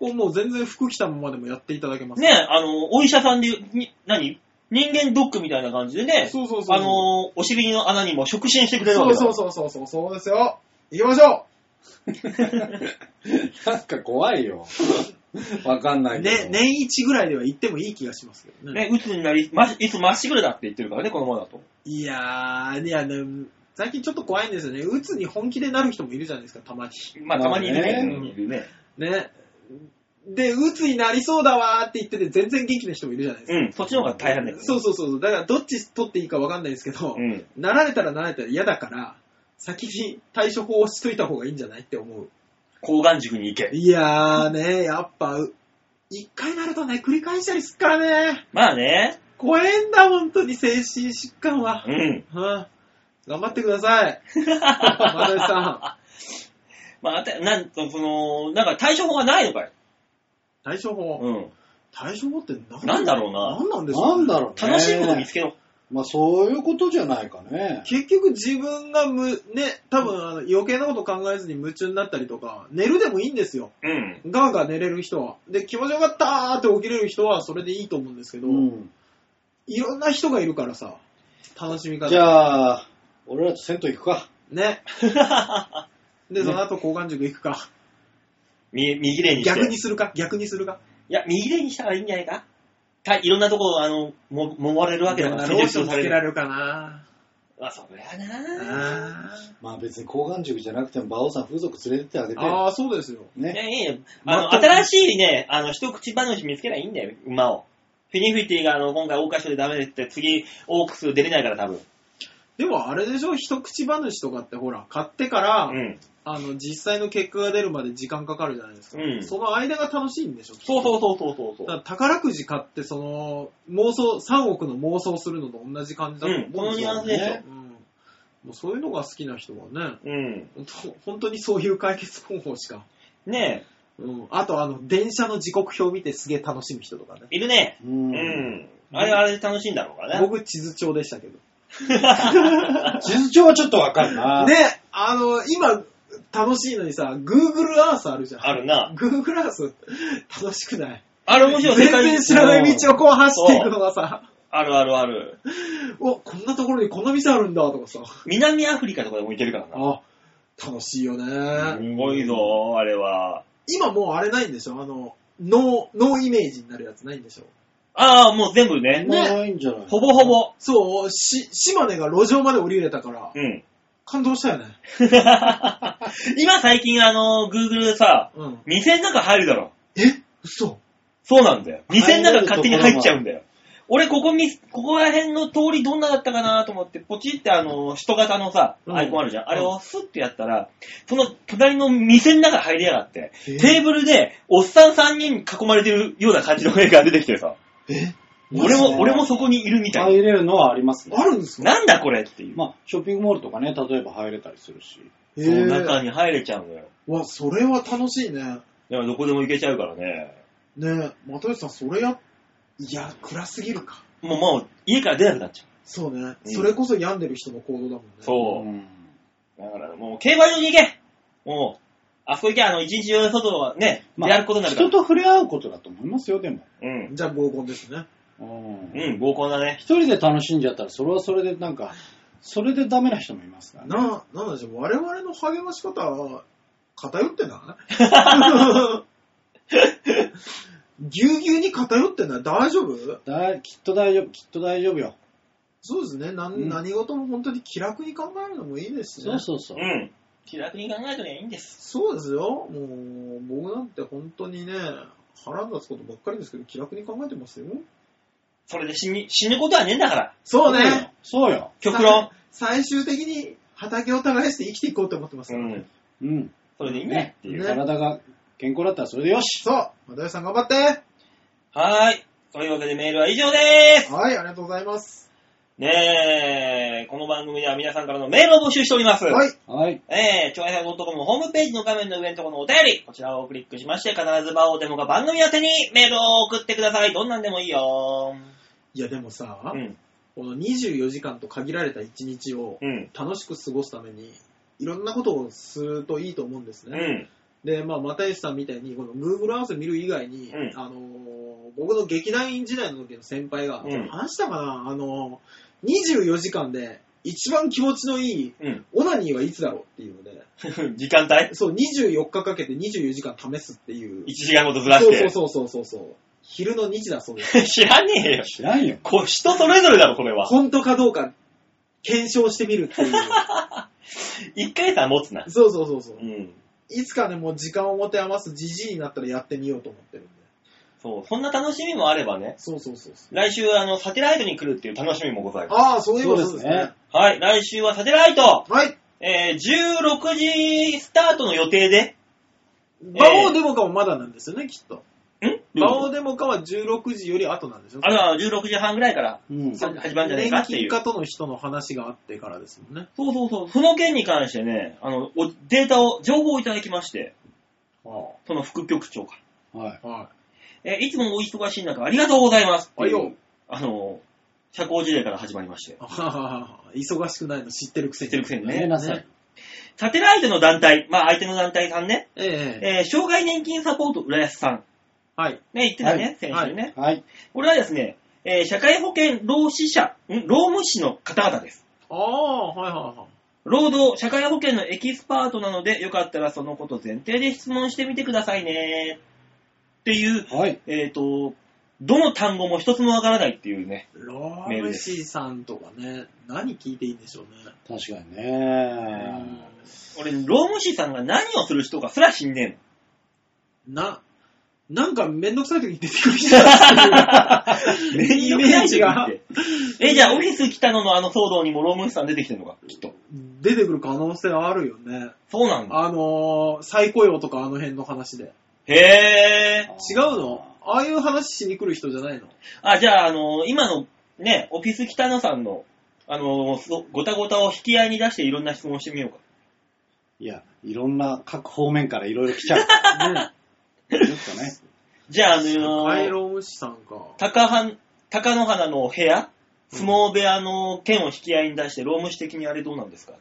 Speaker 3: こうもう全然服着たままでもやっていただけます。
Speaker 2: ね、あの、お医者さんで、に何人間ドックみたいな感じでね、
Speaker 3: そうそうそう。
Speaker 2: あの、お尻の穴にも触診してくれるわ
Speaker 3: そ
Speaker 2: け
Speaker 3: う
Speaker 2: だ
Speaker 3: そうそうそうそう、そうですよ。行きましょ
Speaker 1: *laughs* なんか怖いよ。わかんな
Speaker 3: う
Speaker 1: いけ
Speaker 3: ね
Speaker 1: ど。、
Speaker 3: 年一ぐらいでは行ってもいい気がしますけどね。
Speaker 2: ね、鬱になり、ま、いつまっしぐらだって言ってるからね、このままだと。
Speaker 3: いやー、いやね、最近ちょっと怖いんですよね。うつに本気でなる人もいるじゃないですか、たまに。
Speaker 2: まあ、たまにいる
Speaker 1: まあ
Speaker 2: ね。
Speaker 1: ね
Speaker 2: いるね
Speaker 3: ね。で、うつになりそうだわーって言ってて全然元気な人もいるじゃないですか。
Speaker 2: うん、そっちの方が大変だよね。
Speaker 3: そうそうそう。だからどっち取っていいかわかんないですけど、
Speaker 2: うん。
Speaker 3: なられたらなられたら嫌だから、先に対処法をしといた方がいいんじゃないって思う。
Speaker 2: 抗がん塾に行け。
Speaker 3: いやーね、やっぱ、う一回なるとね、繰り返したりすっからね。
Speaker 2: まあね。
Speaker 3: 怖えんだ、本当に精神疾患は
Speaker 2: う。ん。
Speaker 3: はあ、頑張ってください。マダイさ
Speaker 2: *laughs* まあ、あたなんと、その、なんか対処法がないのかい。
Speaker 3: ん、対処法。
Speaker 2: うん。
Speaker 3: 対処法って何
Speaker 2: なんだろうな。
Speaker 3: 何なんですか、
Speaker 1: なんだろうね。
Speaker 2: 楽しいこと見つけろ。
Speaker 1: まあそういうことじゃないかね。
Speaker 3: 結局自分がむ、ね、多分あの余計なこと考えずに夢中になったりとか、寝るでもいいんですよ。
Speaker 2: うん。
Speaker 3: ガーガー寝れる人は。で、気持ちよかったーって起きれる人はそれでいいと思うんですけど、
Speaker 1: うん。
Speaker 3: いろんな人がいるからさ、楽しみ方。
Speaker 1: じゃあ、俺らと銭湯行くか。
Speaker 3: ね。で、その後、交換塾行くか。
Speaker 2: *laughs* み右例にして。
Speaker 3: 逆に
Speaker 2: い
Speaker 3: するか逆にするか
Speaker 2: や、右例にしたらいいんじゃないか。たいろんなとこ、あの、も、揉まれるわけだから、
Speaker 3: ローション
Speaker 2: 施
Speaker 3: つ
Speaker 2: さ
Speaker 3: け
Speaker 2: れ
Speaker 3: ら
Speaker 2: る。
Speaker 3: れるか
Speaker 2: *laughs*
Speaker 3: な
Speaker 2: あ、それはな
Speaker 3: あ
Speaker 1: まあ別に高岩塾じゃなくても、馬王さん風俗連れてってあげ
Speaker 3: ー
Speaker 1: て。
Speaker 3: あー、そうですよ。
Speaker 2: ぁ。
Speaker 1: ね。
Speaker 2: ね、いいよ。あ
Speaker 3: ま
Speaker 2: の、
Speaker 3: た
Speaker 2: 新しいね、あの、一口話見つけりゃいいんだよ、馬を。フィニフィティが、あの、今回、大歌賞でダメでって、次、オークス出れないから、多分。
Speaker 3: でもあれでしょ一口話とかってほら、買ってから、
Speaker 2: うん。
Speaker 3: あの、実際の結果が出るまで時間かかるじゃないですか。
Speaker 2: うん
Speaker 3: その間が楽しいんでしょ
Speaker 2: そうそうう。そうそうそうそう。
Speaker 3: だから宝くじ買って、その、妄想、3億の妄想するのと同じ感じだと思うんですよ、
Speaker 2: うんこのニュアンスでしょ
Speaker 3: うんもうそういうのが好きな人はね、
Speaker 2: うん。
Speaker 3: ほんと本当にそういう解決方法しか。
Speaker 2: ね
Speaker 3: うん。あと、あの、電車の時刻表見てすげえ楽しむ人とかね。
Speaker 2: え、いるね。
Speaker 1: う。
Speaker 2: うんん。あれはあれで楽しいんだろうからね。
Speaker 3: 僕、地図帳でしたけど。
Speaker 1: 地図上はちょっとわかるな。
Speaker 3: で、あの、今、楽しいのにさ、Google Earth あるじゃ
Speaker 2: *laughs*
Speaker 3: ん。
Speaker 2: あるな。
Speaker 3: Google Earth、楽しくない
Speaker 2: あれ面白
Speaker 3: 全
Speaker 2: い。世界
Speaker 3: 然知らない道をこう走っていくのがさ、
Speaker 2: あるあるある。
Speaker 3: お、こんなところにこんな店あるんだとかさ、
Speaker 2: 南アフリカとかでも行けるからな。
Speaker 3: あ、楽しい
Speaker 2: す
Speaker 3: よね。
Speaker 2: ごいぞ、あれは。
Speaker 3: 今もうあれないんでしょあの、ノー、ノーイメージになるやつないんでしょ
Speaker 2: ああ、もう全部ね。
Speaker 1: もうないんじゃない
Speaker 2: ほぼほぼ。
Speaker 3: そう、し、島根が路上まで降りれたから、
Speaker 2: うん。
Speaker 3: 感動したよね。
Speaker 2: *laughs* 今最近あの、Google さ、
Speaker 3: うん。
Speaker 2: 店の中入るだろ。
Speaker 3: え嘘
Speaker 2: そうなんだよ。店の中
Speaker 1: 入れるところ
Speaker 2: 勝手に入っちゃうんだよ。俺、ここみ、ここら辺の通りどんなだったかなと思って、ポチってあの、人型のさ、
Speaker 3: うん
Speaker 2: アイコンあるじゃん。あれ
Speaker 3: うん
Speaker 2: をスッてやったら、その隣の店の中入りやがって、
Speaker 3: え
Speaker 2: テーブルで、おっさん3人囲まれてるような感じの映画が出てきてさ、
Speaker 3: え
Speaker 2: 俺
Speaker 1: そう
Speaker 2: も、俺もそこにいるみたい
Speaker 1: 入れるのはありますね。
Speaker 3: あるんですか
Speaker 2: な。なんだこれっていう。
Speaker 1: まあ、ショッピングモールとかね、例えば入れたりするし。
Speaker 3: え
Speaker 2: その
Speaker 3: ー、
Speaker 2: 中に入れちゃうのよ。
Speaker 3: わ、それは楽しいね。
Speaker 2: だからどこでも行けちゃうからね。
Speaker 3: ねえ、又吉さん、それや、いや、暗すぎるか。
Speaker 2: もう、もう、家から出なくなっちゃ
Speaker 3: そうね。
Speaker 2: うん
Speaker 3: それこそ病んでる人の行動だもんね。
Speaker 2: う。そう。
Speaker 1: ん。
Speaker 2: だからもう競馬場に行けもう、あそこ行け、あの、一日中外はね、
Speaker 1: まあ
Speaker 2: やることになるから。
Speaker 1: 人と触れ合うことだと思いますよ、でも。
Speaker 2: うん。
Speaker 3: じゃあ合コンですね。
Speaker 1: うん
Speaker 2: うん、合コンだ
Speaker 1: *laughs*
Speaker 2: ね。
Speaker 1: 一人で楽しんじゃったら、それはそれでなんか、それでダメな人もいますからね。
Speaker 3: な、なんでしょう、我々の励まし方は、偏ってないぎゅうぎゅうに偏ってない大丈夫
Speaker 1: だいきっと大丈夫、きっと大丈夫よ。
Speaker 3: そうですね、なん
Speaker 1: うん
Speaker 3: 何事も本当に気楽に考えるのもいいですしね。
Speaker 1: そうそうそうう。
Speaker 2: ん。気楽に考えとりゃいいんです。
Speaker 3: そうですよ。もう、僕なんて本当にね、腹立つことばっかりですけど、気楽に考えてますよ。
Speaker 2: それで死に、死ぬことはねえんだから。
Speaker 3: そうね。。
Speaker 1: そうよ。
Speaker 2: 極論。
Speaker 3: 最最終的に畑を耕して生きていこうと思ってます
Speaker 2: う
Speaker 3: から
Speaker 2: ん。
Speaker 1: うん。
Speaker 2: それでいいね。
Speaker 1: っていう体が健康だったらそれでよし。
Speaker 3: そう、又吉さん頑張って
Speaker 2: はーい。というわけでメールは以上です。
Speaker 3: はい、ありがとうございます。
Speaker 2: ねえ、この番組では皆さんからのメールを募集しております。
Speaker 3: はい、
Speaker 1: はい。
Speaker 2: えー、超平洋 .com ホームページの画面の上のところのお便り、こちらをクリックしまして、必ずバオデモが番組宛てにメールを送ってください。どんなんでもいいよ
Speaker 3: いやでもさ、
Speaker 2: うん、
Speaker 3: この24時間と限られた一日を
Speaker 2: うん、
Speaker 3: 楽しく過ごすために、いろんなことをするといいと思うんです
Speaker 2: う
Speaker 3: ね。
Speaker 2: ん、
Speaker 3: で、まあ、又吉さんみたいに、この Google Earth 見る以外に、
Speaker 2: うん
Speaker 3: あのー僕の劇団員時代の時の先輩が、
Speaker 2: うん
Speaker 3: 話したかなあのー、24時間で一番気持ちのいい
Speaker 2: うん。
Speaker 3: オナニーはいつだろうっていうので、
Speaker 2: *laughs* 時間帯
Speaker 3: そう、24日かけて24時間試すってい
Speaker 2: ?1
Speaker 3: う。
Speaker 2: 時間ごとずらし
Speaker 3: そう
Speaker 2: て。
Speaker 3: そうそうそうそう。昼の2時だそう
Speaker 2: *laughs*
Speaker 3: です。
Speaker 2: 知らねえよ。
Speaker 1: 知らんよ。
Speaker 2: こう人それぞれだろ、これは。
Speaker 3: 本当かどうか検証してみるっ
Speaker 2: *laughs*
Speaker 3: ていう。
Speaker 2: 一回さ、持つな。
Speaker 3: そうそうそうそう
Speaker 2: う。ん。
Speaker 3: いつかね、もう時間を持て余すじじいになったらやってみようと思ってるんで。
Speaker 2: そう、そんな楽しみもあればね、
Speaker 3: そうそうそうそう。
Speaker 2: 来週、あの、サテライトに来るっていう楽しみもございま
Speaker 3: ああ、そういうこと
Speaker 1: そう
Speaker 3: で
Speaker 1: ですす
Speaker 3: ね
Speaker 1: ね。
Speaker 2: す。はい、来週はサテライト、
Speaker 3: はい。
Speaker 2: えー、16時スタートの予定で、
Speaker 3: 馬王デモカもまだなんですよね、きっと。
Speaker 2: ん
Speaker 3: 馬王デモカは16時より後なんでしょ
Speaker 2: あの、16時半ぐらいから
Speaker 1: うん。
Speaker 2: さ始まるんじゃないかっていう
Speaker 3: 年金。家との人の話があってからですもんね。
Speaker 2: そうそうそう。その件に関してね、あの、おデータを、情報をいただきまして、
Speaker 1: は
Speaker 2: その副局長か
Speaker 1: あはい。
Speaker 3: は
Speaker 2: ら。えーいつもお忙しい中、ありがとうございますって
Speaker 3: はい
Speaker 2: いう。
Speaker 3: よ
Speaker 2: あの、社交辞令から始まりまして。
Speaker 3: あはははは。 *laughs* 忙しくないの知ってるくせ
Speaker 2: 知
Speaker 3: に。
Speaker 2: ってるくせに
Speaker 1: やめ
Speaker 2: ね。
Speaker 1: なさい。
Speaker 2: サテライトの団体、まあ相手の団体さんね、
Speaker 3: ええええ
Speaker 2: えー障害年金サポート浦安さん。
Speaker 3: はい。
Speaker 2: ね、言ってたね、
Speaker 1: は
Speaker 2: 先週ね。
Speaker 1: はい。
Speaker 2: これはですね、えー社会保険労使者、ん労務士の方々です。
Speaker 3: ああ、はいはいはい。
Speaker 2: 労働、社会保険のエキスパートなので、よかったらそのこと前提で質問してみてくださいね。っていう
Speaker 1: はい。
Speaker 2: えっ、と、どの単語も一つもわからないっていうね。メ
Speaker 3: ラ
Speaker 2: ー
Speaker 3: ー
Speaker 2: ル
Speaker 3: メ
Speaker 2: です
Speaker 3: シさんとかね、何聞いていいんでしょうね。
Speaker 1: 確かに
Speaker 3: うん
Speaker 1: ね。
Speaker 2: 俺、労務士さんが何をする人かすら死んね
Speaker 3: な、なんかめんどくさい時に出てくる人
Speaker 2: *laughs*
Speaker 3: だって
Speaker 2: えの。
Speaker 3: いうイ *laughs* メージが
Speaker 2: え、じゃあ、オフィス来たののあの騒動にも労務士さん出てきてるのか、きっと。
Speaker 3: 出てくる可能性はあるよね。
Speaker 2: そうなんだ。
Speaker 3: あのー、再雇用とかあの辺の話で。
Speaker 2: へえ。
Speaker 3: 違うのああいう話しに来る人じゃないの
Speaker 2: あ、じゃあ、あの、今のね、オフィス北野さんの、あの、そごたごたを引き合いに出していろんな質問してみようか。
Speaker 1: いや、いろんな各方面からいろいろ来ちゃう。
Speaker 3: *laughs* ね。
Speaker 1: ちょっとね。
Speaker 2: じゃあ、あの
Speaker 3: アイロン氏さんか。
Speaker 2: 高はん高野花の部屋相撲部屋の件を引き合いに出して、労務士的にあれどうなんですか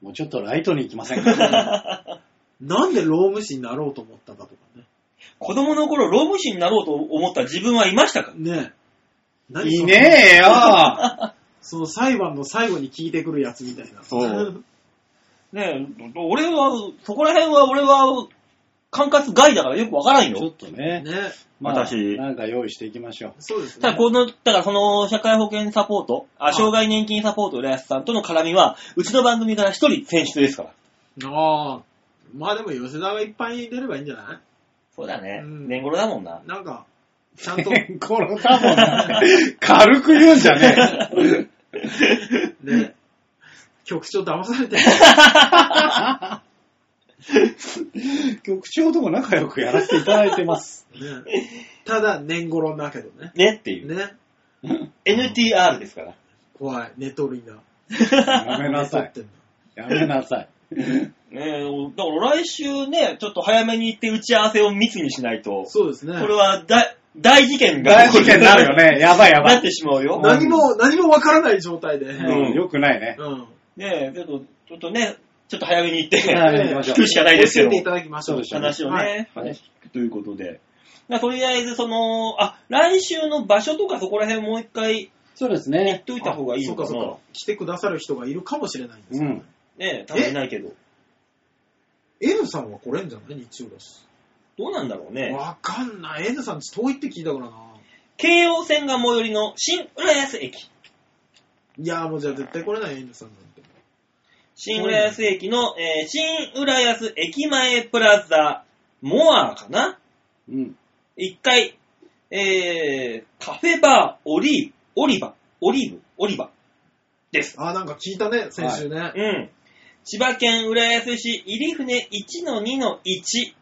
Speaker 1: もうちょっとライトに行きませんか
Speaker 3: なんで労務士になろうと思ったかとかね。
Speaker 2: 子供の頃、労務士になろうと思った自分はいましたか
Speaker 3: ねえ。何
Speaker 1: い
Speaker 3: その
Speaker 1: ねえよ
Speaker 3: その裁判の最後に聞いてくるやつみたいな。 *laughs*
Speaker 2: そう。 *laughs* ねえ、俺は、そこら辺は俺は、管轄外だからよくわからん
Speaker 1: ちょ
Speaker 2: よ
Speaker 1: っ。とね。
Speaker 3: ね。
Speaker 1: まあ
Speaker 2: 私
Speaker 1: なんか用意していきま *laughs* しょ
Speaker 3: そうですね。
Speaker 2: ただ、この、だからその、社会保険サポート、あ、障害年金サポート浦安さんとの絡みは、うちの番組から一人選出ですから。
Speaker 3: ああ。まあでも吉田がいっぱい出ればいいんじゃな
Speaker 2: そうだね。
Speaker 3: うん
Speaker 2: 年頃だもん *laughs* な。
Speaker 3: いなんか、ちゃん
Speaker 1: う。 *laughs*
Speaker 3: と、
Speaker 1: 健康の多分なん *laughs* て、軽く言うんじゃねえよ。
Speaker 3: ね、局長騙されてる。
Speaker 1: *laughs* 局長とも仲良くやらせていただいてます。
Speaker 3: ね、ただ、年頃だけどね。
Speaker 2: ねっていう。
Speaker 3: ね、
Speaker 2: NTR です *laughs* から。
Speaker 3: 怖い。寝取りな。
Speaker 1: やめなさ
Speaker 3: 寝取
Speaker 1: い。
Speaker 3: ってん
Speaker 1: やめなさい。
Speaker 2: ねえ、だから来週ね、ちょっと早めに行って打ち合わせを密にしないと
Speaker 3: の。、そうですね。
Speaker 2: これは大大事件が
Speaker 1: *laughs* 大事件になるよ。ね。 *laughs* やばいやば
Speaker 2: なっ
Speaker 1: い。
Speaker 2: てしまうよ。
Speaker 3: 何も、何もわからない状態で。
Speaker 2: ん
Speaker 1: うんよくないね。
Speaker 3: うん。
Speaker 2: ねえ、ちょっと、ちょっとね、ちょっと早めに行って、
Speaker 1: はい行き *laughs* ましょ
Speaker 2: 聞
Speaker 1: う
Speaker 2: くしかないですけど
Speaker 3: 教えていただきましょう。
Speaker 1: そうで
Speaker 2: 話をね、
Speaker 1: はい
Speaker 2: 話聞くということで。まあとりあえず、その、あ、来週の場所とかそこら辺もう一回
Speaker 1: そうです
Speaker 2: 言っ
Speaker 1: ね。
Speaker 2: といた方がいい
Speaker 3: そ
Speaker 2: の
Speaker 3: う
Speaker 2: か
Speaker 3: か、そう
Speaker 2: な
Speaker 3: か。。来てくださる人がいるかもしれないんです
Speaker 1: う
Speaker 3: よ
Speaker 1: ん。
Speaker 2: ねえ、食べてないけど。
Speaker 3: N さんは来れんじゃない日曜だし。
Speaker 2: どうなんだろうね。
Speaker 3: わかんない。N さんち遠いって聞いたからな。
Speaker 2: 京王線が最寄りの新浦安駅。
Speaker 3: いやーもうじゃあ絶対来れない N さんなんて。
Speaker 2: 新浦安駅の、えー新浦安駅前プラザモアかな
Speaker 1: うん。
Speaker 2: ?1 階、えー、カフェバーオリー、オリバ、オリーブ、オリバです。
Speaker 3: あー、なんか聞いたね、先週ね。
Speaker 2: うん。千葉県浦安市入船1-2-1。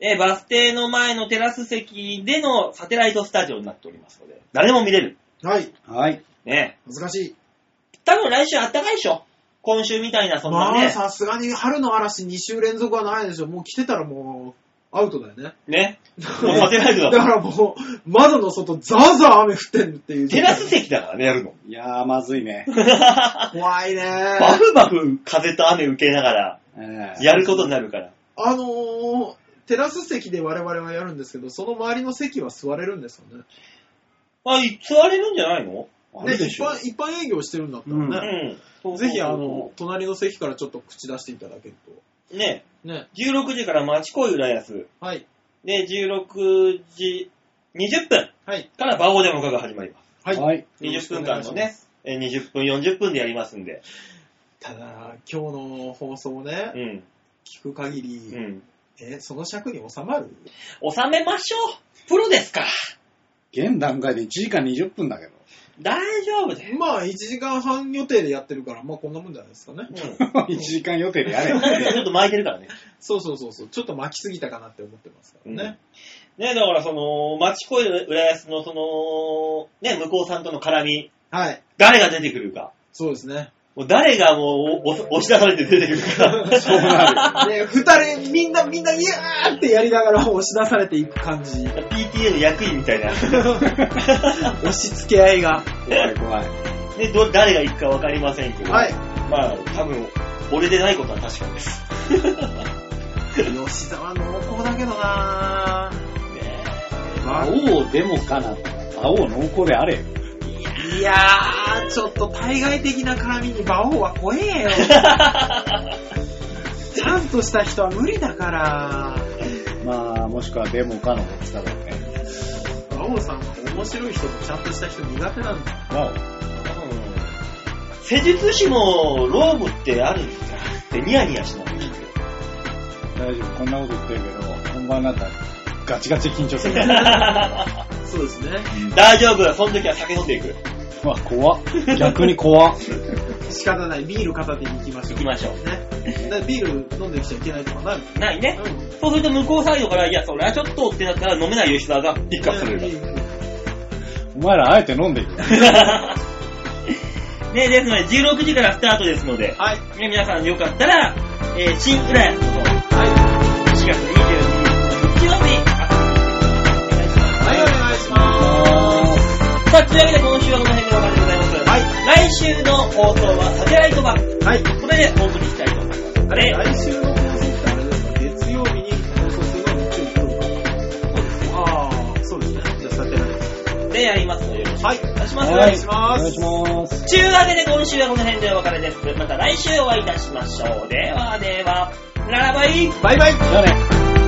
Speaker 2: えーバス停の前のテラス席でのサテライトスタジオになっておりますので、誰でも見れる。
Speaker 3: はい、
Speaker 1: はい。
Speaker 2: ね。
Speaker 3: 難しい。
Speaker 2: 多分来週あったかいでしょ今週みたいな、そんな
Speaker 3: まあ、
Speaker 2: ね。
Speaker 3: さすがに春の嵐2週連続はないでしょ。もう来てたらもう、アウトだよね。
Speaker 2: ね。もうサテライトだ
Speaker 3: だからもう、窓の外、ザーザー雨降ってんっていう。
Speaker 2: テラス席だからね、やる
Speaker 3: *laughs*
Speaker 2: の。
Speaker 1: いやー、まずいね。
Speaker 3: 怖いね
Speaker 2: バフバフ風と雨受けながら、
Speaker 1: えー
Speaker 2: やることになるから。
Speaker 3: あのー、テラス席で我々はやるんですけど、その周りの席は座れるんですかね。
Speaker 2: あ、い座れるんじゃないの
Speaker 1: あ
Speaker 3: ね
Speaker 1: れで
Speaker 3: 一
Speaker 1: しょ。
Speaker 3: 般、一般営業してるんだったら
Speaker 2: う
Speaker 1: う
Speaker 3: ね。
Speaker 2: ん。そうそうそう
Speaker 3: ぜひ、あの、、隣の席からちょっと口出していただける
Speaker 2: ね、
Speaker 3: と。ね。
Speaker 2: 16時から町恋浦安。
Speaker 3: はい。
Speaker 2: で、16時20分
Speaker 3: はい。
Speaker 2: から馬王デモカが始まります。
Speaker 3: はい。
Speaker 1: はい。
Speaker 2: 20分間のね、え20分、40分でやりますんで。
Speaker 3: ただ、今日の放送をね
Speaker 2: う、ん。
Speaker 3: 聞く限り、
Speaker 2: うん。
Speaker 3: え、その尺に収まる
Speaker 2: 収めましょうプロですから
Speaker 1: 現段階で1時間20分だけど。 *laughs*
Speaker 2: 大丈夫だよ。
Speaker 3: まあ、1時間半予定でやってるから、まあ、こんなもんじゃないですかね。
Speaker 2: うん。
Speaker 1: 1時間予定で *laughs* やれ。
Speaker 2: なんかちょっと巻いてるからね。
Speaker 3: そうそうそうそう。ちょっと巻きすぎたかなって思ってますからね。
Speaker 2: ね、だからその、町恋浦安のその、ね、向こうさんとの絡み、
Speaker 3: はい。
Speaker 2: 誰が出てくるか。
Speaker 3: そうですね。
Speaker 2: もう誰がもうおお押し出されて出てくるか。
Speaker 1: そ
Speaker 2: *laughs*
Speaker 1: うなる。
Speaker 3: ね、二人、みんな、みんな、イヤーってやりながら押し出されていく感じ。
Speaker 2: PTA の役員みたいな。
Speaker 3: 押し付け合いが。
Speaker 1: 怖い怖い。
Speaker 2: ね、ど誰が行くか分かりませんけど、
Speaker 3: はい。
Speaker 2: まあ、多分、俺でないことは確かです。 *laughs*
Speaker 3: 吉沢濃厚だけどなぁ。
Speaker 2: ね
Speaker 1: 魔王でもかな。魔王濃厚であれよ。
Speaker 3: いやー、ちょっと対外的な絡みに馬王は怖え *laughs* よ。ちゃんとした人は無理だから。
Speaker 1: まあ、もしくはデモかの大きさだよね。
Speaker 3: 馬王さんは面白い人とちゃんとした人苦手なんだ。
Speaker 1: 魔
Speaker 2: うん施術師もローブってあるんですかってニヤニヤしながら
Speaker 3: *laughs*
Speaker 2: 聞いてる
Speaker 1: 王。大丈夫、こんなこと言ってるけど、本番になったらガチガチ緊張 *laughs* する。
Speaker 3: そうですね。
Speaker 2: 大丈夫、その時は酒飲んでいく。
Speaker 1: うわ、怖っ。逆に怖っ。
Speaker 3: 仕方ない。ビール片手に行きましょ
Speaker 2: 行
Speaker 3: う。
Speaker 2: きましょ
Speaker 3: ね。だからビール飲んできちゃいけないとか *laughs* なる。
Speaker 2: う。ないね。
Speaker 3: うん。
Speaker 2: そうすると向こうサイドから、いや、それはちょっとってなったら飲めない吉沢がピックアップされるから。
Speaker 1: お前らあえて飲んでいく。
Speaker 2: *laughs* ね、ですので、16時からスタートですので、
Speaker 3: はい。
Speaker 2: ね、皆さんよかったら、えー、新浦安の4
Speaker 3: はい。
Speaker 2: 月22日日曜日、あお願いします
Speaker 3: はい、お願いします。
Speaker 2: さあ、というわけで今週はこの辺でお別れでございます。はい。来週の放送はサテライト版。
Speaker 3: はい。
Speaker 2: これでお送りしたいと思います。
Speaker 3: あれ来週の放送ってあれですか月曜日に放送するのは日曜日撮るかああ、そうですね。じゃあ、さてないです。
Speaker 2: でやりますので、よろしく
Speaker 3: はい。
Speaker 2: お願いします。
Speaker 1: はい
Speaker 3: お願いしま
Speaker 1: お願い
Speaker 3: す
Speaker 1: し。ます。
Speaker 2: ちゅうわけで今週はこの辺でお別れです。また来週お会いいたしましょう。ではでは、ララバイ
Speaker 3: バイバイ
Speaker 1: じゃあね。